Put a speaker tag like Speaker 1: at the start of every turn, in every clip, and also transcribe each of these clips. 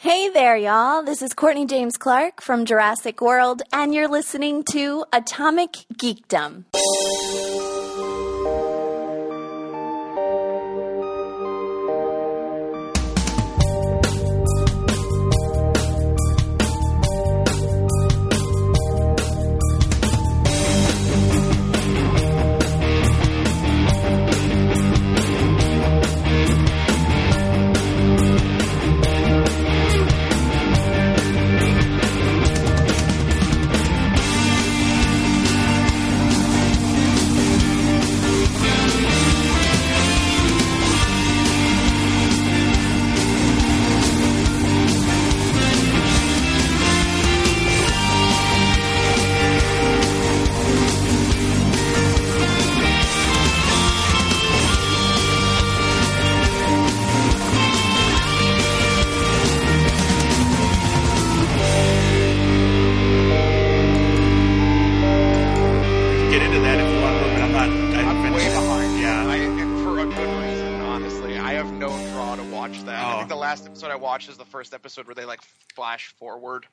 Speaker 1: Hey there, y'all. This is Courtney James Clark from Jurassic World, and you're listening to Atomic Geekdom.
Speaker 2: get into that if you want to, but I'm not. I haven't
Speaker 3: I'm way
Speaker 2: finished it.
Speaker 3: behind.
Speaker 2: Yeah.
Speaker 3: I, and for a good reason, honestly. I have no draw to watch that. I
Speaker 2: Oh.
Speaker 3: think the last episode I watched is the first episode where they like flash forward.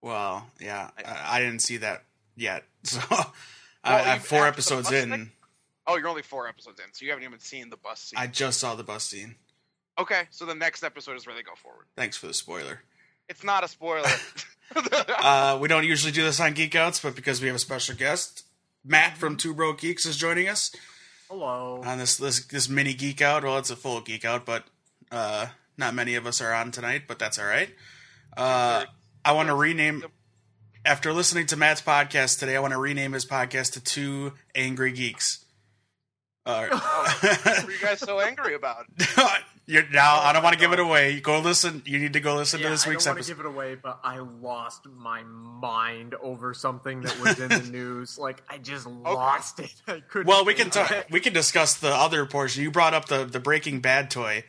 Speaker 2: well, yeah, I, I didn't see that yet, so I,
Speaker 3: Well,
Speaker 2: I'm
Speaker 3: you-
Speaker 2: four
Speaker 3: after the
Speaker 2: episodes
Speaker 3: bus
Speaker 2: in.
Speaker 3: thing? Oh, you're only four episodes in, so you haven't even seen the bus scene.
Speaker 2: I just saw the bus scene.
Speaker 3: Okay, so the next episode is where they go forward.
Speaker 2: Thanks for the spoiler.
Speaker 3: It's not a spoiler.
Speaker 2: Uh, we don't usually do this on Geek Outs, but because we have a special guest, Matt from Two Bro Geeks is joining us
Speaker 4: Hello.
Speaker 2: on this this, this mini Geek Out. Well, it's a full Geek Out, but uh, not many of us are on tonight, but that's all right. Uh, I want to rename. After listening to Matt's podcast today, I want to rename his podcast to Two Angry Geeks. Uh,
Speaker 4: Oh.
Speaker 3: what were you guys so angry about?
Speaker 2: you're, now I don't want to give it away. You go listen. You need to go listen
Speaker 4: Yeah,
Speaker 2: to this
Speaker 4: I
Speaker 2: week's
Speaker 4: don't want
Speaker 2: episode.
Speaker 4: to give it away, but I lost my mind over something that was in the news. Like I just lost it. I couldn't.
Speaker 2: well, we can
Speaker 4: believe
Speaker 2: talk,
Speaker 4: it.
Speaker 2: we can discuss the other portion. You brought up the the Breaking Bad toy.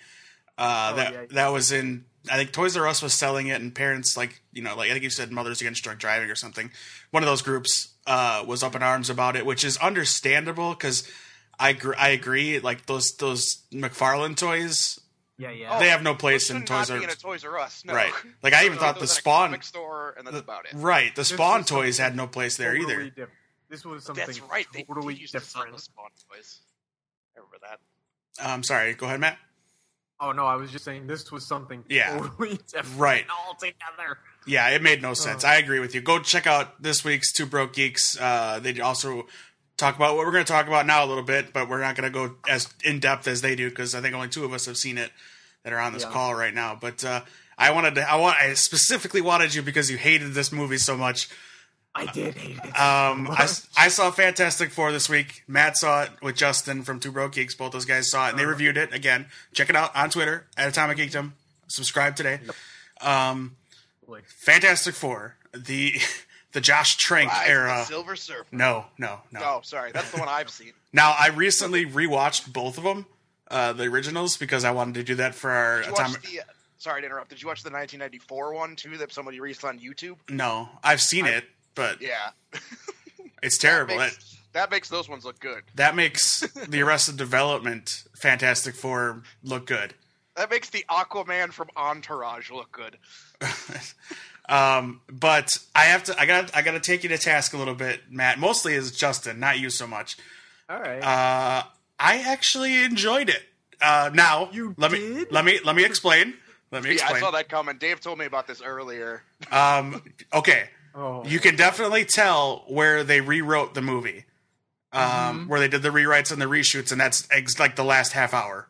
Speaker 2: Uh,
Speaker 4: Oh,
Speaker 2: that
Speaker 4: yeah.
Speaker 2: that was in I think Toys R Us was selling it, and parents like you know like I think you said Mothers Against Drunk Driving or something. One of those groups uh, was up in arms about it, which is understandable because I gr- I agree. Like those those McFarlane toys,
Speaker 4: Yeah, yeah.
Speaker 3: Oh,
Speaker 2: they have no place
Speaker 3: Should
Speaker 2: in
Speaker 3: not
Speaker 2: Toys
Speaker 3: be
Speaker 2: R
Speaker 3: in a
Speaker 2: Us.
Speaker 3: Toys R Us. No.
Speaker 2: Right. Like I even
Speaker 3: So
Speaker 2: thought
Speaker 3: it
Speaker 2: the
Speaker 3: was at a
Speaker 2: Spawn
Speaker 3: comic store, and that's about it.
Speaker 2: right the Spawn
Speaker 4: was
Speaker 2: toys had no place there
Speaker 4: Totally
Speaker 2: either.
Speaker 4: diff- This was something
Speaker 3: That's right. They
Speaker 4: totally
Speaker 3: did use the song
Speaker 4: different.
Speaker 3: with Spawn Toys. I remember that.
Speaker 2: I'm Um, sorry. Go ahead, Matt.
Speaker 4: Oh no, I was just saying this was something
Speaker 2: Yeah.
Speaker 4: totally different
Speaker 2: Right.
Speaker 4: altogether.
Speaker 2: Yeah, it made no sense. I agree with you. Go check out this week's Two Broke Geeks. Uh, they also talk about what we're going to talk about now a little bit, but we're not going to go as in depth as they do because I think only two of us have seen it that are on this
Speaker 4: Yeah.
Speaker 2: call right now. But uh, I wanted to, I want, I specifically wanted you because you hated this movie so much. Uh,
Speaker 4: I did hate it.
Speaker 2: Um, I, I saw Fantastic Four this week. Matt saw it with Justin from Two Broke Geeks. Both those guys saw it and they reviewed it again. Check it out on Twitter at Atomic Geekdom. Subscribe today. Um,
Speaker 4: Like,
Speaker 2: Fantastic Four, the the Josh Trank
Speaker 3: Rise of the
Speaker 2: era.
Speaker 3: Silver Surfer.
Speaker 2: No, no, no,
Speaker 3: No, sorry, that's the one I've seen.
Speaker 2: Now I recently rewatched both of them, uh, the originals, because I wanted to do that for our
Speaker 3: Did you watch
Speaker 2: atomic.
Speaker 3: the? Sorry to interrupt. Did you watch the 1994 one too that somebody released on YouTube?
Speaker 2: No, I've seen it, but
Speaker 3: Yeah,
Speaker 2: it's terrible. That
Speaker 3: makes, that makes those ones look good.
Speaker 2: that makes the Arrested Development Fantastic Four look good.
Speaker 3: That makes the Aquaman from Entourage look good.
Speaker 2: Um, but I have to. I got. I got to take you to task a little bit, Matt. Mostly is Justin, not you so much.
Speaker 4: all right.
Speaker 2: Uh, I actually enjoyed it. Uh, now
Speaker 4: You
Speaker 2: let me
Speaker 4: did?
Speaker 2: let me let me explain. Let me
Speaker 3: Yeah, I
Speaker 2: explain.
Speaker 3: saw that comment. Dave told me about this earlier.
Speaker 2: Um, okay,
Speaker 4: oh,
Speaker 2: you can definitely tell where they rewrote the movie, um,
Speaker 4: Mm-hmm.
Speaker 2: where they did the rewrites and the reshoots, and that's ex- like the last half hour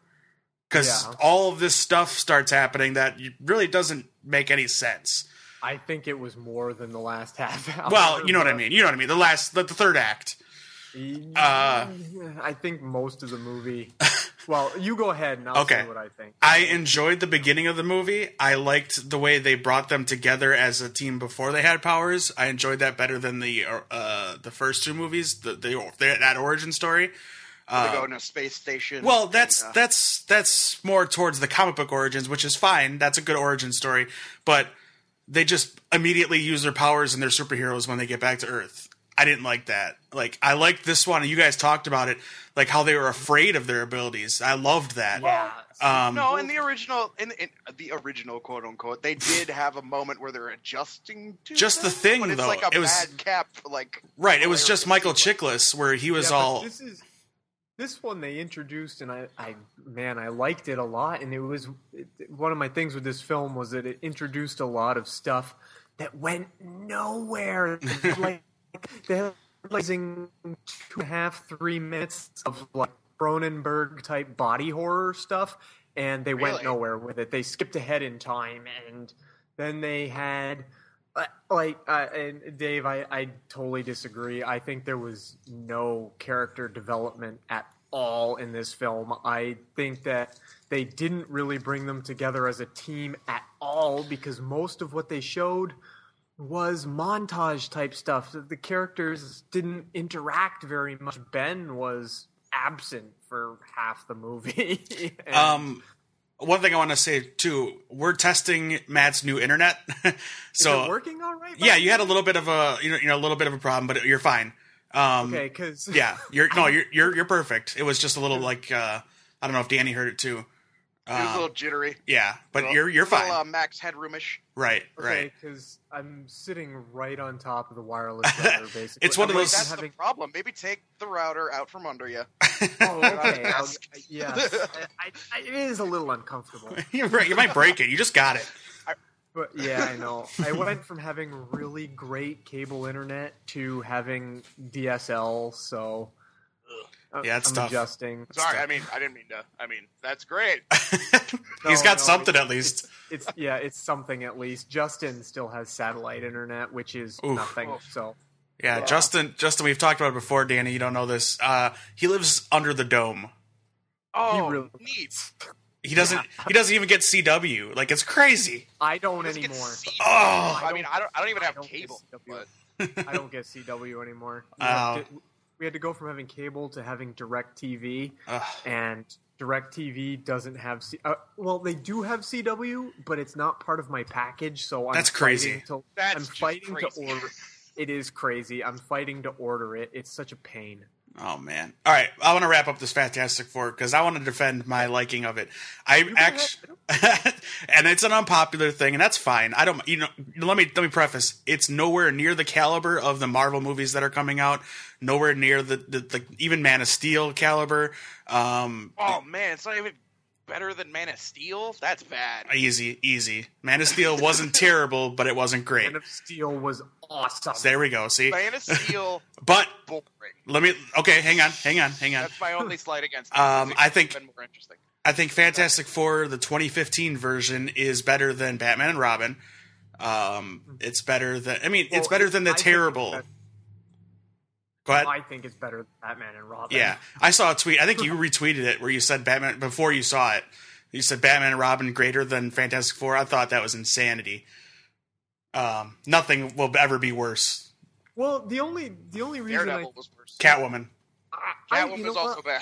Speaker 2: because
Speaker 4: Yeah.
Speaker 2: all of this stuff starts happening that you- really doesn't make any sense.
Speaker 4: I think it was more than the last half hour.
Speaker 2: Well, you know what I mean. You know what I mean. The last, the, the third act. Uh,
Speaker 4: I think most of the movie. Well, you go ahead and I'll
Speaker 2: Okay.
Speaker 4: say what I think.
Speaker 2: I enjoyed the beginning of the movie. I liked the way they brought them together as a team before they had powers. I enjoyed that better than the uh, the first two movies. The, the, that origin story.
Speaker 3: they go in a space
Speaker 2: Uh,
Speaker 3: station. uh,
Speaker 2: Well, that's
Speaker 3: Yeah.
Speaker 2: that's that's more towards the comic book origins, which is fine. That's a good origin story, but they just immediately use their powers and their superheroes when they get back to Earth. I didn't like that. Like I liked this one. and You guys talked about it, like how they were afraid of their abilities. I loved that.
Speaker 4: Yeah.
Speaker 2: Um,
Speaker 3: no, in the original, in, in the original quote unquote, they did have a moment where they're adjusting to
Speaker 2: Just the
Speaker 3: them,
Speaker 2: thing,
Speaker 3: but it's
Speaker 2: though,
Speaker 3: like a
Speaker 2: it was-
Speaker 3: bad cap, like
Speaker 2: Right. It was
Speaker 3: player
Speaker 2: just
Speaker 3: versus
Speaker 2: Michael
Speaker 3: player.
Speaker 2: Chiklis where he was
Speaker 4: Yeah, but
Speaker 2: all
Speaker 4: This is this one they introduced, and I, I, man, I liked it a lot. And it was it, one of my things with this film was that it introduced a lot of stuff that went nowhere. like they had like two and a half, three minutes of like Cronenberg type body horror stuff, and they went
Speaker 3: Really?
Speaker 4: nowhere with it. They skipped ahead in time, and then they had uh, like uh, and Dave, I, I totally disagree. I think there was no character development at all in this film. I think that they didn't really bring them together as a team at all because most of what they showed was montage type stuff. The- The characters didn't interact very much. Ben was absent for half the movie. And-
Speaker 2: um one thing I want to say too, we're testing Matt's new internet.
Speaker 4: is
Speaker 2: so
Speaker 4: it working all right?
Speaker 2: yeah, you had a little bit of a you know, you know a little bit of a problem, but you're fine. Um
Speaker 4: okay because
Speaker 2: yeah, you're no, you're you're you're perfect. It was just a little like uh I don't know if Danny heard it too.
Speaker 3: it was a
Speaker 2: Um,
Speaker 3: little jittery.
Speaker 2: yeah, but
Speaker 3: Well,
Speaker 2: you're you're
Speaker 3: little,
Speaker 2: fine.
Speaker 4: um,
Speaker 3: uh, Max headroomish.
Speaker 2: right, right.
Speaker 4: because I'm sitting right on top of the wireless router, basically.
Speaker 2: It's one of
Speaker 4: I'm
Speaker 2: those-
Speaker 3: That's
Speaker 4: having-
Speaker 3: the problem. Maybe take the router out from under you.
Speaker 4: Oh, okay. I'll-
Speaker 3: Yes.
Speaker 4: yes. I, I, it is a little uncomfortable.
Speaker 2: You're right. You might break it. You just got it.
Speaker 4: But yeah, I know. I went from having really great cable internet to having DSL, so uh,
Speaker 2: Yeah, it's
Speaker 4: I'm
Speaker 2: tough.
Speaker 4: adjusting.
Speaker 3: Sorry, I mean, I didn't mean to. I mean, that's great.
Speaker 2: He's got
Speaker 4: no,
Speaker 2: something
Speaker 4: it's-
Speaker 2: at least.
Speaker 4: It's yeah, it's something at least. Justin still has satellite internet, which is
Speaker 2: Oof.
Speaker 4: nothing.
Speaker 3: Oof.
Speaker 4: So
Speaker 2: Yeah,
Speaker 4: Yeah.
Speaker 2: Justin. Justin, we've talked about it before. Danny, you don't know this. Uh, he lives under the dome.
Speaker 3: Oh,
Speaker 4: really-
Speaker 3: neat.
Speaker 2: He doesn't. He doesn't even get CW. Like it's crazy.
Speaker 4: I don't
Speaker 3: This gets
Speaker 4: anymore.
Speaker 3: seen.
Speaker 2: Oh.
Speaker 3: I mean, I don't. I don't even
Speaker 4: I
Speaker 3: have
Speaker 4: don't get
Speaker 3: cable.
Speaker 4: CW.
Speaker 3: But
Speaker 4: I don't get CW anymore.
Speaker 2: Oh.
Speaker 4: We, had to, we had to go from having cable to having Direct TV,
Speaker 2: Ugh.
Speaker 4: and Direct TV doesn't have C. Uh, well, they do have CW, but it's not part of my package, so I'm
Speaker 2: That's crazy.
Speaker 4: fighting To,
Speaker 3: That's
Speaker 4: I'm
Speaker 3: just
Speaker 4: fighting
Speaker 3: crazy.
Speaker 4: to order. It is crazy. I'm fighting to order it. It's such a pain.
Speaker 2: Oh man. All right. I want to wrap up this Fantastic Four because I want to defend my liking of it. I
Speaker 4: You
Speaker 2: actually. and it's an unpopular thing, and that's fine. I don't, you know. Let me let me preface: it's nowhere near the caliber of the Marvel movies that are coming out. Nowhere near the the, the even Man of Steel caliber. Um,
Speaker 3: oh man, it's not even better than Man of Steel. That's bad.
Speaker 2: easy, easy. Man of Steel wasn't terrible, but it wasn't great.
Speaker 4: Man of Steel was awesome.
Speaker 2: So there we go. See,
Speaker 3: Man of Steel,
Speaker 2: but
Speaker 3: boring.
Speaker 2: let me. Okay, hang on, hang on, hang on.
Speaker 3: That's my only slight against. it.
Speaker 2: Um,
Speaker 3: It's
Speaker 2: I think-
Speaker 3: been more interesting.
Speaker 2: I think Fantastic Four, the 2015 version, is better than Batman and Robin. Um, it's better than. I mean, it's
Speaker 4: Well,
Speaker 2: better than the
Speaker 4: I think it's
Speaker 2: terrible.
Speaker 4: better-
Speaker 2: Go ahead.
Speaker 4: I think it's better than Batman and Robin.
Speaker 2: Yeah, I saw a tweet. I think you retweeted it where you said Batman before you saw it. You said Batman and Robin greater than Fantastic Four. I thought that was insanity. Um, nothing will ever be worse.
Speaker 4: Well, the only the only reason I,
Speaker 3: Daredevil was worse.
Speaker 2: Catwoman.
Speaker 4: I, I- you
Speaker 3: Catwoman
Speaker 4: know
Speaker 3: was
Speaker 4: what?
Speaker 3: also bad.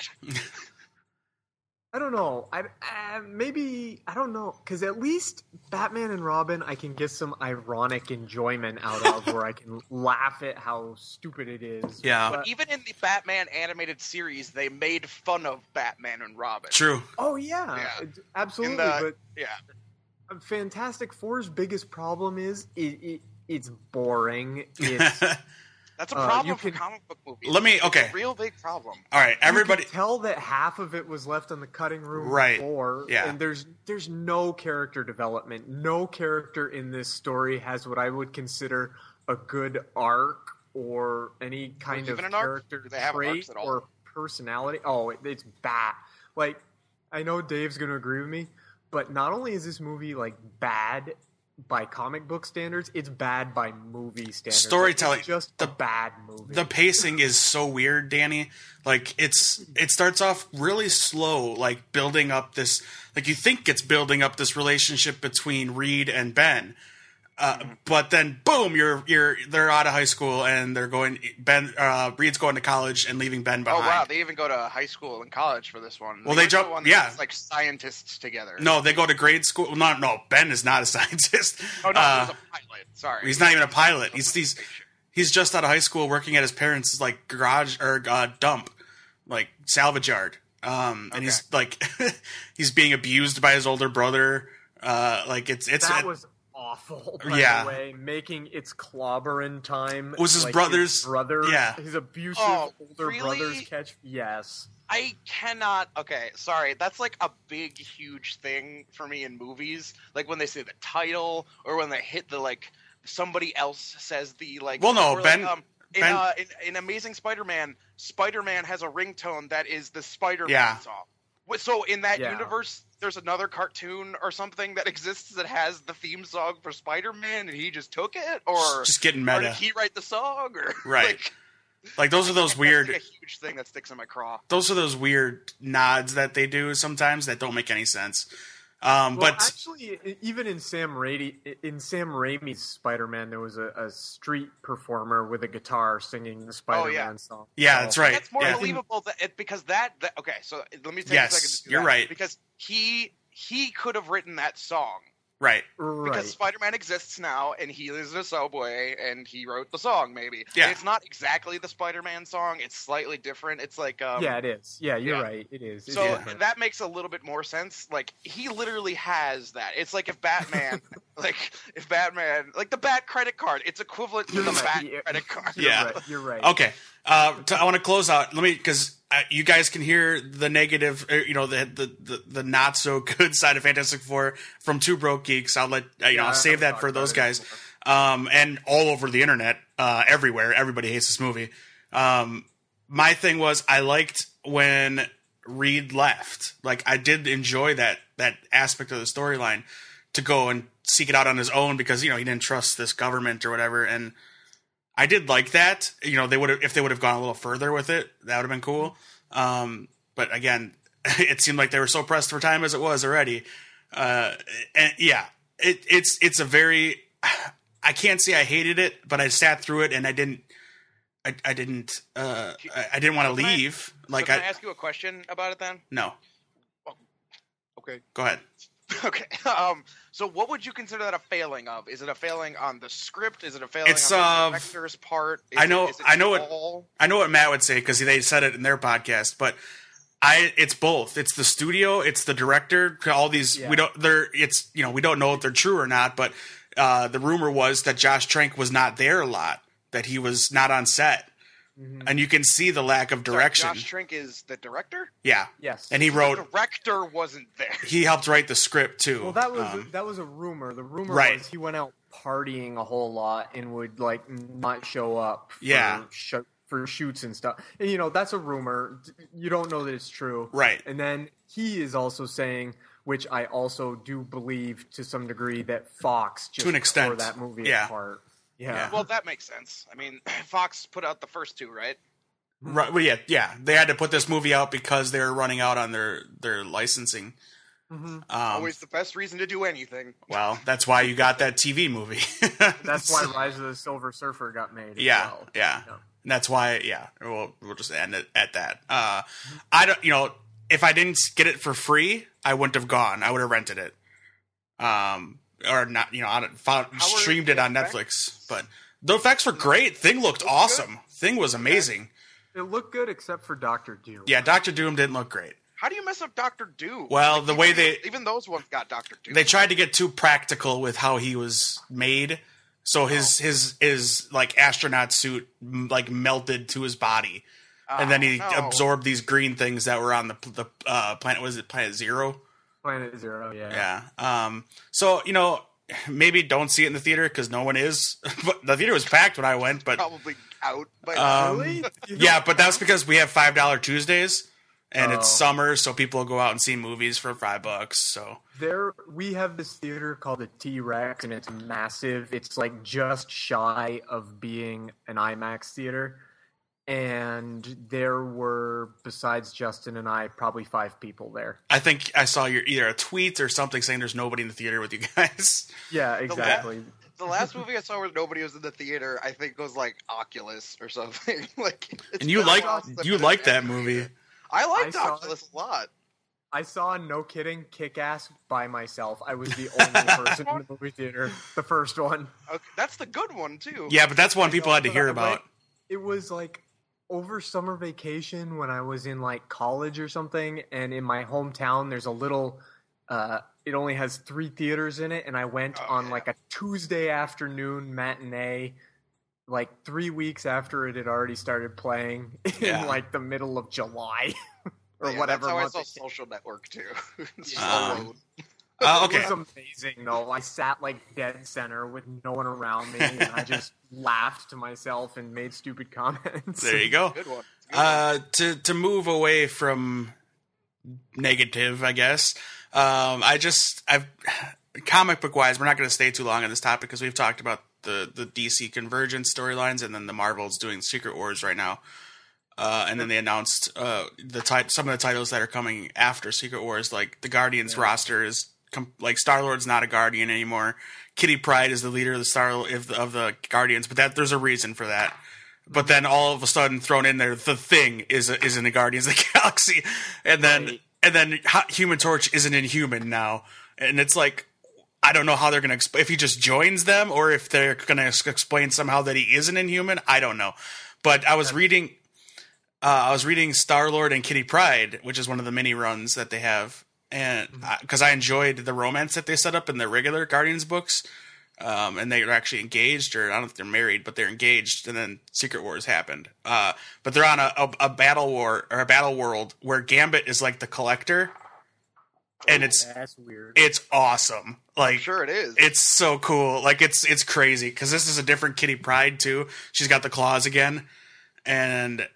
Speaker 4: I don't know. I uh, maybe I don't know because at least Batman and Robin, I can get some ironic enjoyment out of, where I can laugh at how stupid it is.
Speaker 2: Yeah.
Speaker 4: But-
Speaker 3: Even in the Batman animated series, they made fun of Batman and Robin.
Speaker 2: True.
Speaker 4: oh yeah,
Speaker 3: Yeah.
Speaker 4: it- absolutely.
Speaker 3: In the-
Speaker 4: But
Speaker 3: Yeah.
Speaker 4: Fantastic Four's biggest problem is it, it it's boring. It's you
Speaker 3: That's a
Speaker 4: Uh,
Speaker 3: problem
Speaker 4: you
Speaker 3: for
Speaker 4: can-
Speaker 3: comic book movies.
Speaker 2: Let me. Okay.
Speaker 3: It's a real big problem.
Speaker 2: All right.
Speaker 4: can
Speaker 2: Everybody.
Speaker 4: tell that half of it was left on the cutting room
Speaker 2: Right.
Speaker 4: floor.
Speaker 2: Yeah.
Speaker 4: and there's there's no character development. No character in this story has what I would consider a good arc or any kind of
Speaker 3: even an arc?
Speaker 4: character
Speaker 3: Do they have
Speaker 4: trait
Speaker 3: arcs at all?
Speaker 4: or personality. Oh, it, it's bad. Like I know Dave's going to agree with me, but not only is this movie like bad by comic book standards, it's bad by movie standards.
Speaker 2: Storytelling.
Speaker 4: It's just
Speaker 2: The-
Speaker 4: a bad movie.
Speaker 2: the pacing is so weird, Danny. Like it's it starts off really slow, like building up this like you think it's building up this relationship between Reed and Ben. Uh, but then boom, you're you're they're out of high school and they're going Ben uh, Reed's going to college and leaving Ben
Speaker 3: Oh
Speaker 2: behind.
Speaker 3: wow, they even go to high school and college for this one.
Speaker 2: Well,
Speaker 3: They
Speaker 2: they
Speaker 3: went to
Speaker 2: jump-
Speaker 3: one
Speaker 2: yeah.
Speaker 3: that's, like scientists together.
Speaker 2: no, they go to grade school. No, no, Ben is not a scientist.
Speaker 3: oh no,
Speaker 2: Uh,
Speaker 3: he's a pilot. Sorry,
Speaker 2: he's not even a pilot. He's these He's just out of high school, working at his parents' like garage or uh, dump, like salvage yard. Um, and he's like, he's being abused by his older brother. Uh, like it's it's
Speaker 4: that
Speaker 2: it-
Speaker 4: was awful. By
Speaker 2: Yeah.
Speaker 4: the way, making it's clobbering time
Speaker 2: Was his brother's-
Speaker 4: brother?
Speaker 2: yeah.
Speaker 4: his abusive
Speaker 3: Oh,
Speaker 4: older
Speaker 3: really?
Speaker 4: brother's catch. Yes,
Speaker 3: I cannot. Okay, sorry. That's like a big, huge thing for me in movies. Like when they say the title, or when they hit the like somebody else says the like.
Speaker 2: Well, no,
Speaker 3: or, like,
Speaker 2: Ben-
Speaker 3: um, in,
Speaker 2: Ben-
Speaker 3: uh, in, in Amazing Spider-Man, Spider-Man has a ringtone that is the Spider-Man
Speaker 2: Yeah.
Speaker 3: song. Wh- So in that
Speaker 4: Yeah.
Speaker 3: universe, there's another cartoon or something that exists that has the theme song for Spider-Man, and he just took it, or,
Speaker 2: just getting
Speaker 3: or did
Speaker 2: meta.
Speaker 3: he write the song, or
Speaker 2: Right.
Speaker 3: like,
Speaker 2: Like those are those
Speaker 3: that's, like,
Speaker 2: weird.
Speaker 3: a huge thing that sticks in my craw.
Speaker 2: those are those weird nods that they do sometimes that don't make any sense. Um,
Speaker 4: Well,
Speaker 2: but
Speaker 4: actually, e- even in Sam Raimi, e, in Sam Raimi's Spider-Man, there was a, a street performer with a guitar
Speaker 3: Oh,
Speaker 4: singing the Spider-Man song.
Speaker 2: yeah,
Speaker 4: So-
Speaker 2: that's right.
Speaker 3: That's more
Speaker 2: Yeah.
Speaker 3: believable that it, because that, that- okay. So let me take
Speaker 2: Yes,
Speaker 3: a second. to do
Speaker 2: you're
Speaker 3: that.
Speaker 2: right.
Speaker 3: Because he he could have written that song
Speaker 2: right.
Speaker 4: Right.
Speaker 3: because Spider-Man exists now and he lives in a subway and he wrote the song maybe. And
Speaker 2: Yeah.
Speaker 3: it's not exactly the Spider-Man song. It's slightly different. It's like um,
Speaker 4: yeah, it is. Yeah, you're
Speaker 3: yeah.
Speaker 4: right. It is. It
Speaker 3: So
Speaker 4: is.
Speaker 2: different.
Speaker 3: that makes a little bit more sense. Like he literally has that. It's like if Batman, like if Batman, like the Bat credit card. It's equivalent to the Bat
Speaker 4: Yeah.
Speaker 3: credit card.
Speaker 4: You're
Speaker 2: Yeah.
Speaker 4: right, you're right.
Speaker 2: Okay. Uh, t- I want to close out. Let me because uh, you guys can hear the negative, uh, you know, the, the the the not so good side of Fantastic Four from Two Broke Geeks. I'll let uh, you know.
Speaker 4: Yeah,
Speaker 2: I'll
Speaker 4: I
Speaker 2: save
Speaker 4: haven't
Speaker 2: that
Speaker 4: talked
Speaker 2: for
Speaker 4: about
Speaker 2: those
Speaker 4: it
Speaker 2: guys,
Speaker 4: before.
Speaker 2: um, and all over the internet, uh, everywhere. Everybody hates this movie. Um, my thing was I liked when Reed left. Like I did enjoy that that aspect of the storyline to go and seek it out on his own because you know he didn't trust this government or whatever and. I did like that. You know, they would have if they would have gone a little further with it, that would have been cool. Um, but again, it seemed like they were so pressed for time as it was already. Uh, and yeah, it, it's it's a very I can't say I hated it, but I sat through it and I didn't I, I didn't uh, I, I didn't want to
Speaker 3: Can I-
Speaker 2: leave. like
Speaker 3: so
Speaker 2: I,
Speaker 3: can I ask you a question about it then?
Speaker 2: no,
Speaker 3: Okay.
Speaker 2: go ahead.
Speaker 3: Okay. Um. So, what would you consider that a failing of? Is it a failing on the script? Is it a failing
Speaker 2: It's,
Speaker 3: on
Speaker 2: uh,
Speaker 3: the director's part? Is
Speaker 2: I know-
Speaker 3: It, is it
Speaker 2: I know it-
Speaker 3: all-
Speaker 2: I know what Matt would say because they said it in their podcast, but I it's both. It's the studio, it's the director. All these
Speaker 4: Yeah.
Speaker 2: we don't they're it's you know we don't know if they're true or not, but uh, the rumor was that Josh Trank was not there a lot, that he was not on set,
Speaker 4: Mhm.
Speaker 2: and you can see the lack of
Speaker 3: Sorry,
Speaker 2: direction.
Speaker 3: Josh Trink is the director.
Speaker 2: yeah,
Speaker 4: Yes.
Speaker 2: and he wrote
Speaker 3: The director wasn't there.
Speaker 2: he helped write the script too.
Speaker 4: Well, that was
Speaker 2: Um,
Speaker 4: that was a rumor. The rumor
Speaker 2: Right.
Speaker 4: was he went out partying a whole lot and would like not show up. For
Speaker 2: Yeah.
Speaker 4: sho- for shoots and stuff, and you know that's a rumor. D- You don't know that it's true,
Speaker 2: Right.
Speaker 4: And then he is also saying, which I also do believe to some degree, that Fox just
Speaker 2: To an extent.
Speaker 4: tore that movie
Speaker 2: Yeah.
Speaker 4: apart.
Speaker 2: Yeah.
Speaker 4: Yeah,
Speaker 3: Well, that makes sense. I mean, Fox put out the first two, right?
Speaker 2: right, well, yeah, yeah. They had to put this movie out because they were running out on their their licensing.
Speaker 4: Mhm.
Speaker 2: Um,
Speaker 3: Always the best reason to do anything.
Speaker 2: well, that's why you got that TV movie.
Speaker 4: that's why Rise of the Silver Surfer got made. as
Speaker 2: Yeah,
Speaker 4: well.
Speaker 2: yeah.
Speaker 4: Yeah.
Speaker 2: And that's why, yeah. We'll we'll just end it at that. Uh, I don't, you know, if I didn't get it for free, I wouldn't have gone. I would have rented it, um, or not, you know, I don't- found,
Speaker 3: How were
Speaker 2: streamed
Speaker 3: the
Speaker 2: it on
Speaker 3: effects?
Speaker 2: Netflix. But the effects were great. Thing looked awesome. Thing was amazing.
Speaker 4: It looked good except for Doctor Doom.
Speaker 2: Yeah, Doctor Doom didn't look great.
Speaker 3: How do you mess up Doctor Doom?
Speaker 2: Well, the way they-
Speaker 3: even those ones got Doctor Doom.
Speaker 2: They tried to get too practical with how he was made. So his his his like astronaut suit m- like melted to his body.
Speaker 3: Oh,
Speaker 2: and then he
Speaker 3: no.
Speaker 2: absorbed these green things that were on the the uh, planet. Was it Planet Zero?
Speaker 4: Planet Zero. Yeah,
Speaker 2: Yeah. Um. So you know, maybe don't see it in the theater because no one is. but the theater was packed when I went, but
Speaker 3: probably out. But
Speaker 2: um,
Speaker 4: Really? You
Speaker 2: yeah, but that's because we have five dollar Tuesdays, and it's
Speaker 4: Oh.
Speaker 2: summer, so people go out and see movies for five bucks. So
Speaker 4: There, we have this theater called the T Rex, and it's massive. It's like just shy of being an IMAX theater. And there were, besides Justin and I, probably five people there.
Speaker 2: I think I saw your either a tweet or something saying there's nobody in the theater with you guys.
Speaker 4: Yeah, exactly.
Speaker 3: the last movie I saw where nobody was in the theater, I think was like Oculus or something. like, it's
Speaker 2: and you
Speaker 3: been a
Speaker 2: like
Speaker 3: while since I've
Speaker 2: you
Speaker 3: been
Speaker 2: like
Speaker 3: in
Speaker 2: that
Speaker 3: the
Speaker 2: movie.
Speaker 3: theater. I
Speaker 4: I
Speaker 3: liked
Speaker 4: saw
Speaker 3: Oculus a lot.
Speaker 4: I saw no kidding Kick Ass by myself. I was the only person in the movie theater. The first one.
Speaker 3: Okay, that's the good one too.
Speaker 2: Yeah, but that's one people had to hear about.
Speaker 4: It was like over summer vacation when I was in like college or something, and in my hometown there's a little. Uh, it only has three theaters in it, and I went
Speaker 3: Oh,
Speaker 4: on
Speaker 3: yeah.
Speaker 4: like a Tuesday afternoon matinee, like three weeks after it had already started playing
Speaker 2: Yeah.
Speaker 4: in like the middle of July or
Speaker 3: Yeah,
Speaker 4: whatever.
Speaker 3: That's how I
Speaker 4: month
Speaker 3: saw
Speaker 4: it-
Speaker 3: Social Network too. It's
Speaker 2: Yeah.
Speaker 3: so-
Speaker 2: Uh,
Speaker 4: It
Speaker 2: okay,
Speaker 4: was amazing though. I sat like dead center with no one around me, and I just laughed to myself and made stupid comments.
Speaker 2: there you go.
Speaker 3: good one. Good one.
Speaker 2: Uh, to to move away from negative, I guess. Um, I just I've comic book wise, we're not going to stay too long on this topic because we've talked about the the DC convergence storylines and then the Marvels doing Secret Wars right now. Uh, and then they announced uh, the type some of the titles that are coming after Secret Wars, like the Guardians roster is com- like Star Lord's not a Guardian anymore. Kitty Pride is the leader of the Star of the, of the Guardians, but that there's a reason for that. But then all of a sudden, thrown in there, the Thing is is in the Guardians of the Galaxy, and then
Speaker 4: Right.
Speaker 2: and then Hu- Human Torch is an Inhuman now, and it's like I don't know how they're gonna exp- if he just joins them or if they're gonna ex- explain somehow that he is an Inhuman. I don't know, but I was reading uh, I was reading Star Lord and Kitty Pride, which is one of the mini runs that they have, and
Speaker 4: Mm-hmm.
Speaker 2: because I enjoyed the romance that they set up in the regular Guardians books, um, and they are actually engaged, or I don't know if they're married, but they're engaged, and then Secret Wars happened. Uh, but they're on a, a, a battle war or a battle world where Gambit is like the collector, and it's
Speaker 4: That's weird.
Speaker 2: it's awesome. Like
Speaker 3: sure it is.
Speaker 2: it's so cool. Like it's it's crazy because this is a different Kitty Pride too. She's got the claws again, and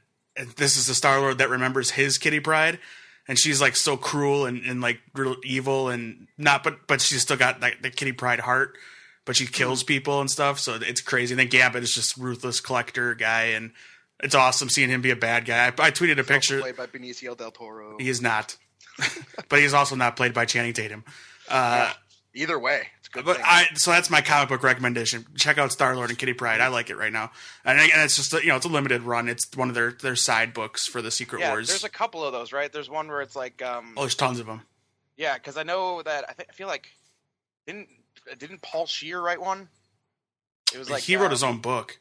Speaker 2: this is the Star Lord that remembers his Kitty Pride, and she's like so cruel and, and like real evil and not, but but she's still got like the Kitty Pride heart. But she kills people and stuff, so it's crazy. And then Gambit is just ruthless collector guy, and it's awesome seeing him be a bad guy. I, I tweeted a picture.
Speaker 3: played by Benicio del Toro.
Speaker 2: He is not, but he's also not played by Channing Tatum. Uh,
Speaker 3: Either way, it's a good.
Speaker 2: but
Speaker 3: thing.
Speaker 2: I so that's my comic book recommendation. Check out Star Lord and Kitty Pride. I like it right now, and, I- and it's just you know it's a limited run. It's one of their their side books for the Secret
Speaker 3: yeah,
Speaker 2: Wars.
Speaker 3: there's a couple of those, right? There's one where it's like, um,
Speaker 2: oh, there's tons of them.
Speaker 3: yeah, because I know that I, think I feel like didn't didn't Paul Shear write one? It was like
Speaker 2: he wrote
Speaker 3: uh,
Speaker 2: his own book.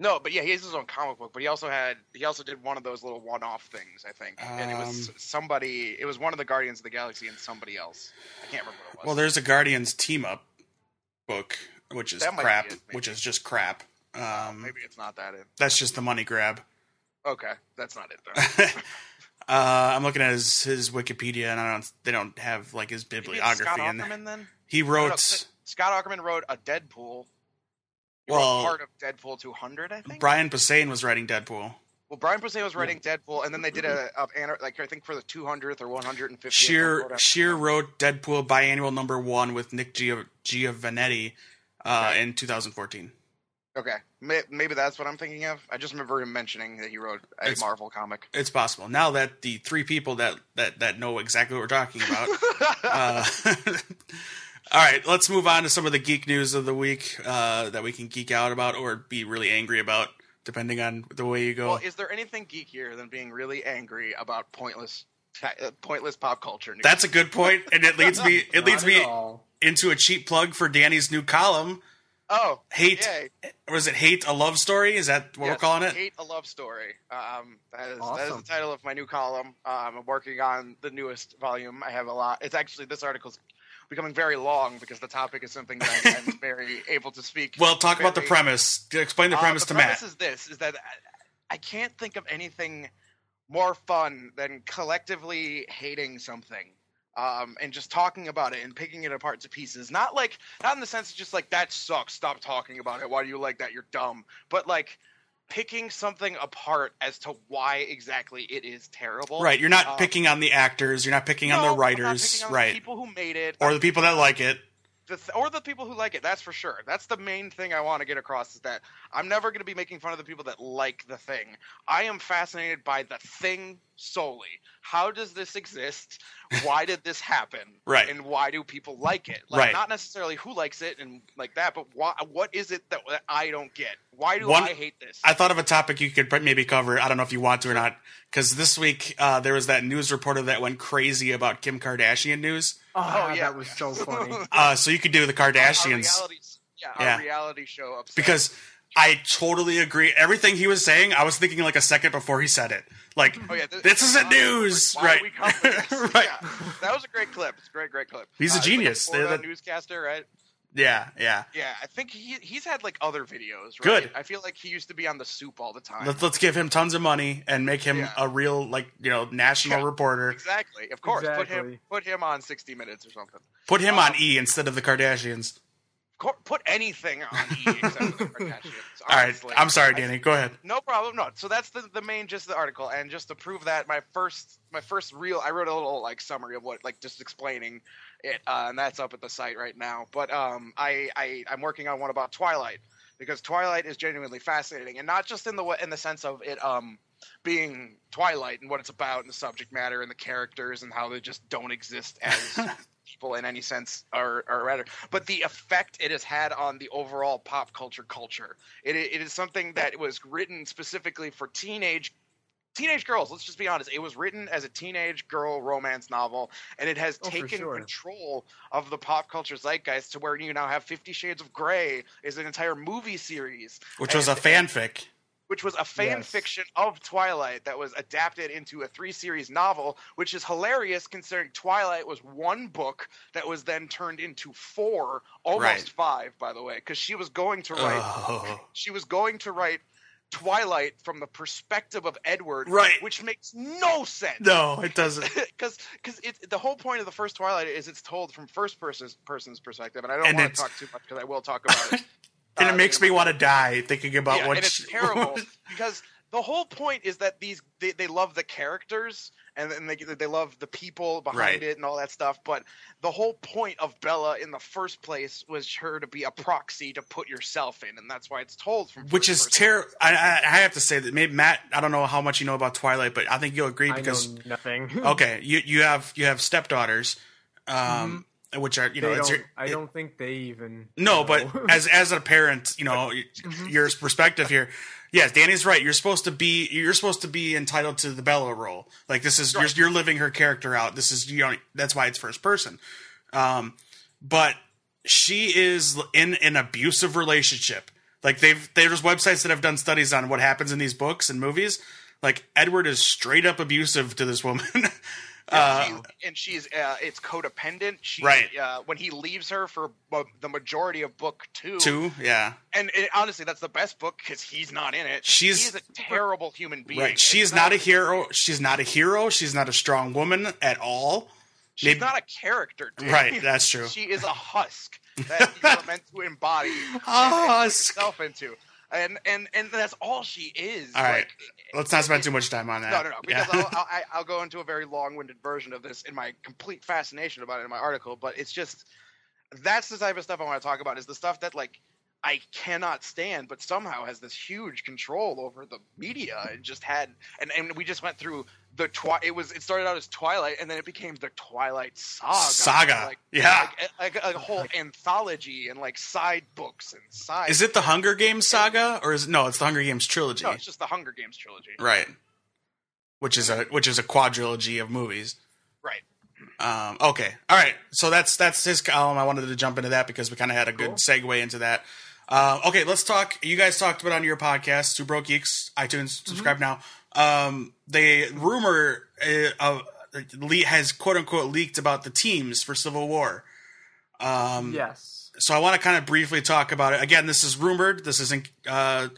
Speaker 3: No, but yeah, he has his own comic book, but he also had he also did one of those little one-off things, I think. and it was
Speaker 2: Um,
Speaker 3: somebody, it was one of the Guardians of the Galaxy and somebody else. I can't remember what it was.
Speaker 2: Well, there's a Guardians team up book, which is
Speaker 3: That might be
Speaker 2: crap.
Speaker 3: it, maybe.
Speaker 2: which is just crap. Um,
Speaker 3: maybe it's not that it.
Speaker 2: that's just the money grab.
Speaker 3: Okay, that's not it though.
Speaker 2: uh, I'm looking at his his Wikipedia, and I don't they don't have like his
Speaker 3: Maybe it's Scott
Speaker 2: bibliography in there.
Speaker 3: Ackerman then?
Speaker 2: He
Speaker 3: No, no,
Speaker 2: wrote.
Speaker 3: S- Scott Ackerman wrote a Deadpool. He
Speaker 2: Well-
Speaker 3: wrote part of Deadpool 200, I think.
Speaker 2: Brian Posehn was writing Deadpool.
Speaker 3: well, Brian Posehn was writing Deadpool, and then they did a, a anar- like I think for the 200th or 150th. or
Speaker 2: Sheer
Speaker 3: whatever.
Speaker 2: Sheer wrote Deadpool biannual number one with Nick Gio- Giovanetti uh, in 2014.
Speaker 3: Okay, May- maybe that's what I'm thinking of. I just remember him mentioning that he wrote a
Speaker 2: It's-
Speaker 3: Marvel comic.
Speaker 2: It's possible now that the three people that that that know exactly what we're talking about. uh, all right, let's move on to some of the geek news of the week uh, that we can geek out about or be really angry about, depending on the way you go.
Speaker 3: Well, is there anything geekier than being really angry about pointless, ta- uh, pointless pop culture news?
Speaker 2: That's a good point, and it leads me it
Speaker 4: Not
Speaker 2: leads
Speaker 4: at
Speaker 2: me
Speaker 4: all.
Speaker 2: into a cheap plug for Danny's new column.
Speaker 3: oh,
Speaker 2: Hate
Speaker 3: yay.
Speaker 2: or is it hate a love story? Is that what we're
Speaker 3: Yes,
Speaker 2: calling it?
Speaker 3: Hate a love story. Um, that is that
Speaker 4: Awesome.
Speaker 3: is the title of my new column. Um, I'm working on the newest volume. I have a lot. It's actually this article's becoming very long because the topic is something that I'm, I'm very able to speak.
Speaker 2: Well, talk about the
Speaker 3: very-
Speaker 2: premise. Explain the
Speaker 3: Uh,
Speaker 2: premise to Matt.
Speaker 3: is this: is that I, I can't think of anything more fun than collectively hating something. Um, and just talking about it and picking it apart to pieces. Not like, not in the sense of just like, that sucks, stop talking about it. Why do you like that? You're dumb. But like, picking something apart as to why exactly it is terrible.
Speaker 2: Right, you're not
Speaker 3: Um,
Speaker 2: picking on the actors, you're not picking on
Speaker 3: no,
Speaker 2: the
Speaker 3: I'm not
Speaker 2: writers,
Speaker 3: picking on the
Speaker 2: right?
Speaker 3: people who made it.
Speaker 2: or the people that like it.
Speaker 3: the th- or the people who like it. That's for sure. That's the main thing I want to get across is that I'm never going to be making fun of the people that like the thing. I am fascinated by the thing solely. How does this exist? why did this happen?
Speaker 2: Right.
Speaker 3: And why do people like it? Like
Speaker 2: Right.
Speaker 3: not necessarily who likes it and like that, but why what is it that, that I don't get? Why do
Speaker 2: One-
Speaker 3: I hate this?
Speaker 2: I thought of a topic you could pr- maybe cover. I don't know if you want to or not, because this week uh, there was that news reporter that went crazy about Kim Kardashian news.
Speaker 4: Oh,
Speaker 3: yeah.
Speaker 4: that was so funny.
Speaker 2: Uh, so you could do the
Speaker 3: Our
Speaker 2: Kardashians
Speaker 3: reality, yeah,
Speaker 2: Yeah.
Speaker 3: our reality show upset.
Speaker 2: because I totally agree. Everything he was saying, I was thinking like a second before he said it. Like,
Speaker 3: Oh yeah,
Speaker 2: this isn't
Speaker 3: why-
Speaker 2: news,
Speaker 3: why
Speaker 2: right?
Speaker 3: we covering this?
Speaker 2: Right.
Speaker 3: Yeah. That was a great clip. It's a great, great clip. Uh,
Speaker 2: He's a
Speaker 3: like
Speaker 2: genius. They're
Speaker 3: Florida
Speaker 2: the-
Speaker 3: newscaster, right?
Speaker 2: yeah, yeah.
Speaker 3: Yeah, I think he he's had like other videos. Right?
Speaker 2: Good.
Speaker 3: I feel like he used to be on the soup all the time.
Speaker 2: Let's, let's give him tons of money and make him
Speaker 3: Yeah.
Speaker 2: a real like you know national
Speaker 3: Yeah.
Speaker 2: reporter.
Speaker 3: exactly. Of course. Put him
Speaker 4: Exactly.
Speaker 3: put him on 60 Minutes or something.
Speaker 2: Put him
Speaker 3: Um,
Speaker 2: on E instead of the Kardashians.
Speaker 3: Of course, put anything on E except for the Kardashians.
Speaker 2: All right,
Speaker 3: honestly.
Speaker 2: I'm sorry,
Speaker 3: I-
Speaker 2: Danny. Go ahead.
Speaker 3: No problem. No. So that's the, the main gist of the article, and just to prove that, my first my first real I wrote a little like summary of what like just explaining it, uh, and that's up at the site right now. But um, I, I I'm working on one about Twilight because Twilight is genuinely fascinating, and not just in the wa- in the sense of it um being Twilight and what it's about and the subject matter and the characters and how they just don't exist as people in any sense or or rather, but the effect it has had on the overall pop culture culture. It, it is something that was written specifically for teenage teenage girls. Let's just be honest. It was written as a teenage girl romance novel, and it has
Speaker 4: Oh, for
Speaker 3: taken
Speaker 4: sure.
Speaker 3: control of the pop culture zeitgeist to where you now have Fifty Shades of Grey is an entire movie series
Speaker 2: Which was a fanfic.
Speaker 3: which was a fan
Speaker 4: Yes.
Speaker 3: fiction of Twilight that was adapted into a three series novel, which is hilarious considering Twilight was one book that was then turned into four, almost
Speaker 2: Right.
Speaker 3: five, by the way, because she was going to write
Speaker 2: Oh.
Speaker 3: she was going to write Twilight from the perspective of Edward,
Speaker 2: Right.
Speaker 3: which makes no sense
Speaker 2: No, it doesn't.
Speaker 3: because because the whole point of the first Twilight is it's told from first person's person's perspective, and I don't
Speaker 2: And
Speaker 3: want
Speaker 2: it's-
Speaker 3: to talk too much because I will talk about it.
Speaker 2: and
Speaker 3: uh,
Speaker 2: it makes
Speaker 3: in a
Speaker 2: me want to die thinking about
Speaker 3: yeah,
Speaker 2: what.
Speaker 3: and it's
Speaker 2: she-
Speaker 3: terrible because the whole point is that these they, they love the characters and, and they they love the people behind
Speaker 2: Right.
Speaker 3: it and all that stuff. But the whole point of Bella in the first place was her to be a proxy to put yourself in, and that's why it's told from
Speaker 2: which is
Speaker 3: first person.
Speaker 2: terrible. I, I, I have to say that maybe Matt. I don't know how much you know about Twilight, but I think you'll agree
Speaker 4: I know
Speaker 2: because
Speaker 4: nothing.
Speaker 2: okay, you you have you have stepdaughters, um, which are you know
Speaker 4: Mm-hmm. They
Speaker 2: it's
Speaker 4: don't,
Speaker 2: your,
Speaker 4: I
Speaker 2: it-
Speaker 4: don't think they even.
Speaker 2: No,
Speaker 4: know. Mm-hmm.
Speaker 2: but Mm-hmm. as as a parent, you know y- Mm-hmm. your perspective here. Yes, Danny's right. You're supposed to be you're supposed to be entitled to the Bella role. Like this is
Speaker 3: Right.
Speaker 2: you're, you're living her character out. This is you know that's why it's first person. Um, but she is in an abusive relationship. Like they've there's websites that have done studies on what happens in these books and movies. Like Edward is straight up abusive to this woman. uh,
Speaker 3: And she- and she's uh, it's codependent. She,
Speaker 2: Right.
Speaker 3: Uh, when he leaves her for bu- the majority of book two,
Speaker 2: two, yeah,
Speaker 3: and it, honestly, that's the best book because he's not in it.
Speaker 2: She's-
Speaker 3: he's a terrible human being.
Speaker 2: right. She
Speaker 3: It's
Speaker 2: is not a hero. She's not a hero. She's not a strong woman at all.
Speaker 3: She's
Speaker 2: Maybe-
Speaker 3: not a character. dude.
Speaker 2: Right, that's true.
Speaker 3: she is a husk that you are meant to embody
Speaker 2: husk.
Speaker 3: yourself into, and and and that's all she is.
Speaker 2: All right.
Speaker 3: Like,
Speaker 2: Let's not spend too much time on that.
Speaker 3: No, no, no. Because
Speaker 2: Yeah.
Speaker 3: I'll, I'll, I'll go into a very long-winded version of this in my complete fascination about it in my article. But it's just that's the type of stuff I want to talk about. Is the stuff that like I cannot stand, but somehow has this huge control over the media. It just had, and and we just went through the twi. It was it started out as Twilight, and then it became the Twilight Saga.
Speaker 2: Saga.
Speaker 3: Like,
Speaker 2: yeah.
Speaker 3: like, like a whole anthology and like side books and side.
Speaker 2: is it the Hunger Games saga or is no? It's the Hunger Games trilogy,
Speaker 3: No, it's just the Hunger Games trilogy.
Speaker 2: right? Which is a which is a quadrilogy of movies.
Speaker 3: Right.
Speaker 2: Um, okay. All right. So that's that's his column. I wanted to jump into that because we kind of had a good
Speaker 4: Cool.
Speaker 2: segue into that. Uh, okay, let's talk. You guys talked about it on your podcast, Two Broke Geeks,
Speaker 3: Mm-hmm.
Speaker 2: iTunes. Subscribe now. Um, the rumor uh, of le- has quote unquote leaked about the teams for Civil War. Um,
Speaker 4: Yes.
Speaker 2: so I want to kind of briefly talk about it. Again, this is rumored. This isn't uh,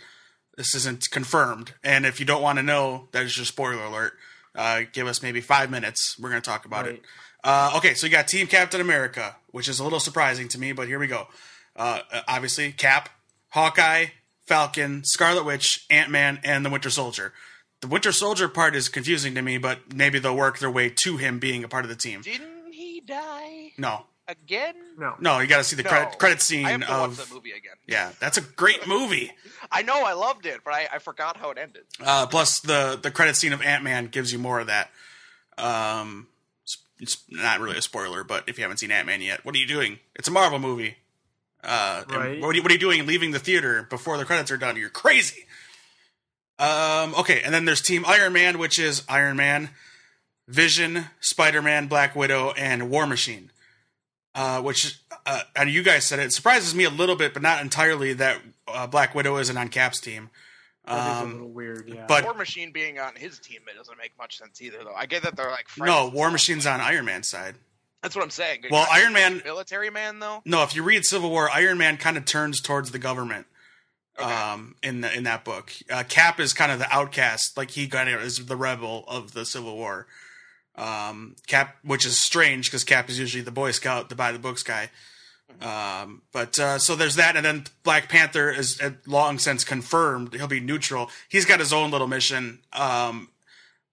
Speaker 2: this isn't confirmed. And if you don't want to know, that is your spoiler alert. Uh, give us maybe five minutes. We're going to talk about it.
Speaker 4: Right.
Speaker 2: Uh, okay, so you got Team Captain America, which is a little surprising to me, but here we go. Uh, obviously, Cap, Hawkeye, Falcon, Scarlet Witch, Ant Man, and the Winter Soldier. The Winter Soldier part is confusing to me, but maybe they'll work their way to him being a part of the team.
Speaker 3: Didn't he die
Speaker 2: No,
Speaker 3: again?
Speaker 4: No.
Speaker 2: no, you got to see the
Speaker 3: No.
Speaker 2: credit credit scene
Speaker 3: I have to
Speaker 2: of
Speaker 3: watch that movie again.
Speaker 2: yeah, that's a great movie.
Speaker 3: I know I loved it, but I, I forgot how it ended.
Speaker 2: Uh, plus the the credit scene of Ant Man gives you more of that. Um, s- it's not really a spoiler, but if you haven't seen Ant Man yet, what are you doing? It's a Marvel movie. Uh, and
Speaker 4: Right.
Speaker 2: what, are you, what are you doing leaving the theater before the credits are done? You're crazy. Um, okay, and then there's Team Iron Man, which is Iron Man, Vision, Spider Man, Black Widow, and War Machine. Uh, which, uh, and you guys said it, surprises me a little bit, but not entirely that uh, Black Widow isn't on Cap's team.
Speaker 4: That is a
Speaker 2: Um,
Speaker 4: little weird. Yeah.
Speaker 2: but-
Speaker 3: War Machine being on his team, it doesn't make much sense either, though. I get that they're like friends.
Speaker 2: no, War Machine's on Iron Man's side.
Speaker 3: That's what I'm saying. You're
Speaker 2: Well,
Speaker 3: not
Speaker 2: Iron Man-
Speaker 3: military man, though.
Speaker 2: No, if you read Civil War, Iron Man kind of turns towards the government.
Speaker 3: Okay.
Speaker 2: Um, in the, in that book, uh, Cap is kind of the outcast, like he kind of is the rebel of the Civil War. Um, Cap, which is strange because Cap is usually the Boy Scout, the by the books guy. Um, but uh, so there's that, and then Black Panther is uh, long since confirmed he'll be neutral. He's got his own little mission. Um,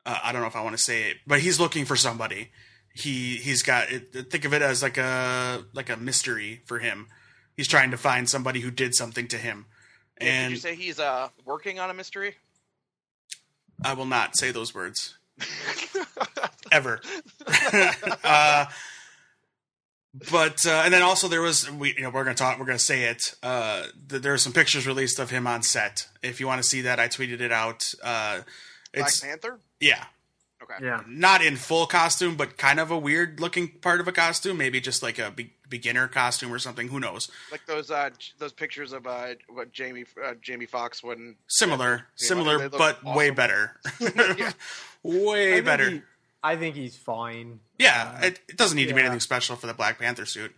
Speaker 2: uh, I don't know if I want to say it, but he's looking for somebody. He he's got it, think of it as like a like a mystery for him. He's trying to find somebody who did something to him,
Speaker 3: Yeah, Did
Speaker 2: and
Speaker 3: you say he's uh, working on a mystery?
Speaker 2: I will not say those words ever. uh, but uh, and then also there was we you know we're gonna talk we're gonna say it. Uh, th- there are some pictures released of him on set. If you want to see that, I tweeted it out. Uh,
Speaker 3: Black
Speaker 2: it's
Speaker 3: Panther?
Speaker 2: yeah,
Speaker 3: Okay.
Speaker 4: yeah.
Speaker 2: not in full costume, but kind of a weird looking part of a costume. Maybe just like a be- beginner costume or something. Who knows?
Speaker 3: Like those uh, j- those pictures of uh, what Jamie uh, Jamie Fox when
Speaker 2: Similar,
Speaker 3: Yeah, they
Speaker 2: similar,
Speaker 3: look
Speaker 2: but way
Speaker 3: awesome.
Speaker 2: better.
Speaker 3: Yeah.
Speaker 4: I
Speaker 2: way
Speaker 4: think
Speaker 2: better.
Speaker 4: he- I think he's fine.
Speaker 2: Yeah,
Speaker 4: Uh,
Speaker 2: it, it doesn't need to be
Speaker 4: yeah.
Speaker 2: anything special for the Black Panther suit.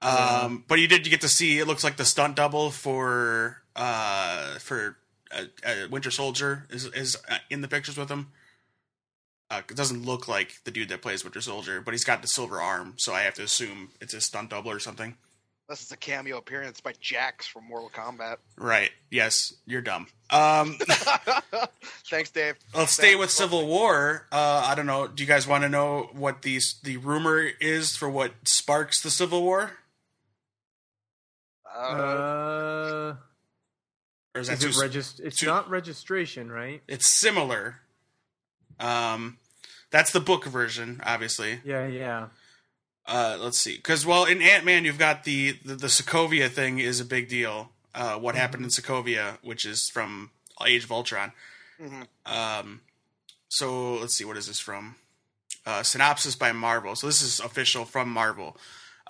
Speaker 2: Um,
Speaker 4: Yeah.
Speaker 2: but you did get to see it looks like the stunt double for uh for uh, uh, Winter Soldier is is uh, in the pictures with him. Uh, it doesn't look like the dude that plays Winter Soldier, but he's got the silver arm, so I have to assume it's a stunt double or something.
Speaker 3: this is a cameo appearance by Jax from Mortal Kombat.
Speaker 2: Right? Yes, you're dumb. Um,
Speaker 3: Thanks, Dave.
Speaker 2: let's stay
Speaker 3: Thanks.
Speaker 2: with Civil War. Uh, I don't know. Do you guys want to know what the the rumor is for what sparks the Civil War,
Speaker 3: Uh,
Speaker 4: Uh,
Speaker 2: or is that
Speaker 4: is
Speaker 2: too
Speaker 4: it
Speaker 2: s-
Speaker 4: regist- It's
Speaker 2: too-
Speaker 4: not registration, right?
Speaker 2: it's similar. Um, that's the book version, obviously.
Speaker 4: Yeah, yeah.
Speaker 2: Uh, let's see, because well, in Ant Man, you've got the, the the Sokovia thing is a big deal. Uh, what happened in Sokovia, which is from Age of Ultron.
Speaker 3: mhm.
Speaker 2: Um, so let's see, what is this from? Uh, synopsis by Marvel. So this is official from Marvel.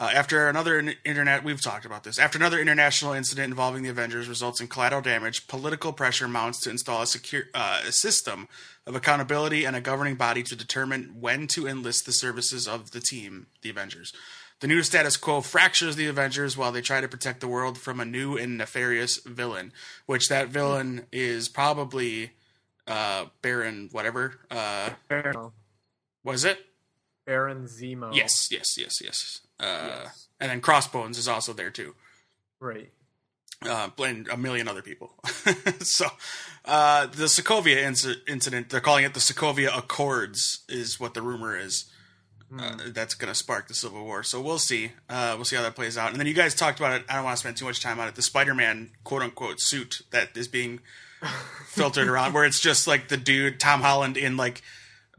Speaker 2: Uh, after another in- internet, we've talked about this. After another international incident involving the Avengers results in collateral damage, political pressure mounts to install a secure uh, a system of accountability and a governing body to determine when to enlist the services of the team, the Avengers. The new status quo fractures the Avengers while they try to protect the world from a new and nefarious villain, which that villain is probably uh Baron whatever. Uh
Speaker 4: Baron,
Speaker 2: was it?
Speaker 4: Baron Zemo.
Speaker 2: Yes, yes, yes, yes. Uh
Speaker 4: Oh. Yes.
Speaker 2: and then Crossbones is also there too.
Speaker 4: Right.
Speaker 2: uh, and a million other people. so, uh, the Sokovia inc- incident, they're calling it the Sokovia Accords, is what the rumor is. Uh,
Speaker 4: Hmm.
Speaker 2: that's going to spark the Civil War. So, we'll see. Uh, we'll see how that plays out. And then you guys talked about it. I don't want to spend too much time on it. The Spider Man quote unquote suit that is being filtered around, where it's just like the dude, Tom Holland, in like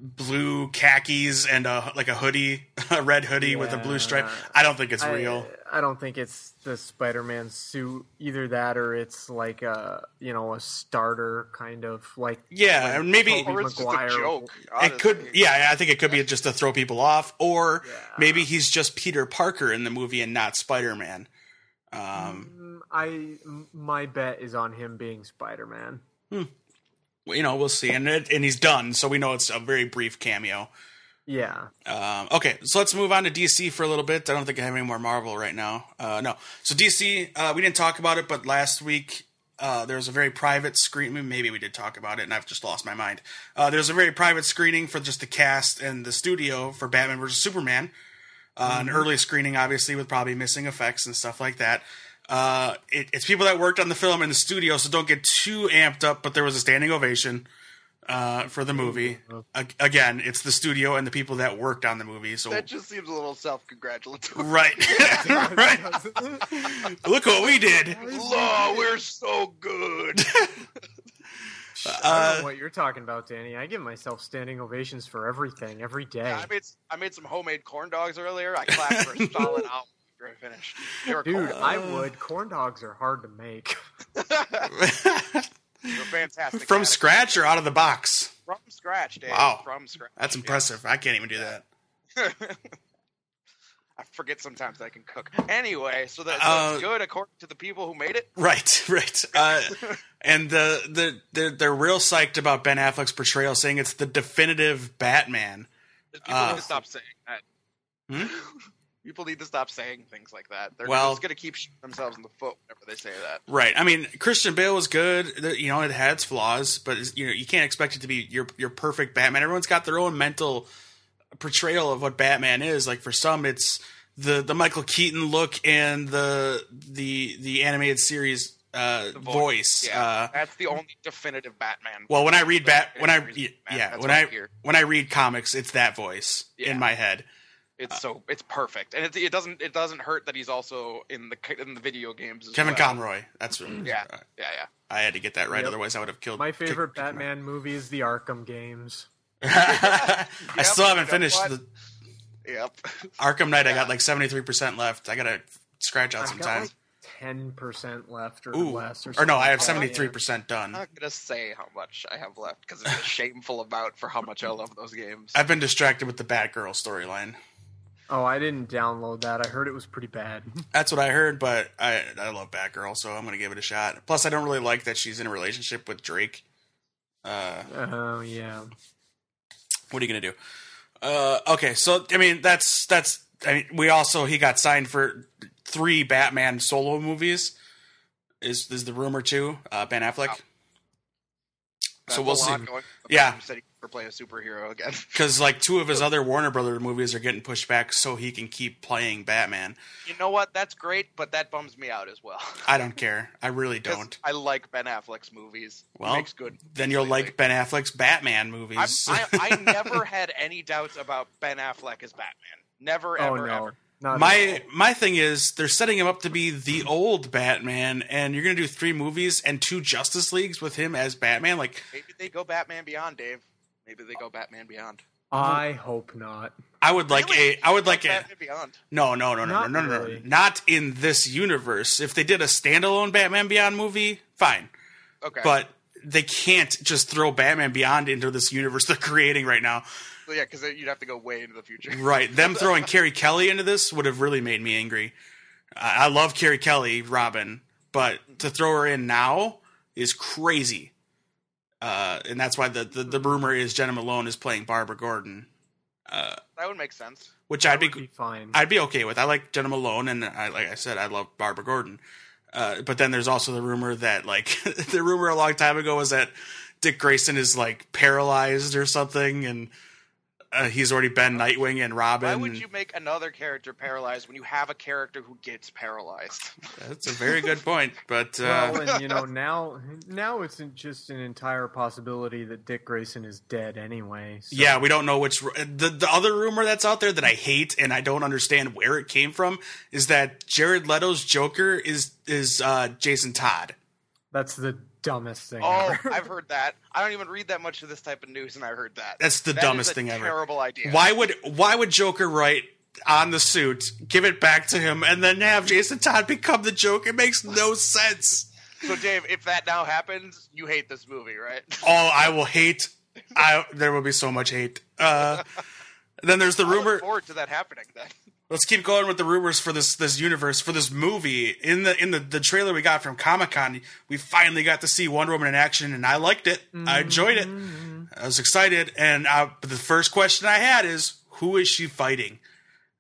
Speaker 2: blue khakis and a like a hoodie a red hoodie with a blue stripe
Speaker 4: Yeah.
Speaker 2: i don't think it's
Speaker 4: I-
Speaker 2: real
Speaker 4: I don't think it's the Spider-Man suit either. That or it's like a you know a starter kind of like
Speaker 2: yeah and maybe
Speaker 4: Tobey
Speaker 3: or it's
Speaker 4: Maguire.
Speaker 3: just a joke.
Speaker 2: It could,
Speaker 3: honestly.
Speaker 2: yeah, I think it could be just to throw people off, or
Speaker 4: Yeah.
Speaker 2: maybe he's just Peter Parker in the movie and not Spider Man. Um,
Speaker 4: Mm, I m- my bet is on him being Spider-Man.
Speaker 2: you know, we'll see, and it, and he's done, so we know it's a very brief cameo.
Speaker 4: Yeah.
Speaker 2: Um, okay, so let's move on to DC for a little bit. I don't think I have any more Marvel right now. Uh, no, so DC, uh, we didn't talk about it, but last week uh, there was a very private screen. Maybe we did talk about it, and I've just lost my mind. Uh, there was a very private screening for just the cast and the studio for Batman vs Superman. Uh, An early screening, obviously, with probably missing effects and stuff like that. Uh, it, it's people that worked on the film in the studio, so don't get too amped up. But there was a standing ovation uh, for the movie. Ag- again, it's the studio and the people that worked on the movie. So
Speaker 3: That just seems a little self-congratulatory.
Speaker 2: right, right. Look what we did.
Speaker 3: Law, we're so good.
Speaker 4: I don't
Speaker 2: Uh,
Speaker 4: know what you're talking about, Danny. I give myself standing ovations for everything, every day.
Speaker 3: Yeah, I made s- I made some homemade corn dogs earlier. I clapped for a solid hour after I finished. They were
Speaker 4: Dude,
Speaker 3: cold.
Speaker 4: I would. Corn dogs are hard to make.
Speaker 3: They were fantastic.
Speaker 2: From
Speaker 3: Maddox.
Speaker 2: scratch or out of the box?
Speaker 3: From scratch, Dave.
Speaker 2: Wow.
Speaker 3: From scratch.
Speaker 2: That's
Speaker 3: Yeah.
Speaker 2: impressive. I can't even do that.
Speaker 3: I forget sometimes I can cook. Anyway, so that's
Speaker 2: Uh,
Speaker 3: good according to the people who made it.
Speaker 2: Right, right. Uh, and the, the they're, they're real psyched about Ben Affleck's portrayal, saying it's the definitive Batman.
Speaker 3: People
Speaker 2: uh, Hmm?
Speaker 3: need to stop saying that. People need to stop saying things like that. They're
Speaker 2: Well-
Speaker 3: just going to keep shooting themselves in the foot whenever they say that.
Speaker 2: Right. I mean, Christian Bale was good. The- You know, it had its flaws, but it's- you know, you can't expect it to be your your perfect Batman. Everyone's got their own mental portrayal of what Batman is. Like for some, it's the the Michael Keaton look and the the the animated series uh,
Speaker 3: The
Speaker 2: voice.
Speaker 3: Yeah,
Speaker 2: Uh,
Speaker 3: that's the only definitive Batman.
Speaker 2: well, when I read
Speaker 3: Batman
Speaker 2: bat, when I
Speaker 3: series
Speaker 2: yeah,
Speaker 3: is Batman. That's
Speaker 2: when
Speaker 3: what
Speaker 2: I
Speaker 3: I hear.
Speaker 2: when I read comics, it's that voice
Speaker 3: Yeah.
Speaker 2: in my head. uh,
Speaker 3: It's so it's perfect, and it, it doesn't it doesn't hurt that he's also in the c- in the video games. As
Speaker 2: Kevin
Speaker 3: well.
Speaker 2: Conroy. That's
Speaker 3: Yeah, yeah, yeah.
Speaker 2: I had to get that right,
Speaker 4: Yep.
Speaker 2: otherwise I would have killed
Speaker 4: My favorite
Speaker 2: kicked- kicked my-
Speaker 4: Batman movie is the Arkham games.
Speaker 2: I
Speaker 3: Yep,
Speaker 2: still haven't
Speaker 3: yep,
Speaker 2: finished
Speaker 3: what?
Speaker 2: the
Speaker 3: Yep.
Speaker 2: Arkham Knight. I
Speaker 3: Yeah.
Speaker 2: got like seventy three percent left. I gotta scratch out
Speaker 4: I've
Speaker 2: some
Speaker 4: got
Speaker 2: time.
Speaker 4: like ten percent left or
Speaker 2: Ooh,
Speaker 4: less, or,
Speaker 2: or no,
Speaker 4: something Oh,
Speaker 2: I have
Speaker 4: like that.
Speaker 2: seventy three percent done.
Speaker 3: I'm not gonna say how much I have left because it's a shameful amount for how much I love those games.
Speaker 2: I've been distracted with the Batgirl storyline.
Speaker 4: Oh, I didn't download that. I heard it was pretty bad.
Speaker 2: That's what I heard, but I I love Batgirl, so I'm gonna give it a shot. Plus, I don't really like that she's in a relationship with Drake. Uh,
Speaker 4: Oh yeah.
Speaker 2: what are you gonna do? Uh, okay, so I mean that's that's I mean we also he got signed for three Batman solo movies. Is is the rumor too? Uh, ben Affleck.
Speaker 3: Wow.
Speaker 2: so
Speaker 3: That's
Speaker 2: we'll
Speaker 3: a
Speaker 2: see.
Speaker 3: lot Going
Speaker 2: Yeah.
Speaker 3: said he never play a superhero again.
Speaker 2: because like two of his other Warner Brother movies are getting pushed back, so he can keep playing Batman.
Speaker 3: You know what? That's great, but that bums me out as well.
Speaker 2: I don't care. I really
Speaker 3: 'Cause
Speaker 2: don't.
Speaker 3: I like Ben Affleck's movies. He
Speaker 2: Well,
Speaker 3: makes good.
Speaker 2: Then you'll
Speaker 3: lately.
Speaker 2: like Ben Affleck's Batman
Speaker 3: I'm,
Speaker 2: movies.
Speaker 3: I, I never had any doubts about Ben Affleck as Batman. Never,
Speaker 4: Oh
Speaker 3: ever,
Speaker 4: no.
Speaker 3: ever.
Speaker 4: Not at
Speaker 2: my my thing is they're setting him up to be the old Batman, and you're gonna do three movies and two Justice Leagues with him as Batman. Like
Speaker 3: Maybe they go Batman Beyond, Dave. Maybe they go Batman Beyond.
Speaker 4: all. I hope not.
Speaker 2: I would like
Speaker 3: Really?
Speaker 2: a I would like a
Speaker 3: Batman Beyond.
Speaker 2: no no no no no
Speaker 4: Not
Speaker 2: no no, no
Speaker 4: really.
Speaker 2: not in this universe. If they did a standalone Batman Beyond movie, fine.
Speaker 3: Okay.
Speaker 2: but they can't just throw Batman Beyond into this universe they're creating right now.
Speaker 3: So, yeah, because you'd have to go way into the future.
Speaker 2: Right, them throwing Carrie Kelly into this would have really made me angry. I, I love Carrie Kelly, Robin, but to throw her in now is crazy. Uh, and that's why the, the, the rumor is Jenna Malone is playing Barbara Gordon,
Speaker 3: That would make sense.
Speaker 2: which I'd be
Speaker 4: Be fine.
Speaker 2: I'd be okay with. I like Jenna Malone, and I, like I said, I love Barbara Gordon. Uh, but then there's also the rumor that, like, the rumor a long time ago was that Dick Grayson is like paralyzed or something, and uh, he's already been Nightwing and Robin.
Speaker 3: Why would you make another character paralyzed when you have a character who gets paralyzed?
Speaker 2: That's a very good point, but uh,
Speaker 4: well, and you know now, now it's just an entire possibility that Dick Grayson is dead anyway. so-
Speaker 2: yeah, we don't know which. ru- The the other rumor that's out there that I hate and I don't understand where it came from is that Jared Leto's Joker is is uh, Jason Todd.
Speaker 4: that's the dumbest thing.
Speaker 3: oh,
Speaker 4: ever.
Speaker 3: I've heard that. I don't even read that much of this type of news, and I heard that.
Speaker 2: That's the
Speaker 3: That is
Speaker 2: dumbest
Speaker 3: a
Speaker 2: thing ever.
Speaker 3: Terrible idea.
Speaker 2: Why would why would Joker write on the suit, give it back to him, and then have Jason Todd become the Joker? It makes no sense.
Speaker 3: So, Dave, if that now happens, you hate this movie, right?
Speaker 2: Oh, I will hate. I there will be so much hate. Uh, then there's the
Speaker 3: I look
Speaker 2: rumor.
Speaker 3: forward to that happening then.
Speaker 2: Let's keep going with the rumors for this this universe for this movie. In the in the, the trailer we got from Comic Con, we finally got to see Wonder Woman in action, and I liked it. I enjoyed it.
Speaker 3: Mm-hmm.
Speaker 2: I was excited, and I, but the first question I had is, who is she fighting?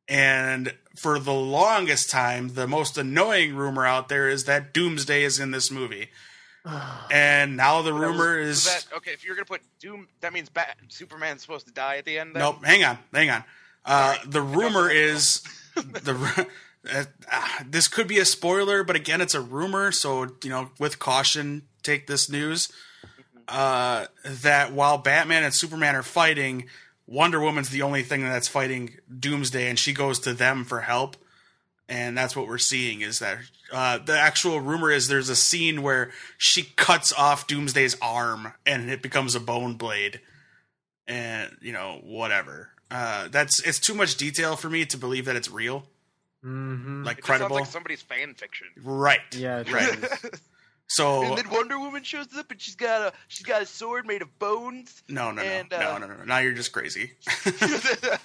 Speaker 2: And for the longest time, the most annoying rumor out there is that Doomsday is in this movie, and now the rumor is
Speaker 3: So that, okay, if you're gonna put Doom, that means Bat- Superman's supposed to die at the end. Then?
Speaker 2: Nope. Hang on. Hang on. Uh, the rumor is the. ru- Uh, ah, this could be a spoiler, but again, it's a rumor, so you know, with caution, take this news. Uh, that while Batman and Superman are fighting, Wonder Woman's the only thing that's fighting Doomsday, and she goes to them for help, and that's what we're seeing is that uh, the actual rumor is there's a scene where she cuts off Doomsday's arm and it becomes a bone blade, and you know whatever. Uh, that's it's too much detail for me to believe that it's real,
Speaker 4: Mm-hmm.
Speaker 2: like
Speaker 3: Hmm. It just sounds
Speaker 2: credible,
Speaker 3: like somebody's fan fiction.
Speaker 2: right?
Speaker 4: yeah, it
Speaker 2: Right.
Speaker 4: is.
Speaker 2: So
Speaker 3: and then Wonder Woman shows up and she's got a she's got a sword made of bones.
Speaker 2: no, no, no,
Speaker 3: and,
Speaker 2: no,
Speaker 3: uh,
Speaker 2: no, no, no. Now you're just crazy.
Speaker 3: yeah,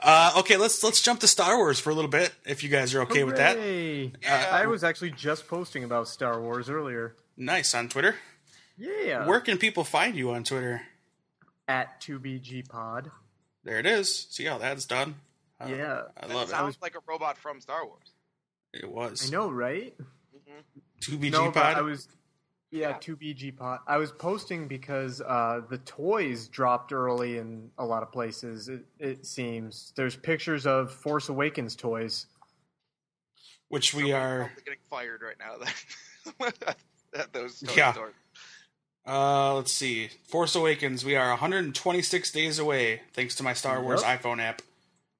Speaker 2: Uh, okay, let's let's jump to Star Wars for a little bit if you guys are okay with that.
Speaker 4: Hooray.
Speaker 2: Yeah.
Speaker 4: I was actually just posting about Star Wars earlier.
Speaker 2: Nice on Twitter.
Speaker 4: Yeah.
Speaker 2: Where can people find you on Twitter?
Speaker 4: at 2BG Pod.
Speaker 2: There it is. See how that's done. I-
Speaker 4: yeah.
Speaker 2: I
Speaker 3: that
Speaker 2: love it.
Speaker 3: sounds like a robot from Star Wars.
Speaker 2: It was
Speaker 4: I know, right?
Speaker 2: two BG
Speaker 4: no, but
Speaker 2: pod.
Speaker 4: I was yeah, 2BG Pod. I was posting because uh, the toys dropped early in a lot of places. It, it seems there's pictures of Force Awakens toys.
Speaker 2: which we are.
Speaker 3: Probably getting fired right now. Then. At those toy
Speaker 2: Yeah.
Speaker 3: stores.
Speaker 2: Uh, let's see. Force Awakens. We are 126 days away, thanks to my Star Wars
Speaker 4: Yep.
Speaker 2: iPhone app.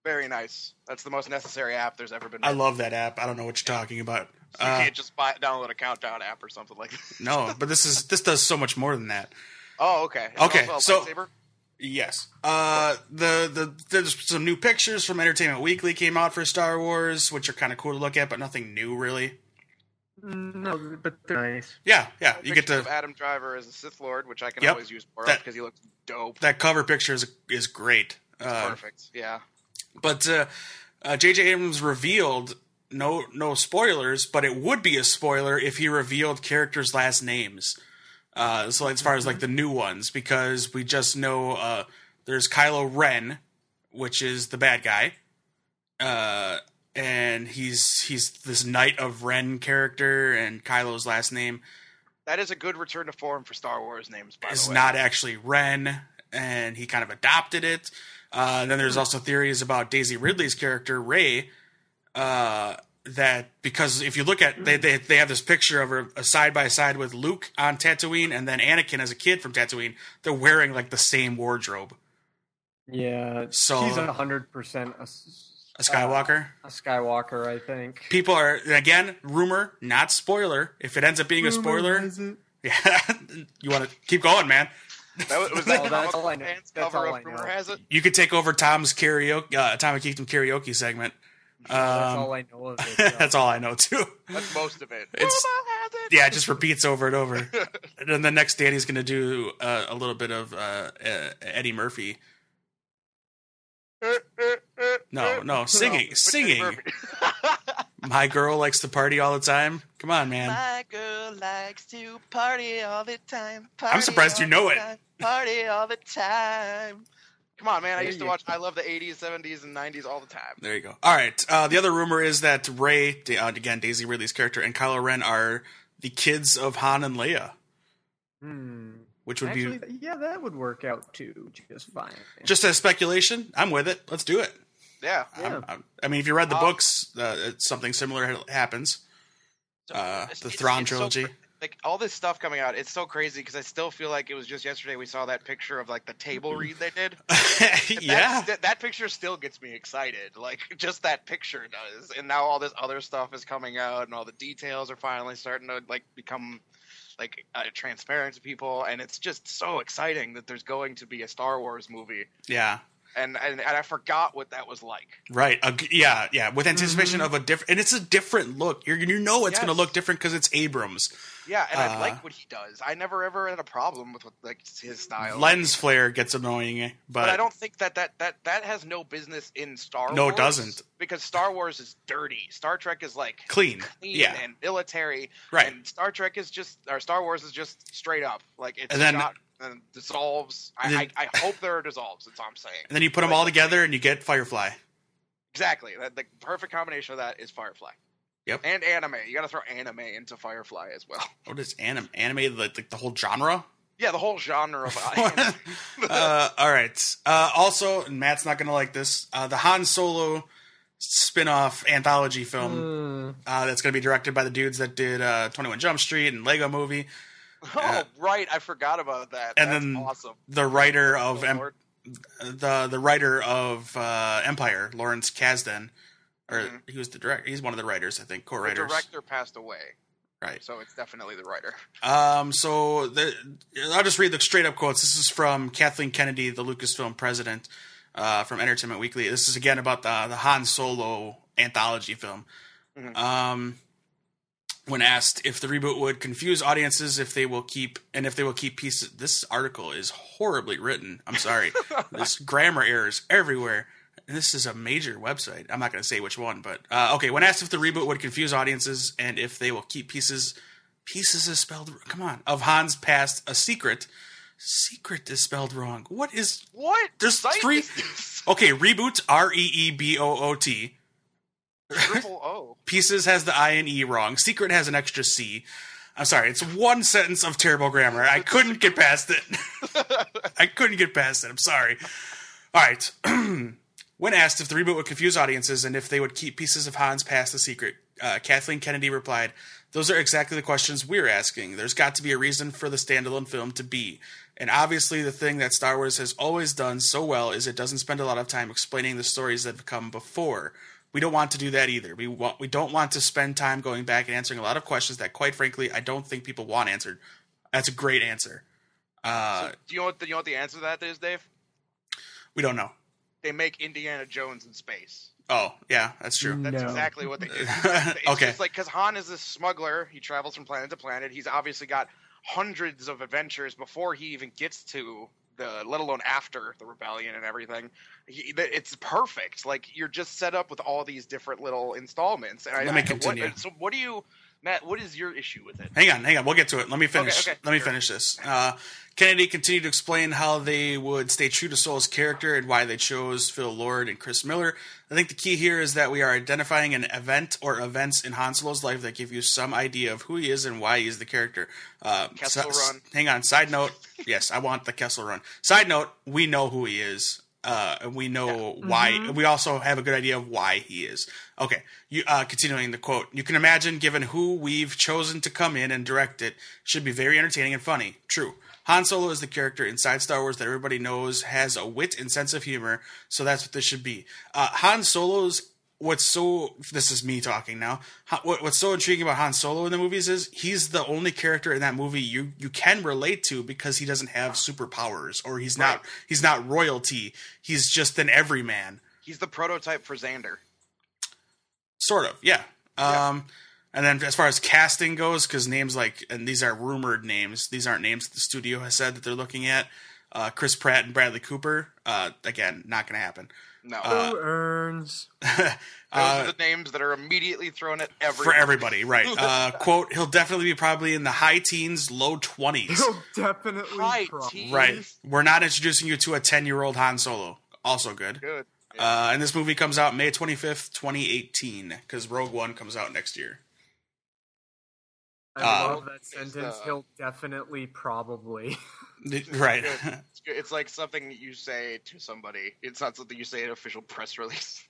Speaker 3: Very nice. That's the most necessary app there's ever been.
Speaker 2: I
Speaker 3: made.
Speaker 2: love that app. I don't know what you're talking about.
Speaker 3: you
Speaker 2: Uh,
Speaker 3: can't just buy, download a countdown app or something like that.
Speaker 2: no, but this is this does so much more than that.
Speaker 3: Oh, okay. It's
Speaker 2: Okay,
Speaker 3: also a
Speaker 2: so-
Speaker 3: lightsaber?
Speaker 2: Yes. Uh, the the there's some new pictures from Entertainment Weekly came out for Star Wars, which are kind of cool to look at, but nothing new really.
Speaker 4: No, but they're nice.
Speaker 2: Yeah, yeah. You get
Speaker 3: Pictures of
Speaker 2: to
Speaker 3: Adam Driver as a Sith Lord, which I can
Speaker 2: Yep.
Speaker 3: always use more
Speaker 2: That-
Speaker 3: because he looks dope.
Speaker 2: that cover picture is is great. Uh,
Speaker 3: Perfect. Yeah.
Speaker 2: But uh, uh, J.J. Abrams revealed no no spoilers, but it would be a spoiler if he revealed characters' last names. Uh, so as far as like the new ones, because we just know uh, there's Kylo Ren, which is the bad guy, uh, and he's he's this Knight of Ren character, and Kylo's last name
Speaker 3: That is a good return to form for Star Wars names, by
Speaker 2: is
Speaker 3: the way.
Speaker 2: not actually Ren, and he kind of adopted it. Uh, and then there's also theories about Daisy Ridley's character Ray, uh, that because if you look at they they, they have this picture of her uh, side by side with Luke on Tatooine, and then Anakin as a kid from Tatooine. They're wearing like the same wardrobe.
Speaker 4: Yeah.
Speaker 2: So-
Speaker 4: she's a hundred percent a s-
Speaker 2: A
Speaker 3: Uh,
Speaker 2: Skywalker.
Speaker 4: a Skywalker, I think.
Speaker 2: People are and again rumor, not spoiler. If it ends up being a spoiler, yeah, you want to keep going, man.
Speaker 3: That was, was that
Speaker 4: Oh,
Speaker 3: the
Speaker 4: that's
Speaker 3: Comic-Con
Speaker 4: all I know.
Speaker 3: fans
Speaker 4: That's
Speaker 3: cover
Speaker 4: all
Speaker 3: up
Speaker 4: I
Speaker 3: rumor
Speaker 4: know.
Speaker 3: has it?
Speaker 2: You could take over Tom's karaoke, uh, Atomic Kingdom karaoke segment.
Speaker 4: That's
Speaker 2: Um,
Speaker 4: all I know of it.
Speaker 2: That's all I know too.
Speaker 3: That's most of it.
Speaker 2: It's-
Speaker 3: Rumor has it.
Speaker 2: Yeah, it just repeats over and over. and then the next day, he's going to do uh, a little bit of uh, uh, Eddie Murphy.
Speaker 3: Uh,
Speaker 2: No, no, singing, singing. My girl likes to party all the time. Come on, man.
Speaker 3: My girl likes to party all the time.
Speaker 2: I'm surprised
Speaker 3: party
Speaker 2: you know
Speaker 3: all the
Speaker 2: it.
Speaker 3: time, Party all the time. Come on, man. I
Speaker 4: There
Speaker 3: used to
Speaker 4: you
Speaker 3: watch I love the 80s, 70s, and 90s all the time.
Speaker 2: There you go. All right. Uh, the other rumor is that Ray, da- uh, again, Daisy Ridley's character, and Kylo Ren are the kids of Han and Leia,
Speaker 4: Hmm.
Speaker 2: which would
Speaker 4: Actually,
Speaker 2: be
Speaker 4: th- yeah, that would work out too, just fine.
Speaker 2: just as speculation. I'm with it. Let's do it.
Speaker 3: Yeah.
Speaker 2: I'm-
Speaker 4: Yeah.
Speaker 2: I'm- i mean, if you read the
Speaker 3: Uh,
Speaker 2: books, uh, it's something similar ha- happens.
Speaker 3: So,
Speaker 2: Uh,
Speaker 3: it's-
Speaker 2: the
Speaker 3: it's-
Speaker 2: Thrawn
Speaker 3: it's so
Speaker 2: trilogy.
Speaker 3: cra- like all this stuff coming out, it's so crazy because I still feel like it was just yesterday we saw that picture of like the table read they did. That-
Speaker 2: yeah.
Speaker 3: that, that picture still gets me excited. Like just that picture does, and now all this other stuff is coming out, and all the details are finally starting to like become like uh, transparent to people, and it's just so exciting that there's going to be a Star Wars movie,
Speaker 2: Yeah.
Speaker 3: and and, and I forgot what that was like.
Speaker 2: Right. A g yeah. Yeah. With anticipation of a different, and it's a different look. You're, you know it's going
Speaker 3: Mm-hmm. Yes.
Speaker 2: to look different because it's Abrams.
Speaker 3: Yeah, and I
Speaker 2: Uh,
Speaker 3: like what he does. I never ever had a problem with what, like his style.
Speaker 2: Lens flare gets annoying, but,
Speaker 3: but I don't think that that that that has no business in Star Wars.
Speaker 2: No, it doesn't.
Speaker 3: because Star Wars is dirty. Star Trek is like
Speaker 2: clean.
Speaker 3: clean
Speaker 2: Yeah.
Speaker 3: and military.
Speaker 2: Right.
Speaker 3: And Star Trek is just, or Star Wars is just straight up. Like it's
Speaker 2: And then-
Speaker 3: shot and dissolves. I,
Speaker 2: And then-
Speaker 3: I, I hope there are dissolves. That's all I'm saying.
Speaker 2: and then you put them all together and you get Firefly.
Speaker 3: Exactly. That, the perfect combination of that is Firefly.
Speaker 2: Yep.
Speaker 3: And anime. You got to throw anime into Firefly as well.
Speaker 2: What is anime? Anime, like, like the whole genre?
Speaker 3: Yeah, the whole genre of anime.
Speaker 2: uh, all right. Uh, also, and Matt's not going to like this uh, the Han Solo spin off anthology film.
Speaker 4: Hmm.
Speaker 2: uh, that's going to be directed by the dudes that did uh, 21 Jump Street and Lego Movie.
Speaker 3: oh, right. I forgot about that.
Speaker 2: And
Speaker 3: That's
Speaker 2: then
Speaker 3: awesome.
Speaker 2: The writer of
Speaker 3: Oh,
Speaker 2: em-
Speaker 3: Lord.
Speaker 2: the the writer of uh, Empire, Lawrence Kasdan, or
Speaker 3: Mhm.
Speaker 2: he was the director. He's one of the writers, I think,
Speaker 3: The
Speaker 2: co-writers.
Speaker 3: director passed away,
Speaker 2: Right.
Speaker 3: so it's definitely the writer.
Speaker 2: Um, so the, I'll just read the straight up quotes. This is from Kathleen Kennedy, the Lucasfilm president, uh, from Entertainment Weekly. This is again about the, the Han Solo anthology film.
Speaker 3: Mhm.
Speaker 2: Um, when asked if the reboot would confuse audiences, if they will keep and if they will keep pieces, this article is horribly written. I'm sorry, this grammar errors everywhere. And this is a major website. I'm not going to say which one, but uh, okay. When asked if the reboot would confuse audiences and if they will keep pieces pieces is spelled come on of Han's past a secret secret is spelled wrong what is
Speaker 3: What?
Speaker 2: There's
Speaker 3: site
Speaker 2: three-
Speaker 3: is this?
Speaker 2: okay reboot R E E B O O T
Speaker 3: Triple O.
Speaker 2: pieces has the I and E wrong secret has an extra C I'm sorry it's one sentence of terrible grammar I couldn't get past it I couldn't get past it I'm sorry all right when asked if the reboot would confuse audiences and if they would keep pieces of Han's past a secret uh, Kathleen Kennedy replied Those are exactly the questions we're asking. There's got to be a reason for the standalone film to be. And obviously, the thing that Star Wars has always done so well is it doesn't spend a lot of time explaining the stories that have come before. We don't want to do that either. We want we don't want to spend time going back and answering a lot of questions that, quite frankly, I don't think people want answered. That's a great answer. Uh,
Speaker 3: Do you know what? The, you know what the answer to that is, Dave?
Speaker 2: we don't know.
Speaker 3: They make Indiana Jones in space.
Speaker 2: Oh, yeah, that's true.
Speaker 4: Mm.
Speaker 3: That's
Speaker 4: No.
Speaker 3: exactly what they do. It's
Speaker 2: okay.
Speaker 3: just like because Han is this smuggler. He travels from planet to planet. He's obviously got hundreds of adventures before he even gets to the, let alone after the rebellion and everything. He, th- it's perfect. Like you're just set up with all these different little installments. And I,
Speaker 2: Let me
Speaker 3: I- what-
Speaker 2: continue.
Speaker 3: so what do you, Matt? What is your issue with it?
Speaker 2: Hang on, hang on. We'll get to it. Let me finish.
Speaker 3: Okay, okay.
Speaker 2: Let me
Speaker 3: Sure.
Speaker 2: finish this. Uh, Kennedy continued to explain how they would stay true to Soul's character and why they chose Phil Lord and Chris Miller. I think the key here is that we are identifying an event or events in Han Solo's life that give you some idea of who he is and why he is the character. Uh,
Speaker 3: Kessel
Speaker 2: s-
Speaker 3: Run.
Speaker 2: Hang on. Side note. yes, I want the Kessel Run. Side note. We know who he is. Uh, and we know why. We also have a good idea of why he is. Okay. You, uh, continuing the quote. You can imagine, given who we've chosen to come in and direct it, should be very entertaining and funny. True. Han Solo is the character inside Star Wars that everybody knows has a wit and sense of humor, so that's what this should be. Uh, Han Solo's what's so this is me talking now Ha- what, what's so intriguing about han solo in the movies is he's the only character in that movie you you can relate to because he doesn't have superpowers or he's not
Speaker 3: Right.
Speaker 2: he's not royalty he's just an everyman
Speaker 3: He's the prototype for Xander.
Speaker 2: sort of yeah um and then as far as casting goes because names like and these are rumored names these aren't names that the studio has said that they're looking at uh chris pratt and bradley cooper uh again not gonna happen
Speaker 3: No,
Speaker 2: Uh,
Speaker 4: Who earns?
Speaker 3: those
Speaker 2: uh,
Speaker 3: are the names that are immediately thrown at everyone.
Speaker 2: for everybody, right? Uh, quote: He'll definitely be probably in the high teens, low twenties.
Speaker 4: He'll definitely
Speaker 3: Hi,
Speaker 4: prob-
Speaker 3: teens.
Speaker 2: Right. We're not introducing you to a ten-year-old Han Solo. Also good.
Speaker 3: Good.
Speaker 2: Uh, and this movie comes out May twenty fifth, twenty eighteen, because Rogue One comes out next year.
Speaker 4: I
Speaker 2: Uh,
Speaker 4: love that sentence.
Speaker 3: uh,
Speaker 4: He'll definitely probably.
Speaker 2: Right.
Speaker 3: Good. It's good. It's like something you say to somebody. It's not something you say in an official press release.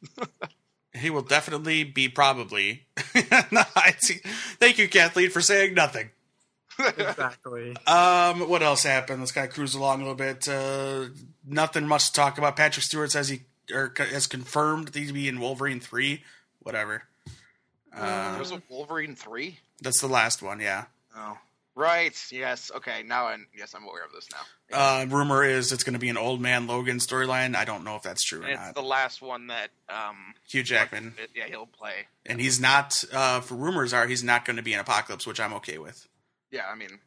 Speaker 2: he will definitely be probably. No, I see. Thank you, Kathleen, for saying nothing.
Speaker 4: exactly.
Speaker 2: Um, what else happened? Let's kind of cruise along a little bit. Uh, nothing much to talk about. Patrick Stewart says he or co- has confirmed that he'd be in Wolverine three. Whatever.
Speaker 3: There
Speaker 2: Uh,
Speaker 3: Mm, was a Wolverine three.
Speaker 2: that's the last one. Yeah.
Speaker 3: Oh, right. Yes. Okay. Now I'm. Yes, I'm aware of this now.
Speaker 2: Uh, rumor is it's going to be an old man Logan storyline. I don't know if that's true or
Speaker 3: and it's
Speaker 2: not.
Speaker 3: the last one that. Um,
Speaker 2: Hugh Jackman,
Speaker 3: it- yeah, he'll play.
Speaker 2: and he's not. Uh, for rumors are he's not going to be in Apocalypse, which I'm okay with.
Speaker 3: Yeah. I mean,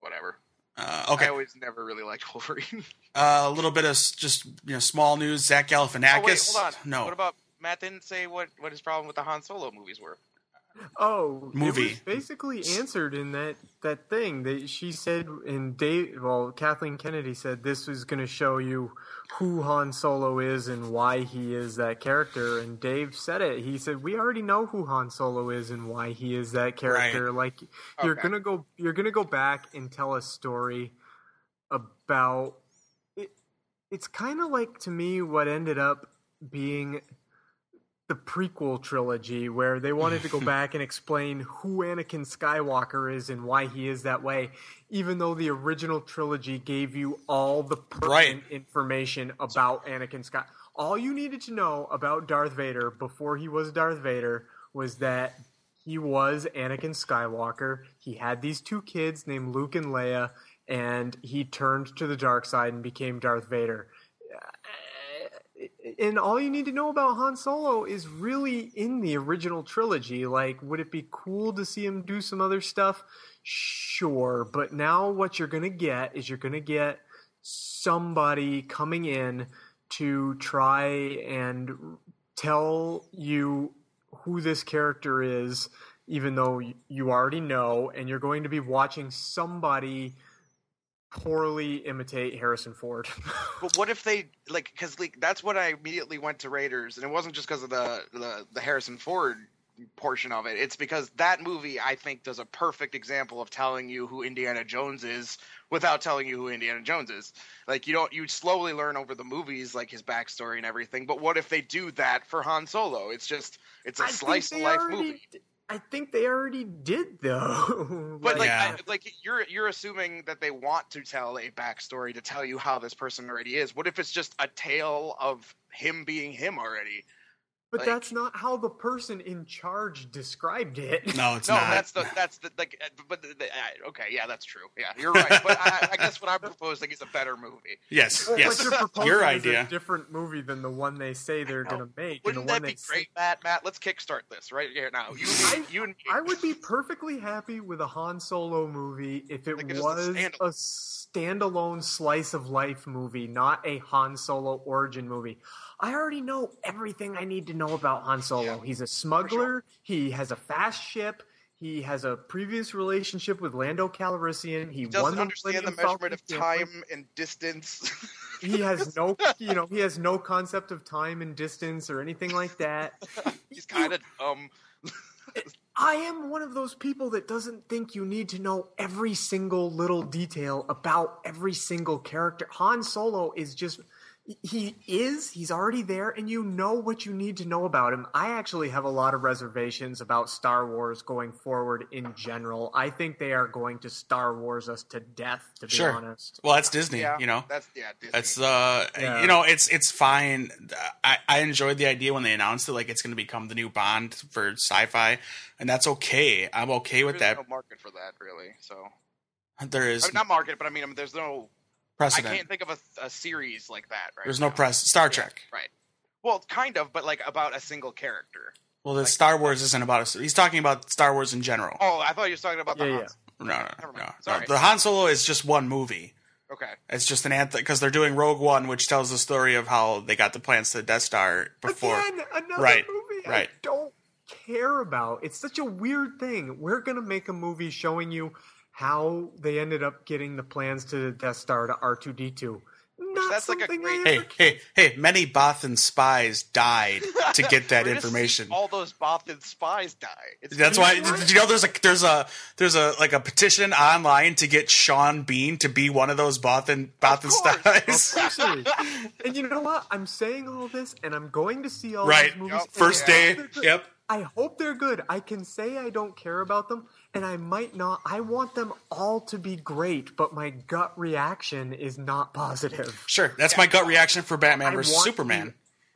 Speaker 3: whatever.
Speaker 2: Uh, okay,
Speaker 3: I always never really liked Wolverine.
Speaker 2: uh, a little bit of s- just you know small news. Zach
Speaker 3: oh,
Speaker 2: Galifianakis.
Speaker 3: wait. Hold on.
Speaker 2: No,
Speaker 3: What about Matt? Didn't say what what his problem with the Han Solo movies were.
Speaker 4: Oh, it
Speaker 2: Movie.
Speaker 4: was basically answered in that that thing that she said in Dave. Well, Kathleen Kennedy said this was going to show you who Han Solo is and why he is that character. And Dave said it. He said we already know who Han Solo is and why he is that character. Like you're
Speaker 3: Okay.
Speaker 4: gonna go, you're gonna go back and tell a story about. It, it's kind of like to me what ended up being the prequel trilogy where they wanted to go back and explain who Anakin Skywalker is and why he is that way, even though the original trilogy gave you all the pertinent information about Anakin Skywalker. all you needed to know about Darth Vader before he was Darth Vader was that he was Anakin Skywalker. He had these two kids named Luke and Leia, and he turned to the dark side and became Darth Vader. Uh, And all you need to know about Han Solo is really in the original trilogy. Like, would it be cool to see him do some other stuff? Sure, but now what you're going to get is you're going to get somebody coming in to try and tell you who this character is, even though y- you already know, and you're going to be watching somebody poorly imitate Harrison Ford.
Speaker 3: But what if they like? Because like that's when I immediately went to Raiders, and it wasn't just because of the, the the Harrison Ford portion of it. It's because that movie I think does a perfect example of telling you who Indiana Jones is without telling you who Indiana Jones is. Like you don't you slowly learn over the movies like his backstory and everything. But what if they do that for Han Solo? It's just it's a
Speaker 4: I think
Speaker 3: slice of
Speaker 4: they
Speaker 3: life
Speaker 4: already
Speaker 3: movie.
Speaker 4: d- I think they already did though.
Speaker 3: But like,
Speaker 2: Yeah.
Speaker 3: I, like you're you're assuming that they want to tell a backstory to tell you how this person already is. What if it's just a tale of him being him already?
Speaker 4: but
Speaker 3: like-
Speaker 4: that's not how the person in charge described it.
Speaker 2: No, it's
Speaker 3: no,
Speaker 2: not.
Speaker 3: that's the that's the like. uh, But the, the, uh, okay, yeah, that's true. Yeah, you're right. But I, I guess what I'm proposing is a better movie.
Speaker 2: yes,
Speaker 4: Well,
Speaker 2: yes.
Speaker 4: What you're proposing
Speaker 2: Your
Speaker 4: is
Speaker 2: idea.
Speaker 4: a different movie than the one they say they're
Speaker 3: know.
Speaker 4: going to make. and
Speaker 3: Wouldn't
Speaker 4: the one
Speaker 3: that be
Speaker 4: they say-
Speaker 3: great, Matt? Matt, let's kickstart this right here now. You, and me- you, and me.
Speaker 4: I would be perfectly happy with a Han Solo movie if it
Speaker 3: Like it is a
Speaker 4: was a
Speaker 3: standalone.
Speaker 4: standalone slice of life movie, not a Han Solo origin movie. I already know everything I need to know about Han Solo. He's a smuggler, he has a fast ship, he has a previous relationship with Lando Calrissian, he, won
Speaker 3: doesn't
Speaker 4: the
Speaker 3: understand the
Speaker 4: Millennium Falcon
Speaker 3: measurement of
Speaker 4: championship
Speaker 3: time and distance.
Speaker 4: he has no you know he has no concept of time and distance or anything like that
Speaker 3: He's kind of um.
Speaker 4: i am one of those people that doesn't think you need to know every single little detail about every single character han solo is just he is he's already there and you know what you need to know about him i actually have a lot of reservations about star wars going forward in general i think they are going to star wars us to death to be
Speaker 2: Sure.
Speaker 4: honest
Speaker 2: Well, that's Disney,
Speaker 3: Yeah,
Speaker 2: you know.
Speaker 3: that's yeah. Disney.
Speaker 2: That's uh,
Speaker 4: Yeah.
Speaker 2: you know, it's it's fine. I, I enjoyed the idea when they announced it, like it's going to become the new Bond for sci-fi, and that's okay. I'm okay with
Speaker 3: There's
Speaker 2: that.
Speaker 3: no market for that really. So
Speaker 2: There
Speaker 3: I
Speaker 2: is
Speaker 3: mean, not market, but I mean, I mean, there's no. I
Speaker 2: precedent.
Speaker 3: can't think of a, a series like that. Right.
Speaker 2: There's no
Speaker 3: now.
Speaker 2: press. Star
Speaker 3: Yeah,
Speaker 2: Trek.
Speaker 3: right. Well, kind of, but like about a single character.
Speaker 2: Well, the
Speaker 3: Like-
Speaker 2: Star Wars isn't about us. He's talking about Star Wars in general.
Speaker 3: Oh, I thought you were talking about the
Speaker 4: Yeah,
Speaker 3: Hans.
Speaker 2: no, no, no,
Speaker 3: never mind.
Speaker 2: no.
Speaker 3: Sorry.
Speaker 2: The Han Solo is just one movie.
Speaker 3: Okay.
Speaker 2: It's just an anthem because they're doing Rogue One, which tells the story of how they got the plans to the Death Star before.
Speaker 4: Again, another
Speaker 2: Right,
Speaker 4: movie
Speaker 2: right.
Speaker 4: I don't care about. It's such a weird thing. We're going to make a movie showing you how they ended up getting the plans to the Death Star to R2D2. Not
Speaker 3: that's like a
Speaker 4: something
Speaker 3: great-
Speaker 4: I
Speaker 2: Hey,
Speaker 4: ever-
Speaker 2: hey, hey! Many Bothan spies died to get that
Speaker 3: We're just
Speaker 2: information.
Speaker 3: seeing All those Bothan spies die. It's
Speaker 2: That's why
Speaker 4: You know
Speaker 2: did you know there's a there's a there's a like a petition online to get Sean Bean to be one of those Bothan Bothan
Speaker 4: Of
Speaker 2: spies.
Speaker 4: course it is. and you know what? I'm saying all this, and I'm going to see all
Speaker 2: Right.
Speaker 4: these movies.
Speaker 3: Yup.
Speaker 4: and
Speaker 2: First
Speaker 4: I
Speaker 2: day.
Speaker 4: hope they're good.
Speaker 2: Yep.
Speaker 4: I hope they're good. I can say I don't care about them, and I might not. I want them all to be great, but my gut reaction is not positive.
Speaker 2: Sure. That's my gut reaction for Batman
Speaker 4: I
Speaker 2: versus
Speaker 4: want
Speaker 2: Superman.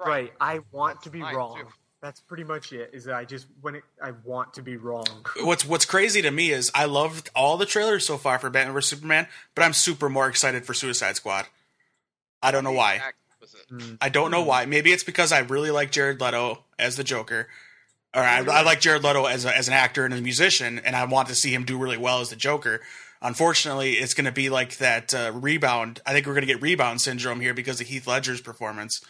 Speaker 4: you- Right. I want to be
Speaker 3: mine,
Speaker 4: wrong.
Speaker 3: too.
Speaker 4: That's pretty much it. Is that I just when it, I want to be wrong.
Speaker 2: What's what's crazy to me is I loved all the trailers so far for Batman versus Superman, but I'm super more excited for Suicide Squad. I don't know
Speaker 3: the
Speaker 2: why.
Speaker 3: exact opposite.
Speaker 2: I don't know why. Maybe it's because I really like Jared Leto as the Joker, or I, I like Jared Leto as a, as an actor and a musician, and I want to see him do really well as the Joker. Unfortunately, it's going to be like that uh, rebound. I think we're going to get rebound syndrome here because of Heath Ledger's performance.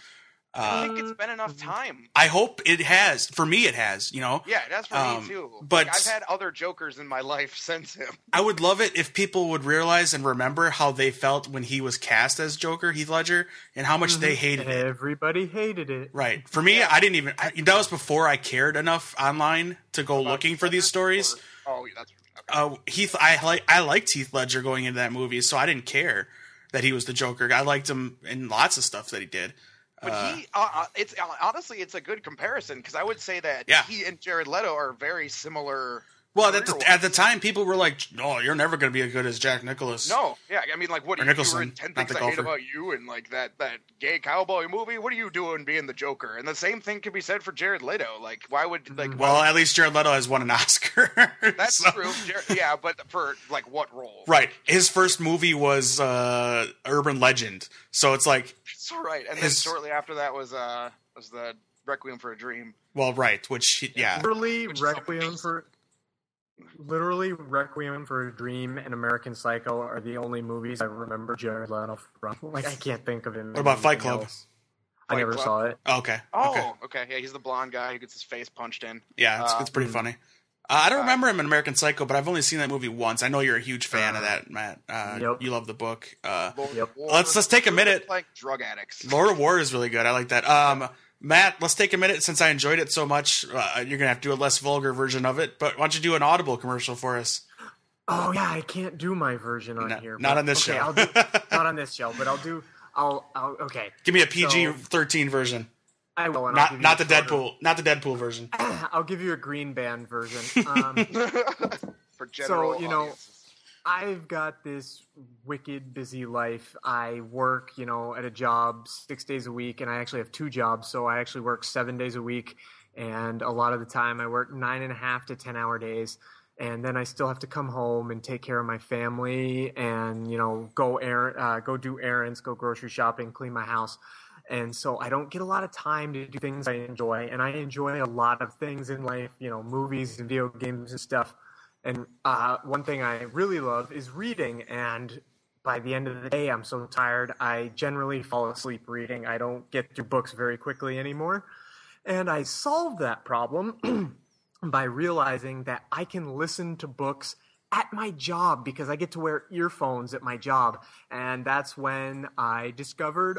Speaker 3: I
Speaker 2: Uh,
Speaker 3: think it's been enough time.
Speaker 2: I hope it has. For me, it has. You know,
Speaker 3: Yeah, that's for
Speaker 2: Um,
Speaker 3: me too.
Speaker 2: but-
Speaker 3: Like, I've had other Jokers in my life since him.
Speaker 2: I would love it if people would realize and remember how they felt when he was cast as Joker, Heath Ledger, and how much they hated it.
Speaker 4: Everybody hated it.
Speaker 2: Right. For me, I didn't even. I, that was before I cared enough online to go looking for these stories.
Speaker 3: Oh, yeah, that's okay.
Speaker 2: Uh, Heath, I like. I liked Heath Ledger going into that movie, so I didn't care that he was the Joker. I liked him in lots of stuff that he did.
Speaker 3: But
Speaker 2: Uh,
Speaker 3: he, uh, uh, it's uh, honestly, it's a good comparison because I would say that
Speaker 2: Yeah.
Speaker 3: he and Jared Leto are very similar
Speaker 2: Well, at the,
Speaker 3: career-wise.
Speaker 2: at the time, people were like, "Oh, you're never going to be as good as Jack Nicholas."
Speaker 3: No, yeah, I mean, like, what
Speaker 2: Or
Speaker 3: are you
Speaker 2: Nicholson,
Speaker 3: doing? Ten
Speaker 2: not
Speaker 3: things
Speaker 2: the
Speaker 3: I hate
Speaker 2: golfer.
Speaker 3: about you, and like that that gay cowboy movie. What are you doing being the Joker? And the same thing can be said for Jared Leto. Like, why would like? why-
Speaker 2: Mm, Well, at least Jared Leto has won an Oscar.
Speaker 3: that's
Speaker 2: So-
Speaker 3: true. Jared, yeah, but for like what role?
Speaker 2: Right. His first movie was uh, Urban Legend. So it's like,
Speaker 3: That's right. And
Speaker 2: His-
Speaker 3: then shortly after that was uh was the Requiem for a Dream.
Speaker 2: well, right, which, he- yeah.
Speaker 4: literally
Speaker 3: Which is
Speaker 4: Requiem
Speaker 3: amazing.
Speaker 4: for literally Requiem for a Dream and American Psycho are the only movies I remember Jared Leto from. Like I can't think of him.
Speaker 2: What about Fight
Speaker 4: anything
Speaker 2: Club?
Speaker 4: else. I
Speaker 3: Fight
Speaker 4: never
Speaker 3: Club?
Speaker 4: saw it.
Speaker 2: Oh, okay.
Speaker 3: Oh,
Speaker 2: Okay.
Speaker 3: okay. Yeah, he's the blonde guy who gets his face punched in.
Speaker 2: Yeah, it's,
Speaker 3: Uh,
Speaker 2: it's pretty
Speaker 4: mm.
Speaker 2: funny. Uh, I don't
Speaker 3: uh,
Speaker 2: remember him in American Psycho, but I've only seen that movie once. I know you're a huge fan of
Speaker 4: Uh,
Speaker 2: that, Matt. Uh,
Speaker 4: yep.
Speaker 2: You love the book. Uh,
Speaker 3: Lord
Speaker 4: Yep.
Speaker 3: of War,
Speaker 2: let's let's take a minute.
Speaker 3: Like drug addicts.
Speaker 2: Lord of War is really good. I like that. Um, Matt, let's take a minute since I enjoyed it so much. Uh, you're gonna have to do a less vulgar version of it, but why don't you do an Audible commercial for us?
Speaker 4: Oh yeah, I can't do my version on
Speaker 2: No,
Speaker 4: here.
Speaker 2: not
Speaker 4: but-
Speaker 2: on this
Speaker 4: okay,
Speaker 2: show.
Speaker 4: I'll do, not on this show, but I'll do. I'll. I'll okay.
Speaker 2: Give me a PG
Speaker 4: So-
Speaker 2: 13 version,
Speaker 4: I will. And I'll
Speaker 2: not
Speaker 4: give you
Speaker 2: not
Speaker 4: a
Speaker 2: the Deadpool, not the Deadpool version.
Speaker 4: shorter- I'll give you a green band version. Um,
Speaker 3: for general
Speaker 4: you know,
Speaker 3: audiences.
Speaker 4: I've got this wicked busy life. I work, you know, at a job six days a week, and I actually have two jobs, so I actually work seven days a week. And a lot of the time, I work nine and a half to 10 hour days. And then I still have to come home and take care of my family and, you know, go, air, uh, go do errands, go grocery shopping, clean my house. And so I don't get a lot of time to do things I enjoy. And I enjoy a lot of things in life, you know, movies and video games and stuff. And uh, one thing I really love is reading. And by the end of the day, I'm so tired. I generally fall asleep reading. I don't get through books very quickly anymore. And I solved that problem by realizing that I can listen to books at my job because I get to wear earphones at my job. And that's when I discovered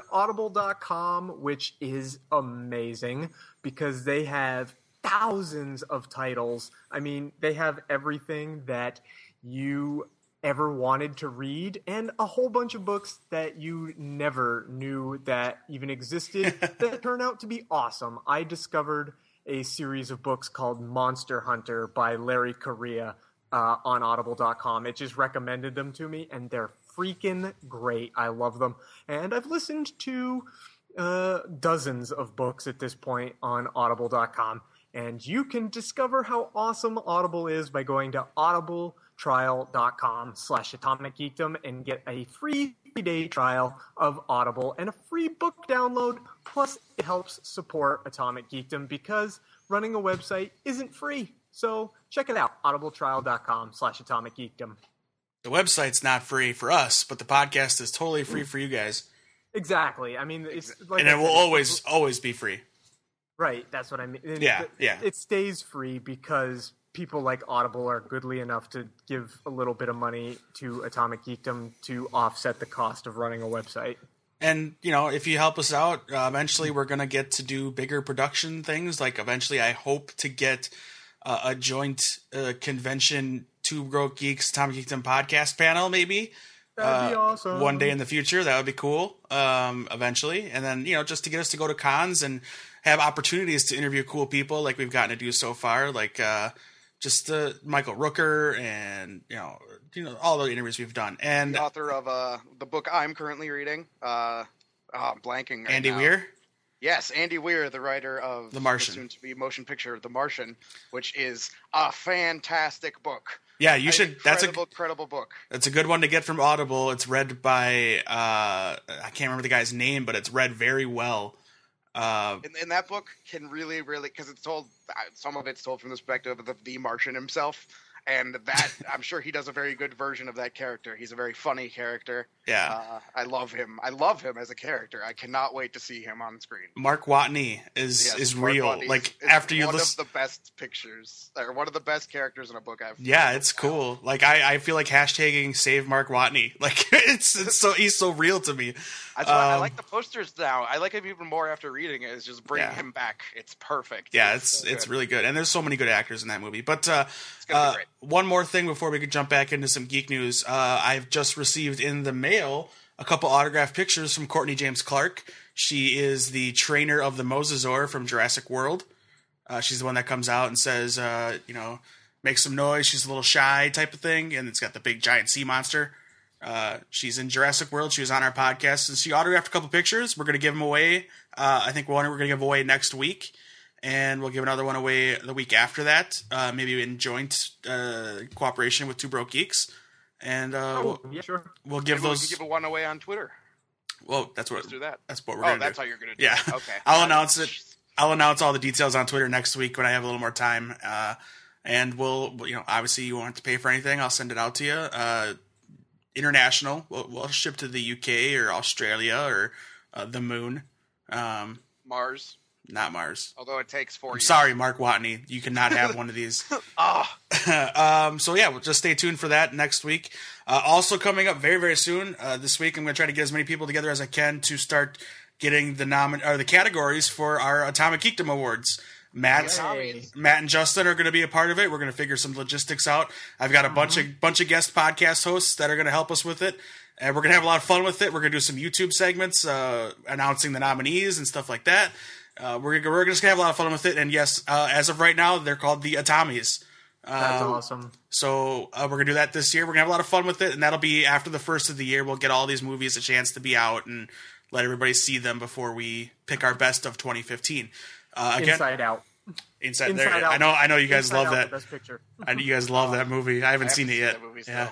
Speaker 4: audible.com, which is amazing because they have thousands of titles. I mean, they have everything that you ever wanted to read and a whole bunch of books that you never knew that even existed that turn out to be awesome. I discovered a series of books called Monster Hunter by Larry Correa uh, on audible.com. It just recommended them to me and they're freaking great. I love them. And I've listened to uh, dozens of books at this point on audible.com. And you can discover how awesome Audible is by going to audibletrial.com slash atomicgeekdom and get a free three-day trial of Audible and a free book download. Plus, it helps support Atomic Geekdom because running a website isn't free. So check it out, audibletrial.com slash atomicgeekdom.
Speaker 2: The website's not free for us, but the podcast is totally free for you guys,
Speaker 4: Exactly. I mean, it's like
Speaker 2: and
Speaker 4: I
Speaker 2: it will
Speaker 4: said, it's-
Speaker 2: always always be free.
Speaker 4: Right, that's what I mean. It-
Speaker 2: Yeah,
Speaker 4: it,
Speaker 2: yeah.
Speaker 4: It stays free because people like Audible are goodly enough to give a little bit of money to Atomic Geekdom to offset the cost of running a website.
Speaker 2: and you know if you help us out uh, eventually we're going to get to do bigger production things like eventually i hope to get uh, a joint uh, convention two broke geeks tom geekdom podcast panel maybe
Speaker 4: That'd be
Speaker 2: uh,
Speaker 4: awesome.
Speaker 2: one day in the future that would be cool um, eventually and then you know just to get us to go to cons and have opportunities to interview cool people like we've gotten to do so far like uh, just uh, michael rooker and you know you know all the interviews we've done and
Speaker 3: the author of uh the book I'm currently reading. Uh, oh, I'm blanking. Right
Speaker 2: andy
Speaker 3: now.
Speaker 2: weir
Speaker 3: Yes, Andy Weir, the writer of
Speaker 2: The Martian.
Speaker 3: soon to be motion picture The Martian, which is a fantastic book.
Speaker 2: yeah you
Speaker 3: An
Speaker 2: should that's a
Speaker 3: incredible, incredible book.
Speaker 2: It's a good one to get from Audible. It's read by uh, I can't remember the guy's name, but it's read very well. Uh,
Speaker 3: And, and that book can really, really, because it's told, uh, some of it's told from the perspective of the, the Martian himself. And that, I'm sure he does a very good version of that character. He's a very funny character.
Speaker 2: yeah,
Speaker 3: Uh, I love him. I love him as a character. I cannot wait to see him on screen.
Speaker 2: Mark Watney is
Speaker 3: Yes,
Speaker 2: is
Speaker 3: Mark
Speaker 2: real.
Speaker 3: Watney is-
Speaker 2: like
Speaker 3: is
Speaker 2: after you
Speaker 3: one
Speaker 2: listen,
Speaker 3: of the best pictures or one of the best characters in a book I've.
Speaker 2: yeah, it's cool. Like I, I feel like hashtagging save Mark Watney. Like it's it's so he's so real to me.
Speaker 3: That's why I
Speaker 2: Um,
Speaker 3: like the posters now. I like him even more after reading it. Is just bringing
Speaker 2: Yeah.
Speaker 3: him back. It's perfect.
Speaker 2: Yeah, it's
Speaker 3: so
Speaker 2: it's
Speaker 3: good.
Speaker 2: really good, and there's so many good actors in that movie. But uh,
Speaker 3: It's gonna be
Speaker 2: uh,
Speaker 3: great.
Speaker 2: one more thing before we could jump back into some geek news. Uh, I've just received in the mail a couple autographed pictures from Courtney James Clark. She is the trainer of the Mosasaur from Jurassic World. Uh, she's the one that comes out and says, uh, you know, makes some noise. She's a little shy type of thing, and it's got the big giant sea monster. Uh, she's in Jurassic World. She was on our podcast, and she autographed a couple pictures. We're gonna give them away. Uh, I think one we're gonna give away next week, and we'll give another one away the week after that. Uh, maybe in joint uh, cooperation with Two Broke Geeks, and uh,
Speaker 4: Oh,
Speaker 2: we'll,
Speaker 4: yeah, sure.
Speaker 2: we'll give
Speaker 3: Maybe we
Speaker 2: those.
Speaker 3: could give a one away on Twitter.
Speaker 2: Well, that's what
Speaker 3: Let's do that.
Speaker 2: that's what we're
Speaker 3: Oh,
Speaker 2: gonna
Speaker 3: that's
Speaker 2: do.
Speaker 3: how you're gonna do.
Speaker 2: Yeah.
Speaker 3: It. Okay.
Speaker 2: I'll announce it. I'll announce all the details on Twitter next week when I have a little more time. Uh, and we'll, you know, obviously you won't have to pay for anything. I'll send it out to you. Uh, international, we'll, we'll ship to the UK or Australia or uh, the moon. Um,
Speaker 3: Mars.
Speaker 2: not Mars.
Speaker 3: Although it takes four.
Speaker 2: I'm
Speaker 3: years.
Speaker 2: sorry, Mark Watney. You cannot have one of these.
Speaker 3: Ah,
Speaker 2: um, so yeah, well, just stay tuned for that next week. Uh, also coming up very very soon uh, this week, I'm going to try to get as many people together as I can to start getting the nomin or the categories for our Atomic Geekdom Awards. Matt's
Speaker 4: Hey.
Speaker 2: Matt and Justin are going to be a part of it. We're going to figure some logistics out. I've got a bunch of bunch of guest podcast hosts that are going to help us with it, and we're going to have a lot of fun with it. We're going to do some YouTube segments uh, announcing the nominees and stuff like that. Uh, we're gonna, we're just going to have a lot of fun with it. And yes, uh, as of right now, they're called the Atamis.
Speaker 4: That's
Speaker 2: Um,
Speaker 4: awesome.
Speaker 2: so uh, we're gonna do that this year. We're gonna have a lot of fun with it, and that'll be after the first of the year. We'll get all these movies a chance to be out and let everybody see them before we pick our best of 2015. Uh, again, inside,
Speaker 4: Inside Out.
Speaker 2: there.
Speaker 4: Inside Out.
Speaker 2: I know, I know you guys
Speaker 4: Inside
Speaker 2: love
Speaker 4: Out,
Speaker 2: that.
Speaker 4: Best picture.
Speaker 2: I know you guys love that movie. I haven't
Speaker 3: I
Speaker 2: seen
Speaker 3: haven't
Speaker 2: it yet.
Speaker 3: that movie still.
Speaker 2: Yeah,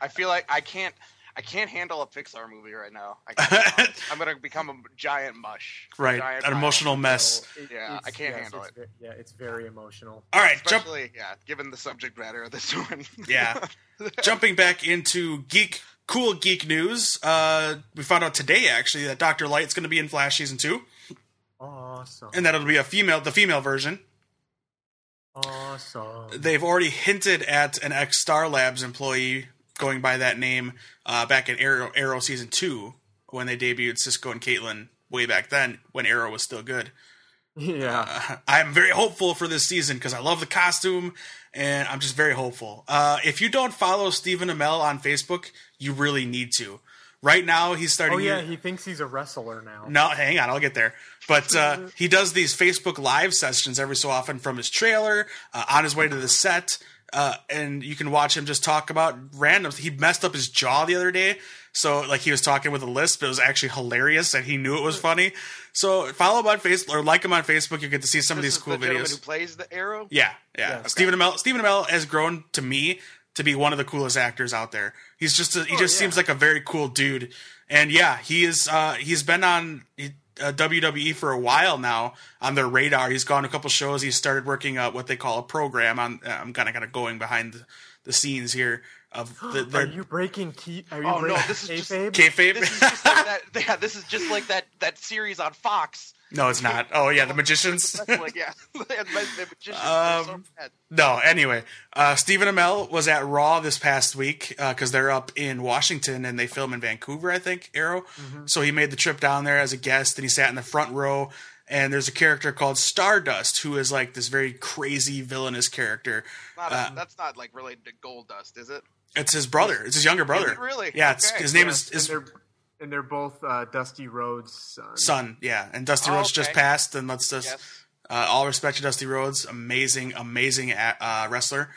Speaker 3: I feel like I can't. I can't handle a Pixar movie right now. I can't, I'm gonna become a giant mush. A
Speaker 2: right.
Speaker 3: giant
Speaker 2: An
Speaker 3: pile.
Speaker 2: emotional mess.
Speaker 4: So Oh, it-
Speaker 3: Yeah, I
Speaker 4: it's-
Speaker 3: can't
Speaker 4: yes,
Speaker 3: handle
Speaker 4: it's ve- Yeah, it's very emotional.
Speaker 2: All right, jump.
Speaker 3: Especially, yeah, given the subject matter of this one.
Speaker 2: Yeah. Jumping back into geek, cool geek news. Uh, we found out today actually that Doctor Light's going to be in Flash season two,
Speaker 4: Awesome.
Speaker 2: and that it'll be a female, the female version.
Speaker 4: awesome.
Speaker 2: they've already hinted at an ex Star Labs employee going by that name uh, back in Arrow, Arrow season two when they debuted Cisco and Caitlin way back then when Arrow was still good.
Speaker 4: yeah.
Speaker 2: Uh, I'm very hopeful for this season because I love the costume and I'm just very hopeful. Uh, if you don't follow Stephen Amell on Facebook, you really need to. Right now, he's starting.
Speaker 4: Oh yeah,
Speaker 2: to-
Speaker 4: he thinks he's a wrestler now.
Speaker 2: no, hang on, I'll get there. But
Speaker 3: Mm-hmm.
Speaker 2: uh, he does these Facebook live sessions every so often from his trailer uh, on his way to the set, uh, and you can watch him just talk about random. He messed up his jaw the other day, so like he was talking with a lisp. It was actually hilarious, and he knew it
Speaker 3: Mm.
Speaker 2: was funny. So follow him on Facebook or like him on Facebook. You get to see some of
Speaker 3: This is
Speaker 2: these cool
Speaker 3: the gentleman
Speaker 2: videos.
Speaker 3: Who plays the arrow?
Speaker 2: Yeah, yeah.
Speaker 4: Yeah, okay.
Speaker 2: Stephen Amell. Stephen Amell has grown to me to be one of the coolest actors out there. He's just a, he
Speaker 4: Oh,
Speaker 2: just
Speaker 4: yeah.
Speaker 2: seems like a very cool dude. And yeah, he is. Uh, he's been on uh, WWE for a while now on their radar. He's gone to a couple shows. He started working uh, what they call a program. On uh, I'm kind of kind of going behind the, the scenes here of the,
Speaker 4: Are
Speaker 2: their
Speaker 4: you breaking key? Are you
Speaker 3: Oh, no,
Speaker 4: breaking
Speaker 3: this is just-
Speaker 4: kayfabe?
Speaker 2: kayfabe.
Speaker 3: This is just like that. Yeah, this is just like that. That series on Fox.
Speaker 2: no, it's not. Oh yeah, the magicians.
Speaker 3: like, yeah, And my- the magicians are so
Speaker 2: Um,
Speaker 3: bad.
Speaker 2: No, anyway, uh, Stephen Amell was at Raw this past week because they're up in Washington and they film in Vancouver, I think, Arrow.
Speaker 3: Mm-hmm.
Speaker 2: So he made the trip down there as a guest and he sat in the front row. And there's a character called Stardust who is like this very crazy villainous character.
Speaker 3: Not a,
Speaker 2: uh,
Speaker 3: that's not like related to Gold Dust, is it?
Speaker 2: It's his brother. It's his younger brother.
Speaker 3: it really?
Speaker 2: Yeah. It's,
Speaker 3: Okay.
Speaker 2: his name
Speaker 4: Yeah,
Speaker 2: is, is
Speaker 4: and, they're, and they're both uh, Dusty Rhodes' sons.
Speaker 2: Son. Yeah. And Dusty
Speaker 3: Oh,
Speaker 2: Rhodes just
Speaker 3: okay.
Speaker 2: passed. And let's just
Speaker 3: Yes.
Speaker 2: uh, all respect to Dusty Rhodes. Amazing, amazing a- uh, wrestler.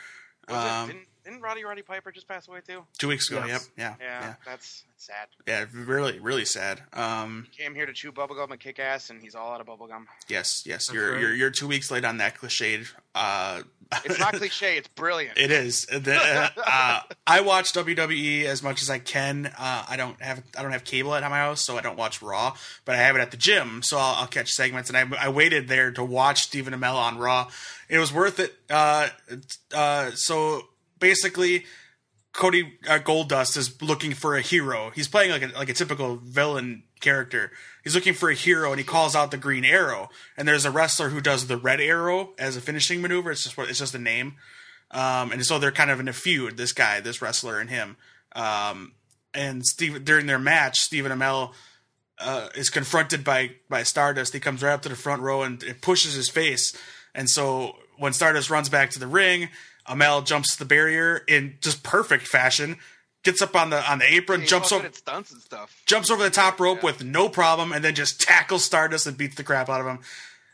Speaker 3: Was it-
Speaker 2: Um,
Speaker 3: didn't, didn't Roddy Roddy Piper just pass away too?
Speaker 2: two weeks ago.
Speaker 4: Yes.
Speaker 2: Yep. Yeah.
Speaker 3: Yeah,
Speaker 2: Yeah.
Speaker 3: that's that's sad.
Speaker 2: Yeah. Really, really sad. Um,
Speaker 3: He came here to chew bubblegum and kick ass, and he's all out of bubblegum.
Speaker 2: Yes, yes.
Speaker 4: That's
Speaker 2: You're
Speaker 4: right.
Speaker 2: you're you're two weeks late on that cliched. Uh,
Speaker 3: It's not cliche. It's brilliant.
Speaker 2: it is. The- uh, I watch WWE as much as I can. Uh, I don't have I don't have cable at my house, so I don't watch Raw. But I have it at the gym, so I'll, I'll catch segments. And I, I waited there to watch Stephen Amell on Raw. It was worth it. Uh, it's- uh, so basically. Cody uh, Goldust is looking for a hero. He's playing like a, like a typical villain character. He's looking for a hero, and he calls out the Green Arrow. And there's a wrestler who does the Red Arrow as a finishing maneuver. It's just what it's just a name. Um, and so they're kind of in a feud. This guy, this wrestler, and him. Um, and Steve during their match, Stephen Amell uh, is confronted by by Stardust. He comes right up to the front row and it pushes his face. And so when Stardust runs back to the ring, Amel jumps the barrier in just perfect fashion, gets up on the on the apron,
Speaker 3: He's
Speaker 2: jumps
Speaker 3: so good
Speaker 2: over
Speaker 3: at stunts and stuff.
Speaker 2: jumps over the top rope
Speaker 3: Yeah.
Speaker 2: with no problem, and then just tackles Stardust and beats the crap out of him.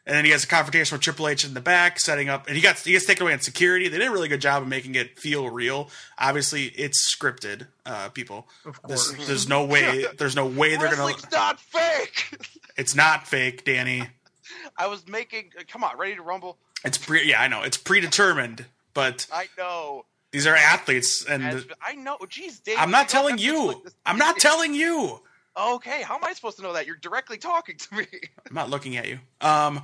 Speaker 2: And then he has a confrontation with Triple H in the back, setting up, and he got he gets taken away in security. They did a really good job of making it feel real. Obviously, it's scripted. Uh, people,
Speaker 4: Of
Speaker 2: This-
Speaker 4: course.
Speaker 2: there's no way. There's no way they're gonna.
Speaker 3: Wrestling's not fake.
Speaker 2: It's not fake, Danny.
Speaker 3: I was making. Come on, ready to rumble.
Speaker 2: It's pre. Yeah, I know. It's predetermined, but
Speaker 3: I know.
Speaker 2: these are athletes,
Speaker 3: As-
Speaker 2: and
Speaker 3: I know. Jeez, Dave.
Speaker 2: I'm not
Speaker 3: you don't
Speaker 2: telling
Speaker 3: have to
Speaker 2: you.
Speaker 3: look this-
Speaker 2: I'm not telling you.
Speaker 3: Okay, how am I supposed to know that? You're directly talking to me.
Speaker 2: I'm not looking at you. Um.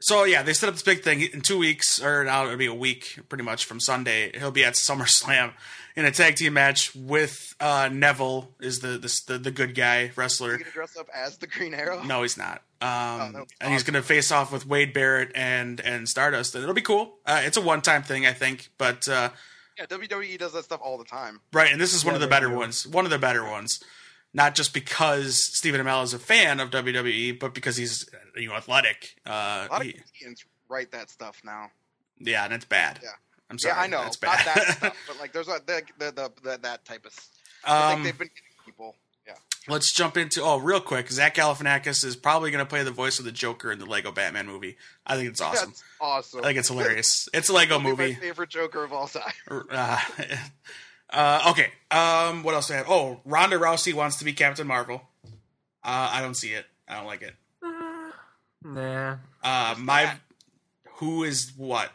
Speaker 2: So yeah, they set up this big thing in two weeks, or now it'll be a week, pretty much from Sunday. He'll be at SummerSlam in a tag team match with uh, Neville, is the the the, the good guy
Speaker 3: You're
Speaker 2: wrestler.
Speaker 3: gonna dress up as the Green Arrow.
Speaker 2: No, he's not. Um,
Speaker 3: that was
Speaker 2: and he's
Speaker 3: awesome.
Speaker 2: going to face off with Wade Barrett and and Stardust. It'll be cool. Uh, it's a one time thing, I think. But uh,
Speaker 3: Yeah, WWE does that stuff all the time.
Speaker 2: right, and this is one
Speaker 4: Yeah,
Speaker 2: of the
Speaker 4: they
Speaker 2: better
Speaker 4: do.
Speaker 2: ones. One of the better ones. Not just because Stephen Amell is a fan of WWE, but because he's you know athletic. Uh,
Speaker 3: A lot of
Speaker 2: he-
Speaker 3: comedians write that stuff now.
Speaker 2: yeah, and it's bad.
Speaker 3: Yeah.
Speaker 2: I'm sorry.
Speaker 3: yeah, I know.
Speaker 2: It's
Speaker 3: Not
Speaker 2: bad.
Speaker 3: that stuff, but like there's a, the, the, the, the, that type of. s- I think
Speaker 2: um,
Speaker 3: they've been getting people. Yeah.
Speaker 2: let's jump into oh, real quick. Zach Galifianakis is probably going to play the voice of the Joker in the Lego Batman movie. I think it's awesome.
Speaker 3: That's awesome.
Speaker 2: I think it's hilarious. It's a Lego
Speaker 3: That'll be
Speaker 2: movie.
Speaker 3: My favorite Joker of all time.
Speaker 2: Uh, uh, okay. Um, what else do I have? Oh, Ronda Rousey wants to be Captain Marvel. Uh, I don't see it. I don't like it.
Speaker 4: Nah.
Speaker 2: Uh,
Speaker 3: Who's
Speaker 2: my
Speaker 3: that?
Speaker 2: who is what?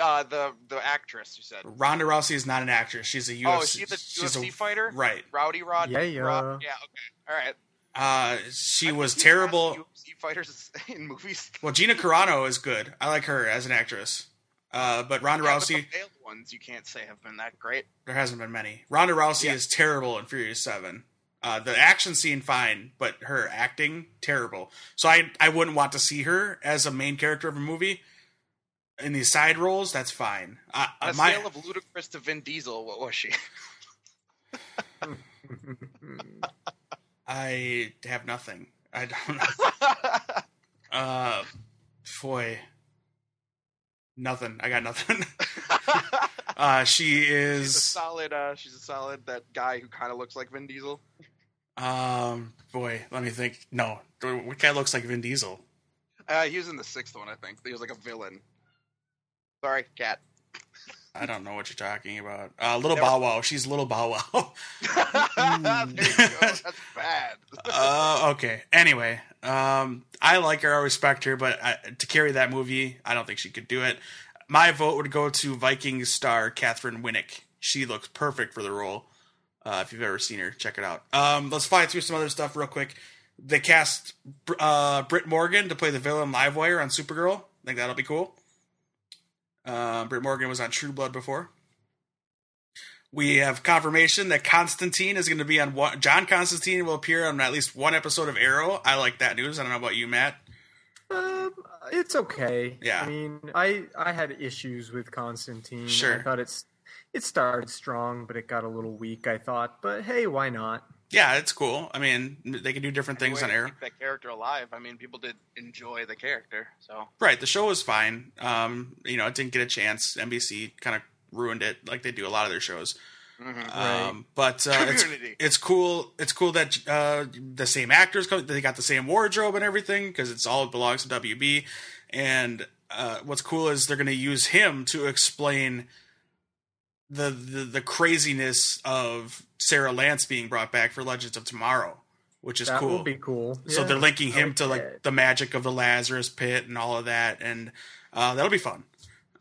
Speaker 3: Uh, the the actress you said.
Speaker 2: Ronda Rousey is not an actress. She's a UFC.
Speaker 3: oh, is she the
Speaker 2: she's
Speaker 3: UFC
Speaker 2: a-
Speaker 3: fighter?
Speaker 2: Right.
Speaker 3: Rowdy Rod.
Speaker 4: Yeah, yeah.
Speaker 3: Rod- yeah. Okay. All right.
Speaker 2: Uh, she
Speaker 3: I
Speaker 2: was
Speaker 3: think he's
Speaker 2: terrible.
Speaker 3: cast UFC fighters in movies.
Speaker 2: Well, Gina Carano is good. I like her as an actress. Uh, but Ronda
Speaker 3: Yeah, but
Speaker 2: Rousey,
Speaker 3: the failed ones you can't say have been that great.
Speaker 2: there hasn't been many. Ronda Rousey
Speaker 3: Yeah.
Speaker 2: is terrible in Furious Seven. Uh, the action scene fine, but her acting terrible. So I I wouldn't want to see her as a main character of a movie. In these side roles, that's fine. Uh, uh,
Speaker 3: On a
Speaker 2: my
Speaker 3: scale of Ludacris to Vin Diesel, what was she?
Speaker 4: Hmm.
Speaker 2: I have nothing. I don't. uh, boy, nothing. I got nothing. uh, she
Speaker 3: she's a
Speaker 2: is.
Speaker 3: solid. Uh, she's a solid. That guy who kind of looks like Vin Diesel.
Speaker 2: Um, boy, let me think. No, what guy looks like Vin Diesel?
Speaker 3: Uh, he was in the sixth one, I think. He was like a villain. Sorry, cat.
Speaker 2: I don't know what you're talking about. Uh, Little
Speaker 3: Never-
Speaker 2: Bow Wow. She's Little Bow Wow.
Speaker 3: there you go. That's bad.
Speaker 2: uh, okay. Anyway, um, I like her. I respect her, but I, to carry that movie, I don't think she could do it. My vote would go to Vikings star Catherine Winnick. She looks perfect for the role. Uh, if you've ever seen her, check it out. Um, let's fly through some other stuff real quick. They cast Br- uh, Britt Morgan to play the villain Livewire on Supergirl. I think that'll be cool. Uh, Britt Morgan was on True Blood before. We have confirmation that Constantine is going to be on one. John Constantine will appear on at least one episode of Arrow. I like that news. I don't know about you, Matt.
Speaker 4: Um, it's okay.
Speaker 2: Yeah.
Speaker 4: I mean, I I had issues with Constantine.
Speaker 2: Sure.
Speaker 4: I thought it's it started strong, but it got a little weak. I thought, but hey, why not?
Speaker 2: Yeah, it's cool. I mean, they can do different things
Speaker 3: Way
Speaker 2: on
Speaker 3: to
Speaker 2: Arrow.
Speaker 3: Keep that character alive. I mean, people did enjoy the character, so
Speaker 2: Right. The show was fine. Um, you know, it didn't get a chance. NBC kind of ruined it, like they do a lot of their shows. Um, but uh, it's
Speaker 3: Mm-hmm. Community.
Speaker 2: it's cool. It's cool that uh, the same actors come. They got the same wardrobe and everything because it's all belongs to WB. And uh, what's cool is they're going to use him to explain the, the the craziness of Sarah Lance being brought back for Legends of Tomorrow, which is
Speaker 4: that
Speaker 2: cool.
Speaker 4: would be cool.
Speaker 2: So
Speaker 4: Yeah.
Speaker 2: they're linking
Speaker 4: I
Speaker 2: him
Speaker 4: like
Speaker 2: to like
Speaker 4: that.
Speaker 2: the magic of the Lazarus Pit and all of that, and uh, that'll be fun.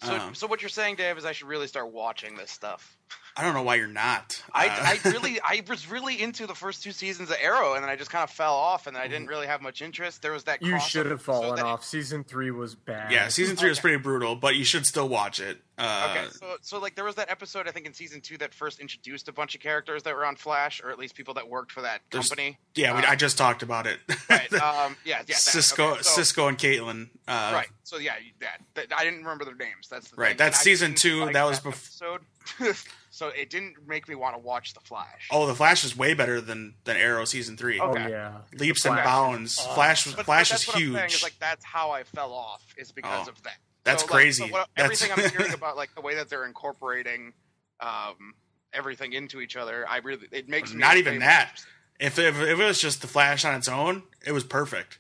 Speaker 3: so,
Speaker 2: um,
Speaker 3: so what you're saying, Dave, is I should really start watching this stuff.
Speaker 2: I don't know why you're not.
Speaker 3: I,
Speaker 2: Uh,
Speaker 3: I really I was really into the first two seasons of Arrow, and then I just kind of fell off, and I
Speaker 2: Mm-hmm.
Speaker 3: didn't really have much interest. There was that
Speaker 4: You
Speaker 3: crossover
Speaker 4: should have
Speaker 3: episode
Speaker 4: fallen
Speaker 3: that-
Speaker 4: off. Season three was bad.
Speaker 2: yeah, season three was pretty brutal, but you should still watch it. Uh,
Speaker 3: Okay, so so like there was that episode I think in season two that first introduced a bunch of characters that were on Flash, or at least people that worked for that
Speaker 2: There's-
Speaker 3: company.
Speaker 2: Yeah, we,
Speaker 3: Uh,
Speaker 2: I just talked about it.
Speaker 3: Right. um. Yeah. Yeah. That.
Speaker 2: Cisco,
Speaker 3: Okay, so,
Speaker 2: Cisco, and Caitlin. Uh,
Speaker 3: Right. So yeah, you- that, that I didn't remember their names. That's the
Speaker 2: Right,
Speaker 3: Thing.
Speaker 2: that's
Speaker 3: And I
Speaker 2: season
Speaker 3: didn't
Speaker 2: two,
Speaker 3: like
Speaker 2: that was
Speaker 3: episode. so it didn't make me want to watch The Flash.
Speaker 2: Oh, the Flash is way better than than Arrow season three.
Speaker 4: Oh
Speaker 3: okay.
Speaker 4: yeah.
Speaker 2: Leaps
Speaker 4: The
Speaker 2: and
Speaker 4: Flash is
Speaker 2: bounds. Flash was
Speaker 3: But- but
Speaker 2: Flash
Speaker 3: that's
Speaker 2: is
Speaker 3: what I'm saying,
Speaker 2: huge.
Speaker 3: is like that's how I fell off is because
Speaker 2: Oh.
Speaker 3: of that.
Speaker 2: That's
Speaker 3: So, like,
Speaker 2: crazy.
Speaker 3: so what-
Speaker 2: That's-
Speaker 3: everything I'm hearing about, like the way that they're incorporating um, everything into each other, I really it makes me
Speaker 2: Not even
Speaker 3: okay.
Speaker 2: that. if, if if it was just the Flash on its own, it was perfect.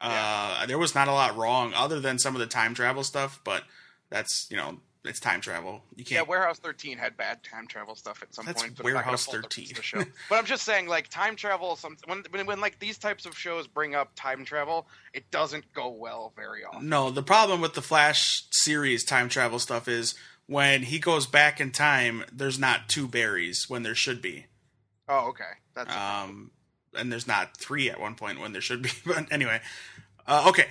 Speaker 2: Uh, There was not a lot wrong other than some of the time travel stuff, but that's you know it's time travel. You
Speaker 3: Yeah,
Speaker 2: can't.
Speaker 3: Warehouse 13 had bad time travel stuff at some
Speaker 2: That's
Speaker 3: point. But I'm not gonna
Speaker 2: Warehouse
Speaker 3: fault them for
Speaker 2: 13.
Speaker 3: the show. but I'm just saying, like time travel, some when, when when like these types of shows bring up time travel, it doesn't go well very often.
Speaker 2: no, the problem with the Flash series time travel stuff is when he goes back in time, there's not two berries when there should be.
Speaker 3: Oh, okay, that's
Speaker 2: Um, and there's not three at one point when there should be. But anyway, uh, okay.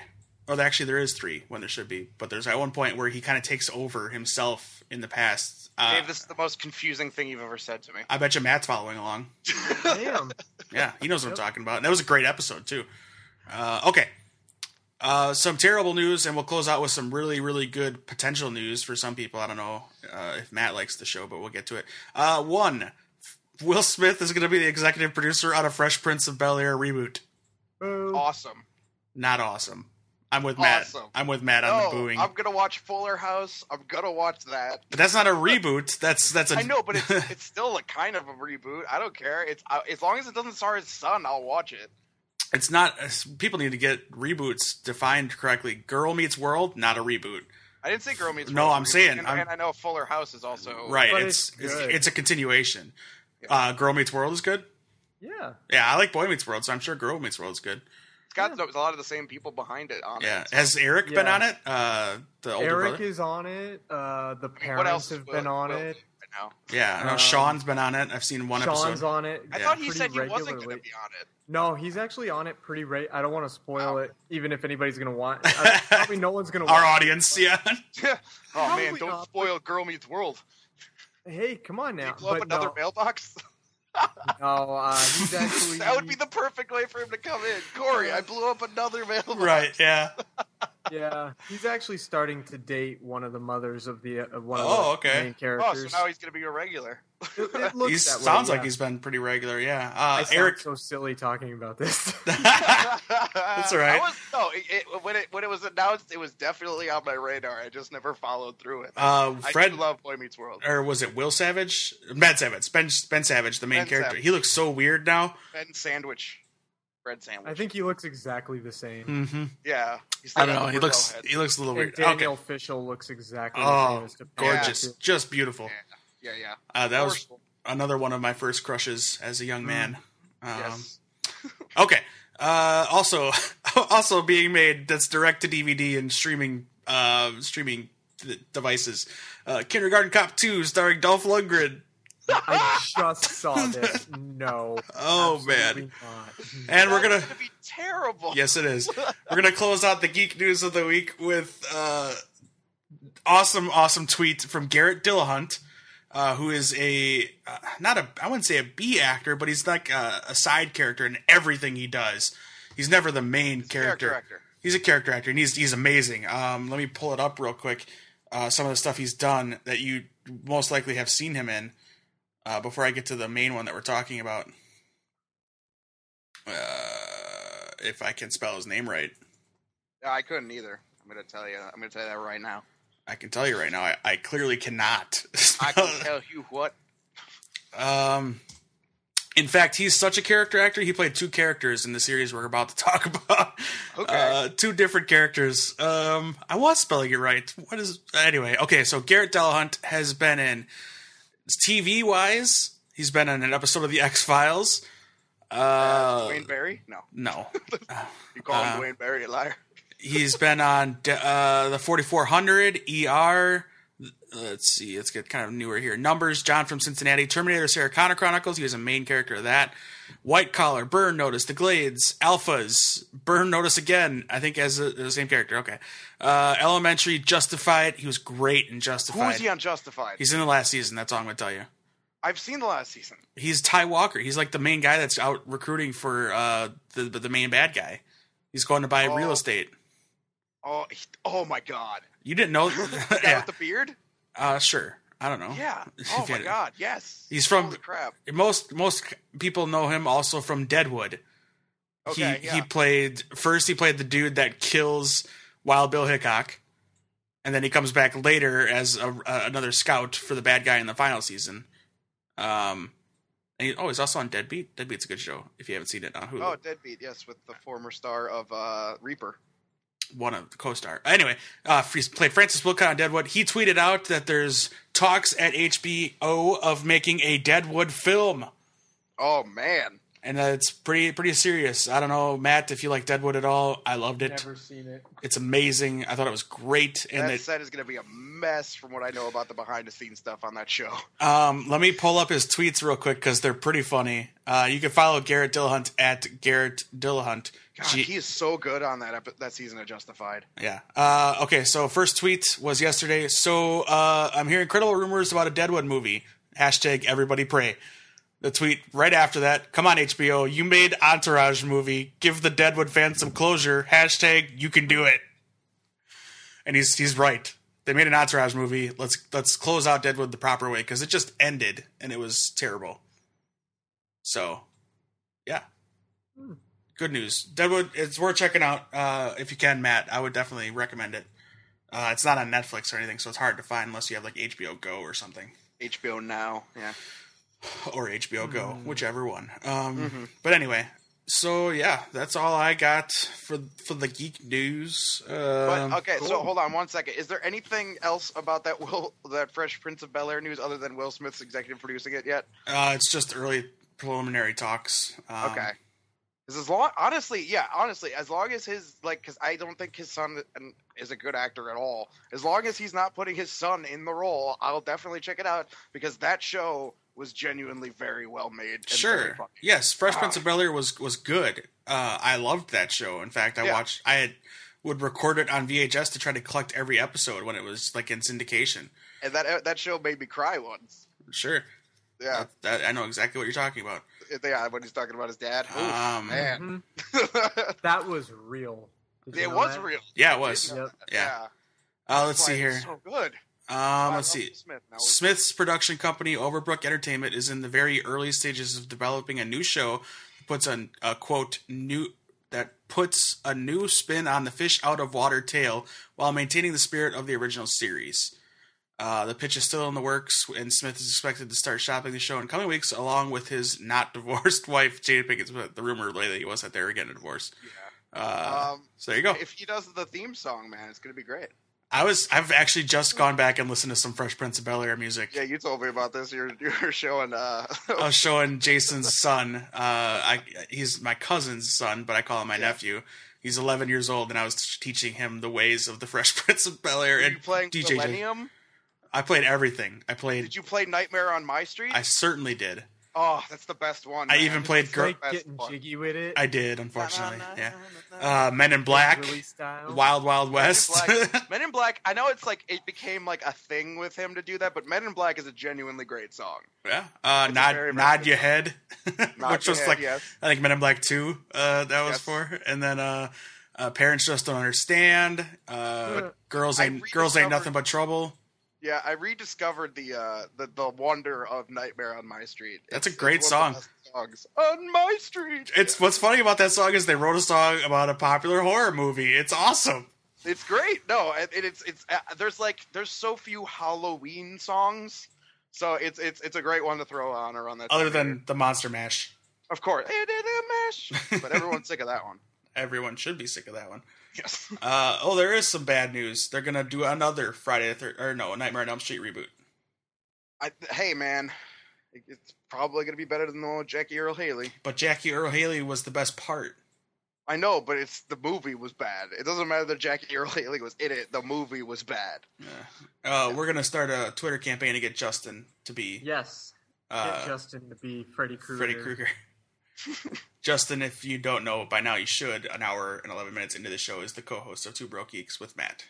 Speaker 2: Well, actually, there is three when there should be, but there's at one point where he kind of takes over himself in the past. Uh,
Speaker 3: Dave. This is the most confusing thing you've ever said to me.
Speaker 2: I bet you Matt's following along.
Speaker 4: Damn.
Speaker 2: Yeah, he knows what I'm talking about. And that was a great episode too. Uh, okay, uh, some terrible news, and we'll close out with some really, really good potential news for some people. I don't know uh, if Matt likes the show, but we'll get to it. Uh, one, Will Smith is going to be the executive producer on a Fresh Prince of Bel Air reboot. uh,
Speaker 4: Boo.
Speaker 3: Awesome.
Speaker 2: Not awesome. I'm with Matt.
Speaker 3: Awesome.
Speaker 2: I'm with Matt on
Speaker 3: No,
Speaker 2: the booing.
Speaker 3: I'm gonna watch Fuller House. I'm gonna watch that.
Speaker 2: But that's not a reboot. That's that's a
Speaker 3: I know, but it's, it's still a kind of a reboot. I don't care. It's I, as long as it doesn't star his son, I'll watch it.
Speaker 2: it's not. People need to get reboots defined correctly. Girl Meets World, not a reboot.
Speaker 3: I didn't say Girl Meets
Speaker 2: No,
Speaker 3: World's
Speaker 2: I'm
Speaker 3: reboot,
Speaker 2: saying,
Speaker 3: and,
Speaker 2: I'm-
Speaker 3: and I know Fuller House is also
Speaker 2: Right.
Speaker 4: But
Speaker 2: It's
Speaker 4: it's
Speaker 2: it's,
Speaker 4: good.
Speaker 2: it's a continuation. Uh, Girl Meets World is good.
Speaker 4: Yeah.
Speaker 2: Yeah, I like Boy Meets World, so I'm sure Girl Meets World is good.
Speaker 3: It's got a lot of the same people behind it. On
Speaker 2: Yeah.
Speaker 3: it.
Speaker 2: Has Eric been
Speaker 4: Yeah.
Speaker 2: on it? Uh, the older
Speaker 4: Eric
Speaker 2: brother.
Speaker 4: is on it. Uh, the parents
Speaker 3: what else
Speaker 4: have
Speaker 3: will-
Speaker 4: been on
Speaker 3: will
Speaker 4: it.
Speaker 3: be right now?
Speaker 2: yeah. No,
Speaker 4: um,
Speaker 2: Sean's been on it. I've seen one
Speaker 4: Sean's
Speaker 2: episode.
Speaker 4: on it.
Speaker 3: I
Speaker 2: Yeah.
Speaker 3: thought he
Speaker 4: pretty
Speaker 3: said he wasn't going
Speaker 4: regularly.
Speaker 3: to be on it.
Speaker 4: No, he's actually on it pretty rate. I don't want to spoil
Speaker 3: Oh.
Speaker 4: it, even if anybody's gonna want. I, probably no one's gonna.
Speaker 2: Our
Speaker 4: watch.
Speaker 2: audience. Yeah.
Speaker 3: oh
Speaker 4: Probably
Speaker 3: man, don't
Speaker 4: not, but-
Speaker 3: spoil Girl Meets World.
Speaker 4: Hey, come on
Speaker 3: Did
Speaker 4: now.
Speaker 3: he blow up
Speaker 4: But
Speaker 3: another
Speaker 4: no,
Speaker 3: mailbox?
Speaker 4: no, uh, he's actually.
Speaker 3: that would be the perfect way for him to come in. Corey, I blew up another mailbox.
Speaker 2: right. Yeah.
Speaker 4: Yeah, he's actually starting to date one of the mothers of the uh, one
Speaker 2: Oh,
Speaker 4: of the
Speaker 2: okay.
Speaker 4: main
Speaker 3: Oh, so
Speaker 4: characters.
Speaker 3: now he's going to be a regular.
Speaker 4: it, it looks
Speaker 2: He
Speaker 4: that way,
Speaker 2: sounds like
Speaker 4: yeah.
Speaker 2: he's been pretty regular. Yeah.
Speaker 4: I
Speaker 2: Uh,
Speaker 4: sound
Speaker 2: Eric.
Speaker 4: so silly talking about this.
Speaker 3: That's
Speaker 2: all right.
Speaker 3: I was, no, it, it, when it when it was announced, it was definitely on my radar. I just never followed through it.
Speaker 2: uh,
Speaker 3: I
Speaker 2: Fred.
Speaker 3: do love Boy Meets World.
Speaker 2: Or was it Will Savage? Ben Savage. Ben, ben Savage, the main
Speaker 3: Ben
Speaker 2: character.
Speaker 3: Savage.
Speaker 2: He looks so weird now.
Speaker 3: Ben Sandwich, bread
Speaker 4: I
Speaker 3: sandwich.
Speaker 4: think he looks exactly the same.
Speaker 2: Mm-hmm.
Speaker 3: yeah, he's
Speaker 2: I
Speaker 3: got
Speaker 2: don't know.
Speaker 3: a
Speaker 2: He
Speaker 3: Burrell
Speaker 2: looks.
Speaker 3: head.
Speaker 2: He looks a little
Speaker 4: And
Speaker 2: weird.
Speaker 4: Daniel
Speaker 2: Okay.
Speaker 4: Fishel looks exactly the same
Speaker 2: Oh,
Speaker 4: as to
Speaker 2: gorgeous, just beautiful.
Speaker 3: Yeah, yeah.
Speaker 2: Uh, that was
Speaker 3: Forceful.
Speaker 2: another one of my first crushes as a young man. Um,
Speaker 3: yes.
Speaker 2: Okay. Uh, also, also being made that's direct to DVD and streaming uh, streaming th- devices. Uh, Kindergarten Cop Two, starring Dolph Lundgren.
Speaker 4: I just saw this. No.
Speaker 2: Oh man!
Speaker 4: absolutely not.
Speaker 2: And we're
Speaker 3: That's
Speaker 2: gonna.
Speaker 3: gonna be terrible.
Speaker 2: Yes, it is. We're gonna close out the geek news of the week with uh, awesome, awesome tweet from Garrett Dillahunt, uh, who is a uh, not a I wouldn't say a B actor, but he's like a, a side character in everything he does. He's never the main character.
Speaker 3: character actor.
Speaker 2: He's a character actor, and he's he's amazing. Um, let me pull it up real quick. Uh, some of the stuff he's done that you most likely have seen him in. Uh, before I get to the main one that we're talking about, uh, if I can spell his name right.
Speaker 3: Yeah, I couldn't either. I'm gonna tell you. I'm gonna tell you that right now.
Speaker 2: I can tell you right now, I, I clearly cannot.
Speaker 3: I
Speaker 2: spell
Speaker 3: can tell you what.
Speaker 2: it. um, in fact, he's such a character actor. He played two characters in the series we're about to talk about.
Speaker 3: Okay.
Speaker 2: Uh, two different characters. Um, I was spelling it right. What is anyway? Okay, so Garrett Delahunt has been in TV wise. He's been in an episode of the X Files. Uh,
Speaker 3: Wayne Barry? No,
Speaker 2: no,
Speaker 3: you call
Speaker 2: uh,
Speaker 3: him Wayne Barry a liar.
Speaker 2: he's been on uh, the 4400 er let's see let's get kind of newer here numbers john from cincinnati terminator sarah connor chronicles he was a main character of that white collar burn notice the glades alphas burn notice again i think as a, the same character okay uh, elementary justified he was great in
Speaker 3: Who
Speaker 2: justified
Speaker 3: is he on Justified?
Speaker 2: he's in the last season that's all i'm gonna tell you
Speaker 3: I've seen the last season.
Speaker 2: he's ty walker he's like the main guy that's out recruiting for uh, the, the main bad guy he's going to buy
Speaker 3: Oh.
Speaker 2: real estate
Speaker 3: Oh, he, oh my God!
Speaker 2: you didn't know
Speaker 3: The guy
Speaker 2: yeah.
Speaker 3: with the beard?
Speaker 2: Uh, sure. I don't know.
Speaker 3: Yeah.
Speaker 2: If
Speaker 3: Oh
Speaker 2: you
Speaker 3: my
Speaker 2: had-
Speaker 3: God! Yes.
Speaker 2: He's from-
Speaker 3: Holy crap.
Speaker 2: Most most people know him also from Deadwood.
Speaker 3: Okay,
Speaker 2: he
Speaker 3: yeah.
Speaker 2: he played first. He played the dude that kills Wild Bill Hickok, and then he comes back later as a, uh, another scout for the bad guy in the final season. Um, And he, oh, he's also on Deadbeat. Deadbeat's a good show if you haven't seen it on Hulu.
Speaker 3: Oh, Deadbeat, yes, with the former star of uh, Reaper.
Speaker 2: one of the co-star. Anyway, uh, he's played Francis Wilcott on Deadwood. He tweeted out that there's talks at HBO of making a Deadwood film,
Speaker 3: Oh man,
Speaker 2: and uh, it's pretty pretty serious. I don't know, Matt, if you like Deadwood at all. I loved it.
Speaker 4: Never seen it.
Speaker 2: It's amazing. I thought it was great. And
Speaker 3: that
Speaker 2: it,
Speaker 3: set is going to be a mess from what I know about the behind the scenes stuff on that show.
Speaker 2: um, let me pull up his tweets real quick because they're pretty funny. Uh, you can follow Garrett Dillahunt at Garrett Dillahunt.
Speaker 3: God,
Speaker 2: G-
Speaker 3: he is so good on that epi- that season of Justified.
Speaker 2: Yeah. Uh, okay. So first tweet was yesterday. So uh, I'm hearing incredible rumors about a Deadwood movie. Hashtag everybody pray. The tweet right after that. Come on HBO, you made Entourage movie. Give the Deadwood fans some closure. Hashtag you can do it. And he's he's right. They made an Entourage movie. Let's let's close out Deadwood the proper way because it just ended and it was terrible. So, yeah, good news. Deadwood, it's worth checking out uh, if you can, Matt. I would definitely recommend it. Uh, it's not on Netflix or anything, so it's hard to find unless you have like HBO Go or something,
Speaker 3: HBO Now, yeah.
Speaker 2: or HBO Go,
Speaker 3: Mm.
Speaker 2: whichever one. Um,
Speaker 3: Mm-hmm.
Speaker 2: But anyway, so yeah, that's all I got for for the geek news. Um,
Speaker 3: But okay, so
Speaker 2: cool.
Speaker 3: hold on one second. Is there anything else about that Will that Fresh Prince of Bel Air news other than Will Smith's executive producing it yet?
Speaker 2: uh, it's just early preliminary talks. Um,
Speaker 3: Okay. 'Cause As long, honestly, yeah, honestly, as long as his like, because I don't think his son is a good actor at all. As long as he's not putting his son in the role, I'll definitely check it out because that show was genuinely very well made. and very
Speaker 2: Sure.
Speaker 3: funny.
Speaker 2: Yes, Fresh
Speaker 3: Ah.
Speaker 2: Prince of Bel Air was was good. Uh, I loved that show. In fact, I
Speaker 3: Yeah.
Speaker 2: watched. I had, would record it on VHS to try to collect every episode when it was like in syndication.
Speaker 3: and that that show made me cry once.
Speaker 2: Sure.
Speaker 3: Yeah,
Speaker 2: That, that- I know exactly what you're talking about.
Speaker 3: yeah, when he's talking about his dad. Ooh,
Speaker 2: Um,
Speaker 3: man,
Speaker 4: Mhm. That was real. Did you
Speaker 3: it
Speaker 4: know
Speaker 3: was
Speaker 4: that?
Speaker 3: real.
Speaker 2: Yeah, it was.
Speaker 4: Yep.
Speaker 2: Yeah. Uh, let's
Speaker 3: Why,
Speaker 2: see
Speaker 3: it
Speaker 2: here.
Speaker 3: was So good.
Speaker 2: Um,
Speaker 3: I
Speaker 2: let's
Speaker 3: love
Speaker 2: see.
Speaker 3: Smith. Now it's-
Speaker 2: Smith's production company, Overbrook Entertainment, is in the very early stages of developing a new show that puts a, a quote new that puts a new spin on the fish out of water tale while maintaining the spirit of the original series. Uh, the pitch is still in the works, and Smith is expected to start shopping the show in coming weeks, along with his not divorced wife Jada Pinkett Smith. The rumor lately was that they were getting a divorce. Uh,
Speaker 3: Um,
Speaker 2: so there you go.
Speaker 3: if he does the theme song, man, it's gonna be great.
Speaker 2: I was I've actually just gone back and listened to some Fresh Prince of Bel Air music.
Speaker 3: Yeah, you told me about this. You're you're showing uh
Speaker 2: I was showing Jason's son. Uh, I he's my cousin's son, but I call him my
Speaker 3: Yeah.
Speaker 2: nephew. He's 11 years old, and I was teaching him the ways of the Fresh Prince of Bel Air
Speaker 3: Were
Speaker 2: and
Speaker 3: you playing
Speaker 2: DJ.
Speaker 3: Millennium?
Speaker 2: I played everything. I played.
Speaker 3: Did you play Nightmare on My Street?
Speaker 2: I certainly did.
Speaker 3: oh, that's the best one.
Speaker 2: I
Speaker 3: man.
Speaker 2: even played
Speaker 3: That's
Speaker 2: Girl-
Speaker 3: the
Speaker 4: Like
Speaker 3: best
Speaker 4: getting
Speaker 3: one.
Speaker 4: jiggy with it.
Speaker 2: I did, unfortunately.
Speaker 3: Na- na-
Speaker 2: Yeah.
Speaker 3: na- na- na-
Speaker 2: Uh, Men in Black,
Speaker 4: Really style.
Speaker 2: Wild Wild
Speaker 3: Men in
Speaker 2: West.
Speaker 3: Black- Men in Black. I know it's like it became like a thing with him to do that, but Men in Black is a genuinely great song.
Speaker 2: yeah. Uh,
Speaker 3: It's a
Speaker 2: nod,
Speaker 3: very
Speaker 2: nod
Speaker 3: American
Speaker 2: your head,
Speaker 3: Nod
Speaker 2: which
Speaker 3: Your
Speaker 2: was
Speaker 3: Head,
Speaker 2: like
Speaker 3: yes.
Speaker 2: I think Men in Black Two. Uh, that was
Speaker 3: Yes.
Speaker 2: for, and then uh, uh, parents just don't understand. Uh,
Speaker 4: Yeah.
Speaker 2: girls
Speaker 3: I
Speaker 2: ain't girls ain't
Speaker 3: rediscovered-
Speaker 2: nothing but trouble.
Speaker 3: Yeah, I rediscovered the uh the, the wonder of Nightmare on My Street.
Speaker 2: That's a
Speaker 3: It's- it's
Speaker 2: great
Speaker 3: one of the best songs on my street.
Speaker 2: It's what's funny about that song is they wrote a song about a popular horror movie. It's awesome.
Speaker 3: It's great. No, and and it's it's uh, there's like there's so few Halloween songs, so it's it's it's a great one to throw on around that.
Speaker 2: Other
Speaker 3: time of year.
Speaker 2: than the Monster Mash,
Speaker 3: of course, it did a mash, but everyone's sick of that one.
Speaker 2: everyone should be sick of that one.
Speaker 3: Yes.
Speaker 2: Uh, oh, there is some bad news. They're gonna do another Friday the thir- or no Nightmare on Elm Street reboot.
Speaker 3: I, hey man, it, it's probably gonna be better than the one with Jackie Earl Haley.
Speaker 2: But Jackie Earl Haley was the best part.
Speaker 3: I know, but it's the movie was bad. It doesn't matter that Jackie Earl Haley was in it. The movie was bad.
Speaker 2: Uh, we're gonna start a Twitter campaign to get Justin to be
Speaker 4: Yes. Get
Speaker 2: uh,
Speaker 4: Justin to be Freddy Krueger.
Speaker 2: Freddy Krueger. Justin, if you don't know by now, you should. An hour and eleven minutes into the show, is the co-host of Two Broke Geeks with Matt.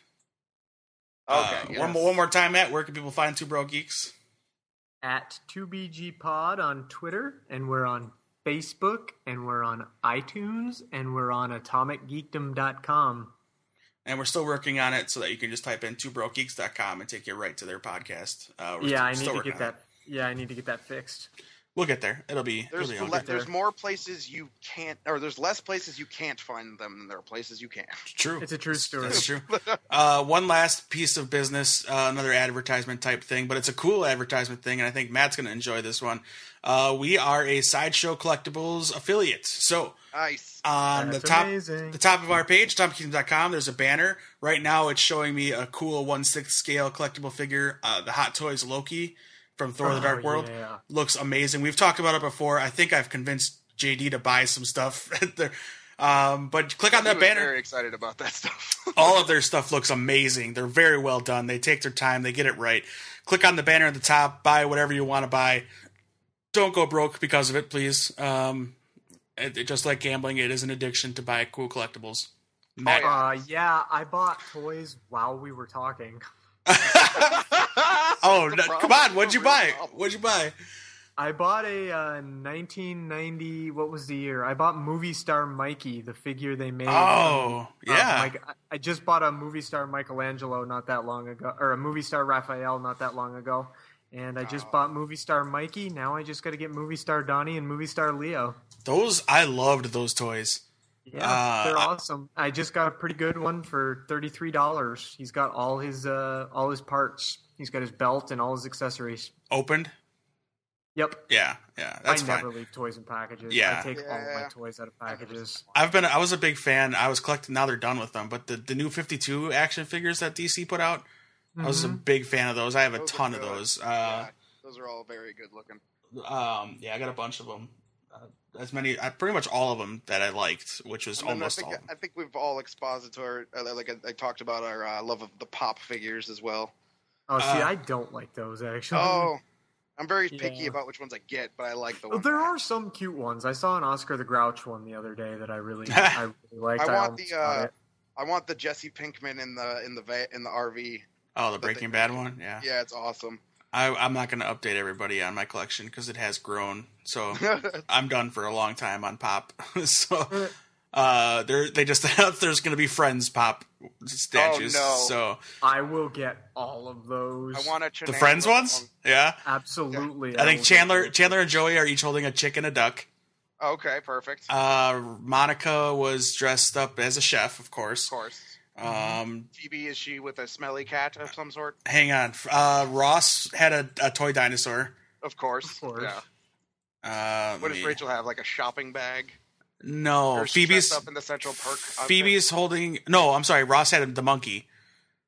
Speaker 2: Uh,
Speaker 3: Okay.
Speaker 2: one,
Speaker 3: yes.
Speaker 2: more- one more time, Matt. Where can people find Two Broke Geeks?
Speaker 4: At 2BG Pod on Twitter, and we're on Facebook, and we're on iTunes, and we're on atomicgeekdom.com.
Speaker 2: and we're still working on it so that you can just type in twobrokegeeks.com and take you right to their podcast. Uh, we're
Speaker 4: Yeah,
Speaker 2: still-
Speaker 4: I need
Speaker 2: still
Speaker 4: to
Speaker 2: working
Speaker 4: get
Speaker 2: on
Speaker 4: that. Yeah, I need to get that fixed.
Speaker 2: it. We'll get there. It'll be.
Speaker 3: There's
Speaker 2: it'll be
Speaker 3: le-
Speaker 2: okay.
Speaker 3: there's more places you can't, or there's less places you can't find them than there are places you can.
Speaker 2: true.
Speaker 4: It's a true story.
Speaker 2: That's true. Uh, one last piece of business, uh, another advertisement type thing, but it's a cool advertisement thing, and I think Matt's going to enjoy this one. Uh, we are a Sideshow Collectibles affiliate. So
Speaker 3: Nice.
Speaker 2: on
Speaker 4: That's
Speaker 2: Um, the top,
Speaker 4: amazing.
Speaker 2: the top of our page, tomkingdom.com, there's a banner. Right now, it's showing me a cool one sixth scale collectible figure, uh, the Hot Toys Loki from Thor: The
Speaker 4: Oh,
Speaker 2: Dark World.
Speaker 4: yeah.
Speaker 2: Looks amazing. We've talked about it before. I think I've convinced JD to buy some stuff. there. Um, but click on
Speaker 3: He
Speaker 2: that
Speaker 3: was
Speaker 2: banner
Speaker 3: Very excited about that stuff.
Speaker 2: all of their stuff looks amazing. They're very well done. They take their time. They get it right. Click on the banner at the top. Buy whatever you want to buy. Don't go broke because of it, please. Um, it, it- just like gambling, it is an addiction to buy cool collectibles. Matt-
Speaker 3: Oh, yeah.
Speaker 4: Uh, yeah, I bought toys while we were talking.
Speaker 2: oh,
Speaker 3: The
Speaker 2: no,
Speaker 3: problem.
Speaker 2: come on! What'd you
Speaker 3: The real
Speaker 2: buy?
Speaker 3: problem.
Speaker 2: What'd you
Speaker 4: Um,
Speaker 2: buy?
Speaker 4: I bought a uh, 1990. What was the year? I bought Movie Star Mikey, the figure they made.
Speaker 2: Oh,
Speaker 4: from, uh,
Speaker 2: yeah.
Speaker 4: Mike- I- I just bought a Movie Star Michelangelo not that long ago, or a Movie Star Raphael not that long ago, and I just bought Movie Star Mikey. Now I just got to get Movie Star Donnie and Movie Star Leo.
Speaker 2: Those I loved those toys.
Speaker 4: Yeah,
Speaker 2: Uh,
Speaker 4: they're
Speaker 2: I-
Speaker 4: awesome. I just got a pretty good one for thirty three dollars. He's got all his uh, all his parts. He's got his belt and all his accessories. Opened. Yep.
Speaker 2: Yeah, yeah. That's
Speaker 4: I
Speaker 2: fine.
Speaker 4: never leave toys in packages.
Speaker 2: Yeah.
Speaker 4: I take all of
Speaker 3: Yeah.
Speaker 4: my toys out of packages.
Speaker 2: I've been I was a big fan. I was collecting now they're done with them, but the, the new 52 action figures that DC put out, I was a
Speaker 4: Mm-hmm.
Speaker 2: big fan of those. I have a
Speaker 3: Those are
Speaker 2: ton of
Speaker 3: good.
Speaker 2: those.
Speaker 3: yeah,
Speaker 2: Uh,
Speaker 3: those are all very good looking.
Speaker 2: um yeah, I got a bunch of them. Uh, as many I, pretty much all of them that I liked, which was
Speaker 3: And then
Speaker 2: almost
Speaker 3: I
Speaker 2: all.
Speaker 3: think,
Speaker 2: Of them.
Speaker 3: I think we've all expository, uh, like I, I talked about our uh, love of the pop figures as well.
Speaker 4: Oh, see,
Speaker 2: Uh,
Speaker 4: I don't like those actually.
Speaker 3: Oh, I'm very picky
Speaker 4: Yeah.
Speaker 3: about which ones I get, but I like the
Speaker 4: Oh,
Speaker 3: ones.
Speaker 4: There
Speaker 3: I
Speaker 4: are some cute ones. I saw an Oscar the Grouch one the other day that I really, I really liked.
Speaker 3: I want
Speaker 4: almost
Speaker 3: the,
Speaker 4: got
Speaker 3: uh,
Speaker 4: it.
Speaker 3: I want the Jesse Pinkman in the in the va- in the RV.
Speaker 2: Oh, the
Speaker 3: that they
Speaker 2: Breaking Bad one, yeah.
Speaker 3: Yeah, it's awesome.
Speaker 2: I, I'm not going to update everybody on my collection because it has grown. So I'm done for a long time on Pop. so uh, they they just announced there's going to be Friends Pop statues.
Speaker 3: Oh, no.
Speaker 2: So
Speaker 4: I will get all of
Speaker 3: I
Speaker 4: those.
Speaker 3: want a
Speaker 2: the
Speaker 3: Chenander
Speaker 2: Friends
Speaker 3: one.
Speaker 2: ones, yeah.
Speaker 4: absolutely.
Speaker 2: I
Speaker 4: will
Speaker 2: think
Speaker 4: get
Speaker 2: Chandler
Speaker 4: those.
Speaker 2: Chandler and Joey are each holding a chick and a duck.
Speaker 3: Okay, perfect.
Speaker 2: Uh, Monica was dressed up as a chef, of
Speaker 3: of
Speaker 2: course.
Speaker 3: course. Mm-hmm.
Speaker 2: Um,
Speaker 3: Phoebe is she with a smelly cat of some sort?
Speaker 2: hang on. Uh, Ross had a, a toy dinosaur.
Speaker 3: Of course.
Speaker 4: Of course.
Speaker 3: Yeah.
Speaker 2: Uh,
Speaker 3: What
Speaker 2: let
Speaker 3: does
Speaker 2: me-
Speaker 3: Rachel have? Like a shopping bag?
Speaker 2: No,
Speaker 3: Or she's
Speaker 2: Oh, Phoebe's
Speaker 3: dressed up in the Central Park. outfit?
Speaker 2: Phoebe's holding. No, I'm sorry. Ross had the monkey.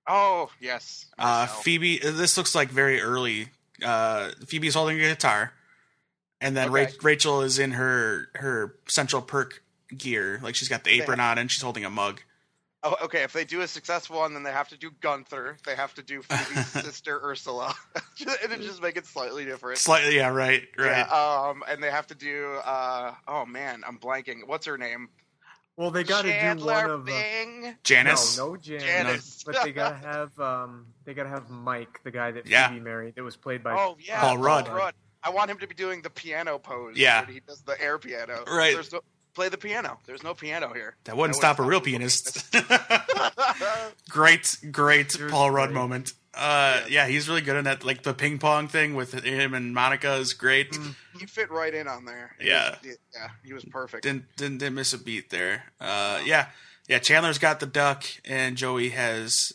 Speaker 3: Oh yes.
Speaker 2: Uh,
Speaker 3: Marcel.
Speaker 2: Phoebe. This looks like very early. Uh, Phoebe's holding a guitar, and then
Speaker 3: Okay.
Speaker 2: Ra- Rachel is in her her Central Perk gear. Like she's got the
Speaker 3: have-
Speaker 2: apron on, and she's holding a mug.
Speaker 3: Oh, okay. If they do a successful one, then they have to do Gunther. They have to do Phoebe's sister Ursula, and then just make it slightly different.
Speaker 2: Slightly. Yeah. Right. Right.
Speaker 3: Yeah, um, and they have to do. Uh, oh man, I'm blanking. What's her name?
Speaker 4: Well, they got to do
Speaker 3: Chandler
Speaker 4: one of. Uh,
Speaker 3: Bing.
Speaker 2: Janice.
Speaker 4: No, no Janice.
Speaker 3: Janice.
Speaker 4: But they gotta have um, they gotta have Mike, the guy that
Speaker 2: Yeah.
Speaker 4: Phoebe married, that was played by.
Speaker 3: Oh yeah,
Speaker 2: Paul Rudd.
Speaker 3: I want him to be doing the piano pose.
Speaker 2: Yeah.
Speaker 3: when he does the air piano.
Speaker 2: Right.
Speaker 3: There's no, play the piano. There's no piano here.
Speaker 2: That wouldn't stop a real pianist. great, great
Speaker 4: Seriously.
Speaker 2: Paul Rudd moment. Uh, yeah, he's really good in that. Like the ping pong thing with him and Monica is great.
Speaker 3: He fit right in on there. He
Speaker 2: Yeah.
Speaker 3: was- yeah, he was perfect.
Speaker 2: Didn't, didn't didn't miss a beat there. Uh, yeah, yeah. Chandler's got the duck, and Joey has.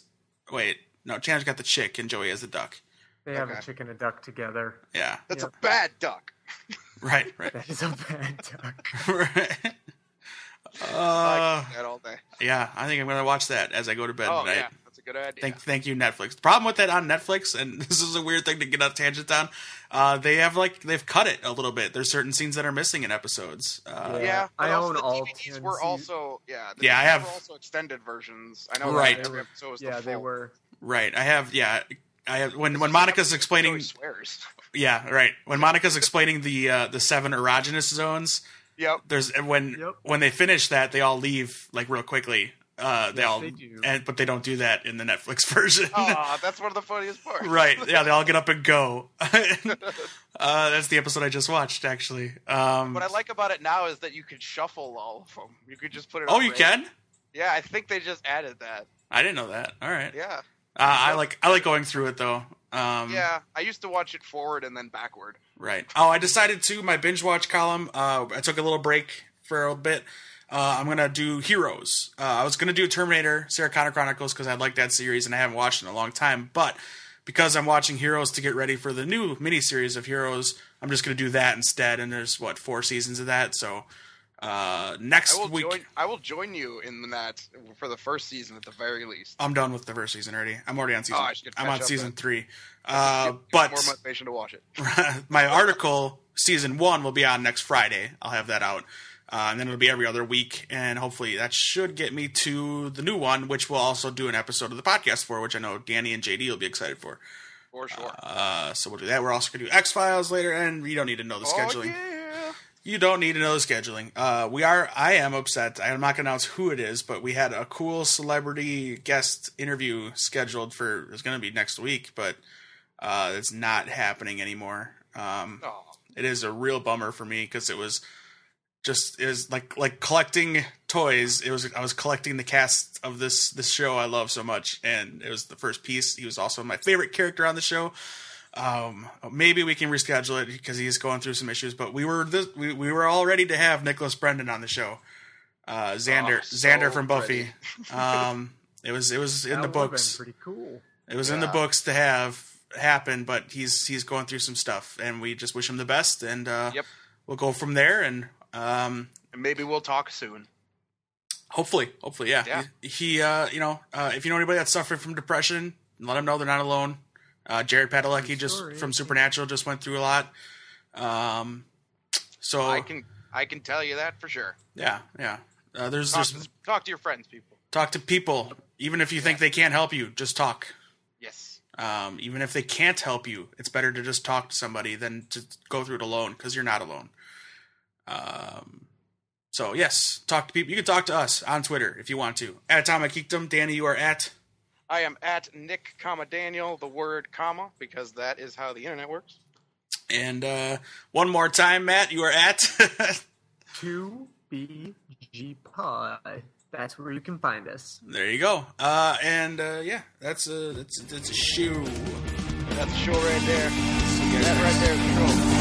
Speaker 2: Wait, no, Chandler's got the chick, and Joey has the duck.
Speaker 4: They have
Speaker 3: Okay.
Speaker 4: a chicken and a duck together.
Speaker 2: Yeah,
Speaker 3: That's
Speaker 4: Yeah.
Speaker 3: a bad duck.
Speaker 2: right, right,
Speaker 4: That is a bad duck.
Speaker 2: right.
Speaker 3: I
Speaker 2: Uh,
Speaker 3: could do that all day.
Speaker 2: yeah, I think I'm gonna watch that as I go to bed
Speaker 3: Oh
Speaker 2: tonight.
Speaker 3: yeah, that's a good idea.
Speaker 2: Thank, thank you, Netflix. The problem with that on Netflix, and this is a weird thing to get off tangent on, uh, they have like they've cut it a little bit. There's certain scenes that are missing in episodes. Uh,
Speaker 4: Yeah.
Speaker 3: Yeah, but
Speaker 4: I
Speaker 3: also
Speaker 4: own
Speaker 3: the
Speaker 4: all
Speaker 3: DVDs
Speaker 4: 10
Speaker 3: were
Speaker 4: seas-
Speaker 3: also yeah. The
Speaker 2: Yeah, I
Speaker 3: DVDs
Speaker 2: have-
Speaker 3: were also extended versions. I know that
Speaker 2: Right.
Speaker 3: every episode was the
Speaker 4: yeah, they
Speaker 3: full-
Speaker 4: were.
Speaker 2: Right. I have. Yeah. I have when when
Speaker 3: Except
Speaker 2: Monica's
Speaker 3: Joey
Speaker 2: explaining.
Speaker 3: swears.
Speaker 2: Yeah. Right. When Monica's explaining the uh, the seven erogenous zones,
Speaker 3: Yep.
Speaker 2: there's and when
Speaker 4: Yep.
Speaker 2: when they finish that, they all leave like real quickly. Uh, they
Speaker 4: Yes,
Speaker 2: all
Speaker 4: they do.
Speaker 2: and but they don't do that in the Netflix version.
Speaker 3: Ah, that's one of the funniest parts.
Speaker 2: right. Yeah. They all get up and go. uh, that's the episode I just watched actually. Um,
Speaker 3: What I like about it now is that you could shuffle all of them. You could just put it.
Speaker 2: oh,
Speaker 3: on
Speaker 2: you
Speaker 3: random-
Speaker 2: can.
Speaker 3: Yeah, I think they just added that.
Speaker 2: I didn't know that. All right.
Speaker 3: Yeah,
Speaker 2: Uh, I like I like going through it though. Um,
Speaker 3: yeah. I used to watch it forward and then backward.
Speaker 2: Right. Oh, I decided to my binge watch column. Uh, I took a little break for a bit. Uh, I'm gonna do Heroes. Uh, I was gonna do Terminator, Sarah Connor Chronicles, because I like that series and I haven't watched it in a long time. But because I'm watching Heroes to get ready for the new miniseries of Heroes, I'm just gonna do that instead. And there's what four seasons of that. So uh, next
Speaker 3: I will
Speaker 2: week,
Speaker 3: join. I will join you in that for the first season at the very least.
Speaker 2: I'm done with the first season already. I'm already on season.
Speaker 3: Oh, I should
Speaker 2: I'm
Speaker 3: catch
Speaker 2: on
Speaker 3: up
Speaker 2: season
Speaker 3: then.
Speaker 2: three. Uh,
Speaker 3: Give- give
Speaker 2: but
Speaker 3: more motivation to watch it.
Speaker 2: my article season one will be on next Friday. I'll have that out, uh, and then it'll be every other week, and hopefully that should get me to the new one, which we'll also do an episode of the podcast for, which I know Danny and JD will be excited for.
Speaker 3: For sure.
Speaker 2: Uh, so we'll do that. We're also gonna do X Files later, and you don't need to know the
Speaker 3: oh
Speaker 2: scheduling.
Speaker 3: yeah.
Speaker 2: You don't need to know the scheduling. Uh, we are. I am upset. I'm not going to announce who it is, but we had a cool celebrity guest interview scheduled for. It's going to be next week, but uh, it's not happening anymore. Um,
Speaker 3: Oh,
Speaker 2: it is a real bummer for me because it was just it was like like collecting toys. It was I was collecting the cast of this this show I love so much, and it was the first piece. He was also my favorite character on the show. Um, maybe we can reschedule it because he's going through some issues. But we were this, we we were all ready to have Nicholas Brendan on the show. Uh, Xander
Speaker 3: Oh, so
Speaker 2: Xander from Buffy. um, it was it was in
Speaker 4: That
Speaker 2: the
Speaker 4: would've been
Speaker 2: books.
Speaker 4: pretty cool.
Speaker 2: It was in the
Speaker 3: Yeah.
Speaker 2: books to have happen, but he's he's going through some stuff, and we just wish him the best, and uh,
Speaker 3: Yep.
Speaker 2: we'll go from there, and um,
Speaker 3: and maybe we'll talk soon.
Speaker 2: hopefully, hopefully, yeah,
Speaker 3: Yeah.
Speaker 2: He, he, uh, you know, uh, if you know anybody that's suffering from depression, let them know they're not alone. Uh, Jared Padalecki
Speaker 4: I'm
Speaker 2: just
Speaker 4: sorry.
Speaker 2: from Supernatural just went through a lot, um, so
Speaker 3: I can I can tell you that for sure.
Speaker 2: yeah, yeah. Uh, there's
Speaker 3: Talk,
Speaker 2: there's
Speaker 3: to, talk to your friends, people.
Speaker 2: talk to people, even if you think they can't help you, just talk.
Speaker 3: Yes.
Speaker 2: um, even if they can't help you it's better to just talk to somebody than to go through it alone because you're not alone um, so yes talk to people you can talk to us on twitter if you want to at atomic geekdom danny you are at
Speaker 3: I am at Nick, comma Daniel, the word comma, because that is how the internet works.
Speaker 2: and uh, one more time matt you are at
Speaker 4: Two BG Pod. That's where you can find us.
Speaker 2: there you go uh, and uh, yeah that's a that's, that's a shoe
Speaker 3: That's the show right there.
Speaker 2: See you guys
Speaker 3: That
Speaker 2: next-
Speaker 3: right there is the show.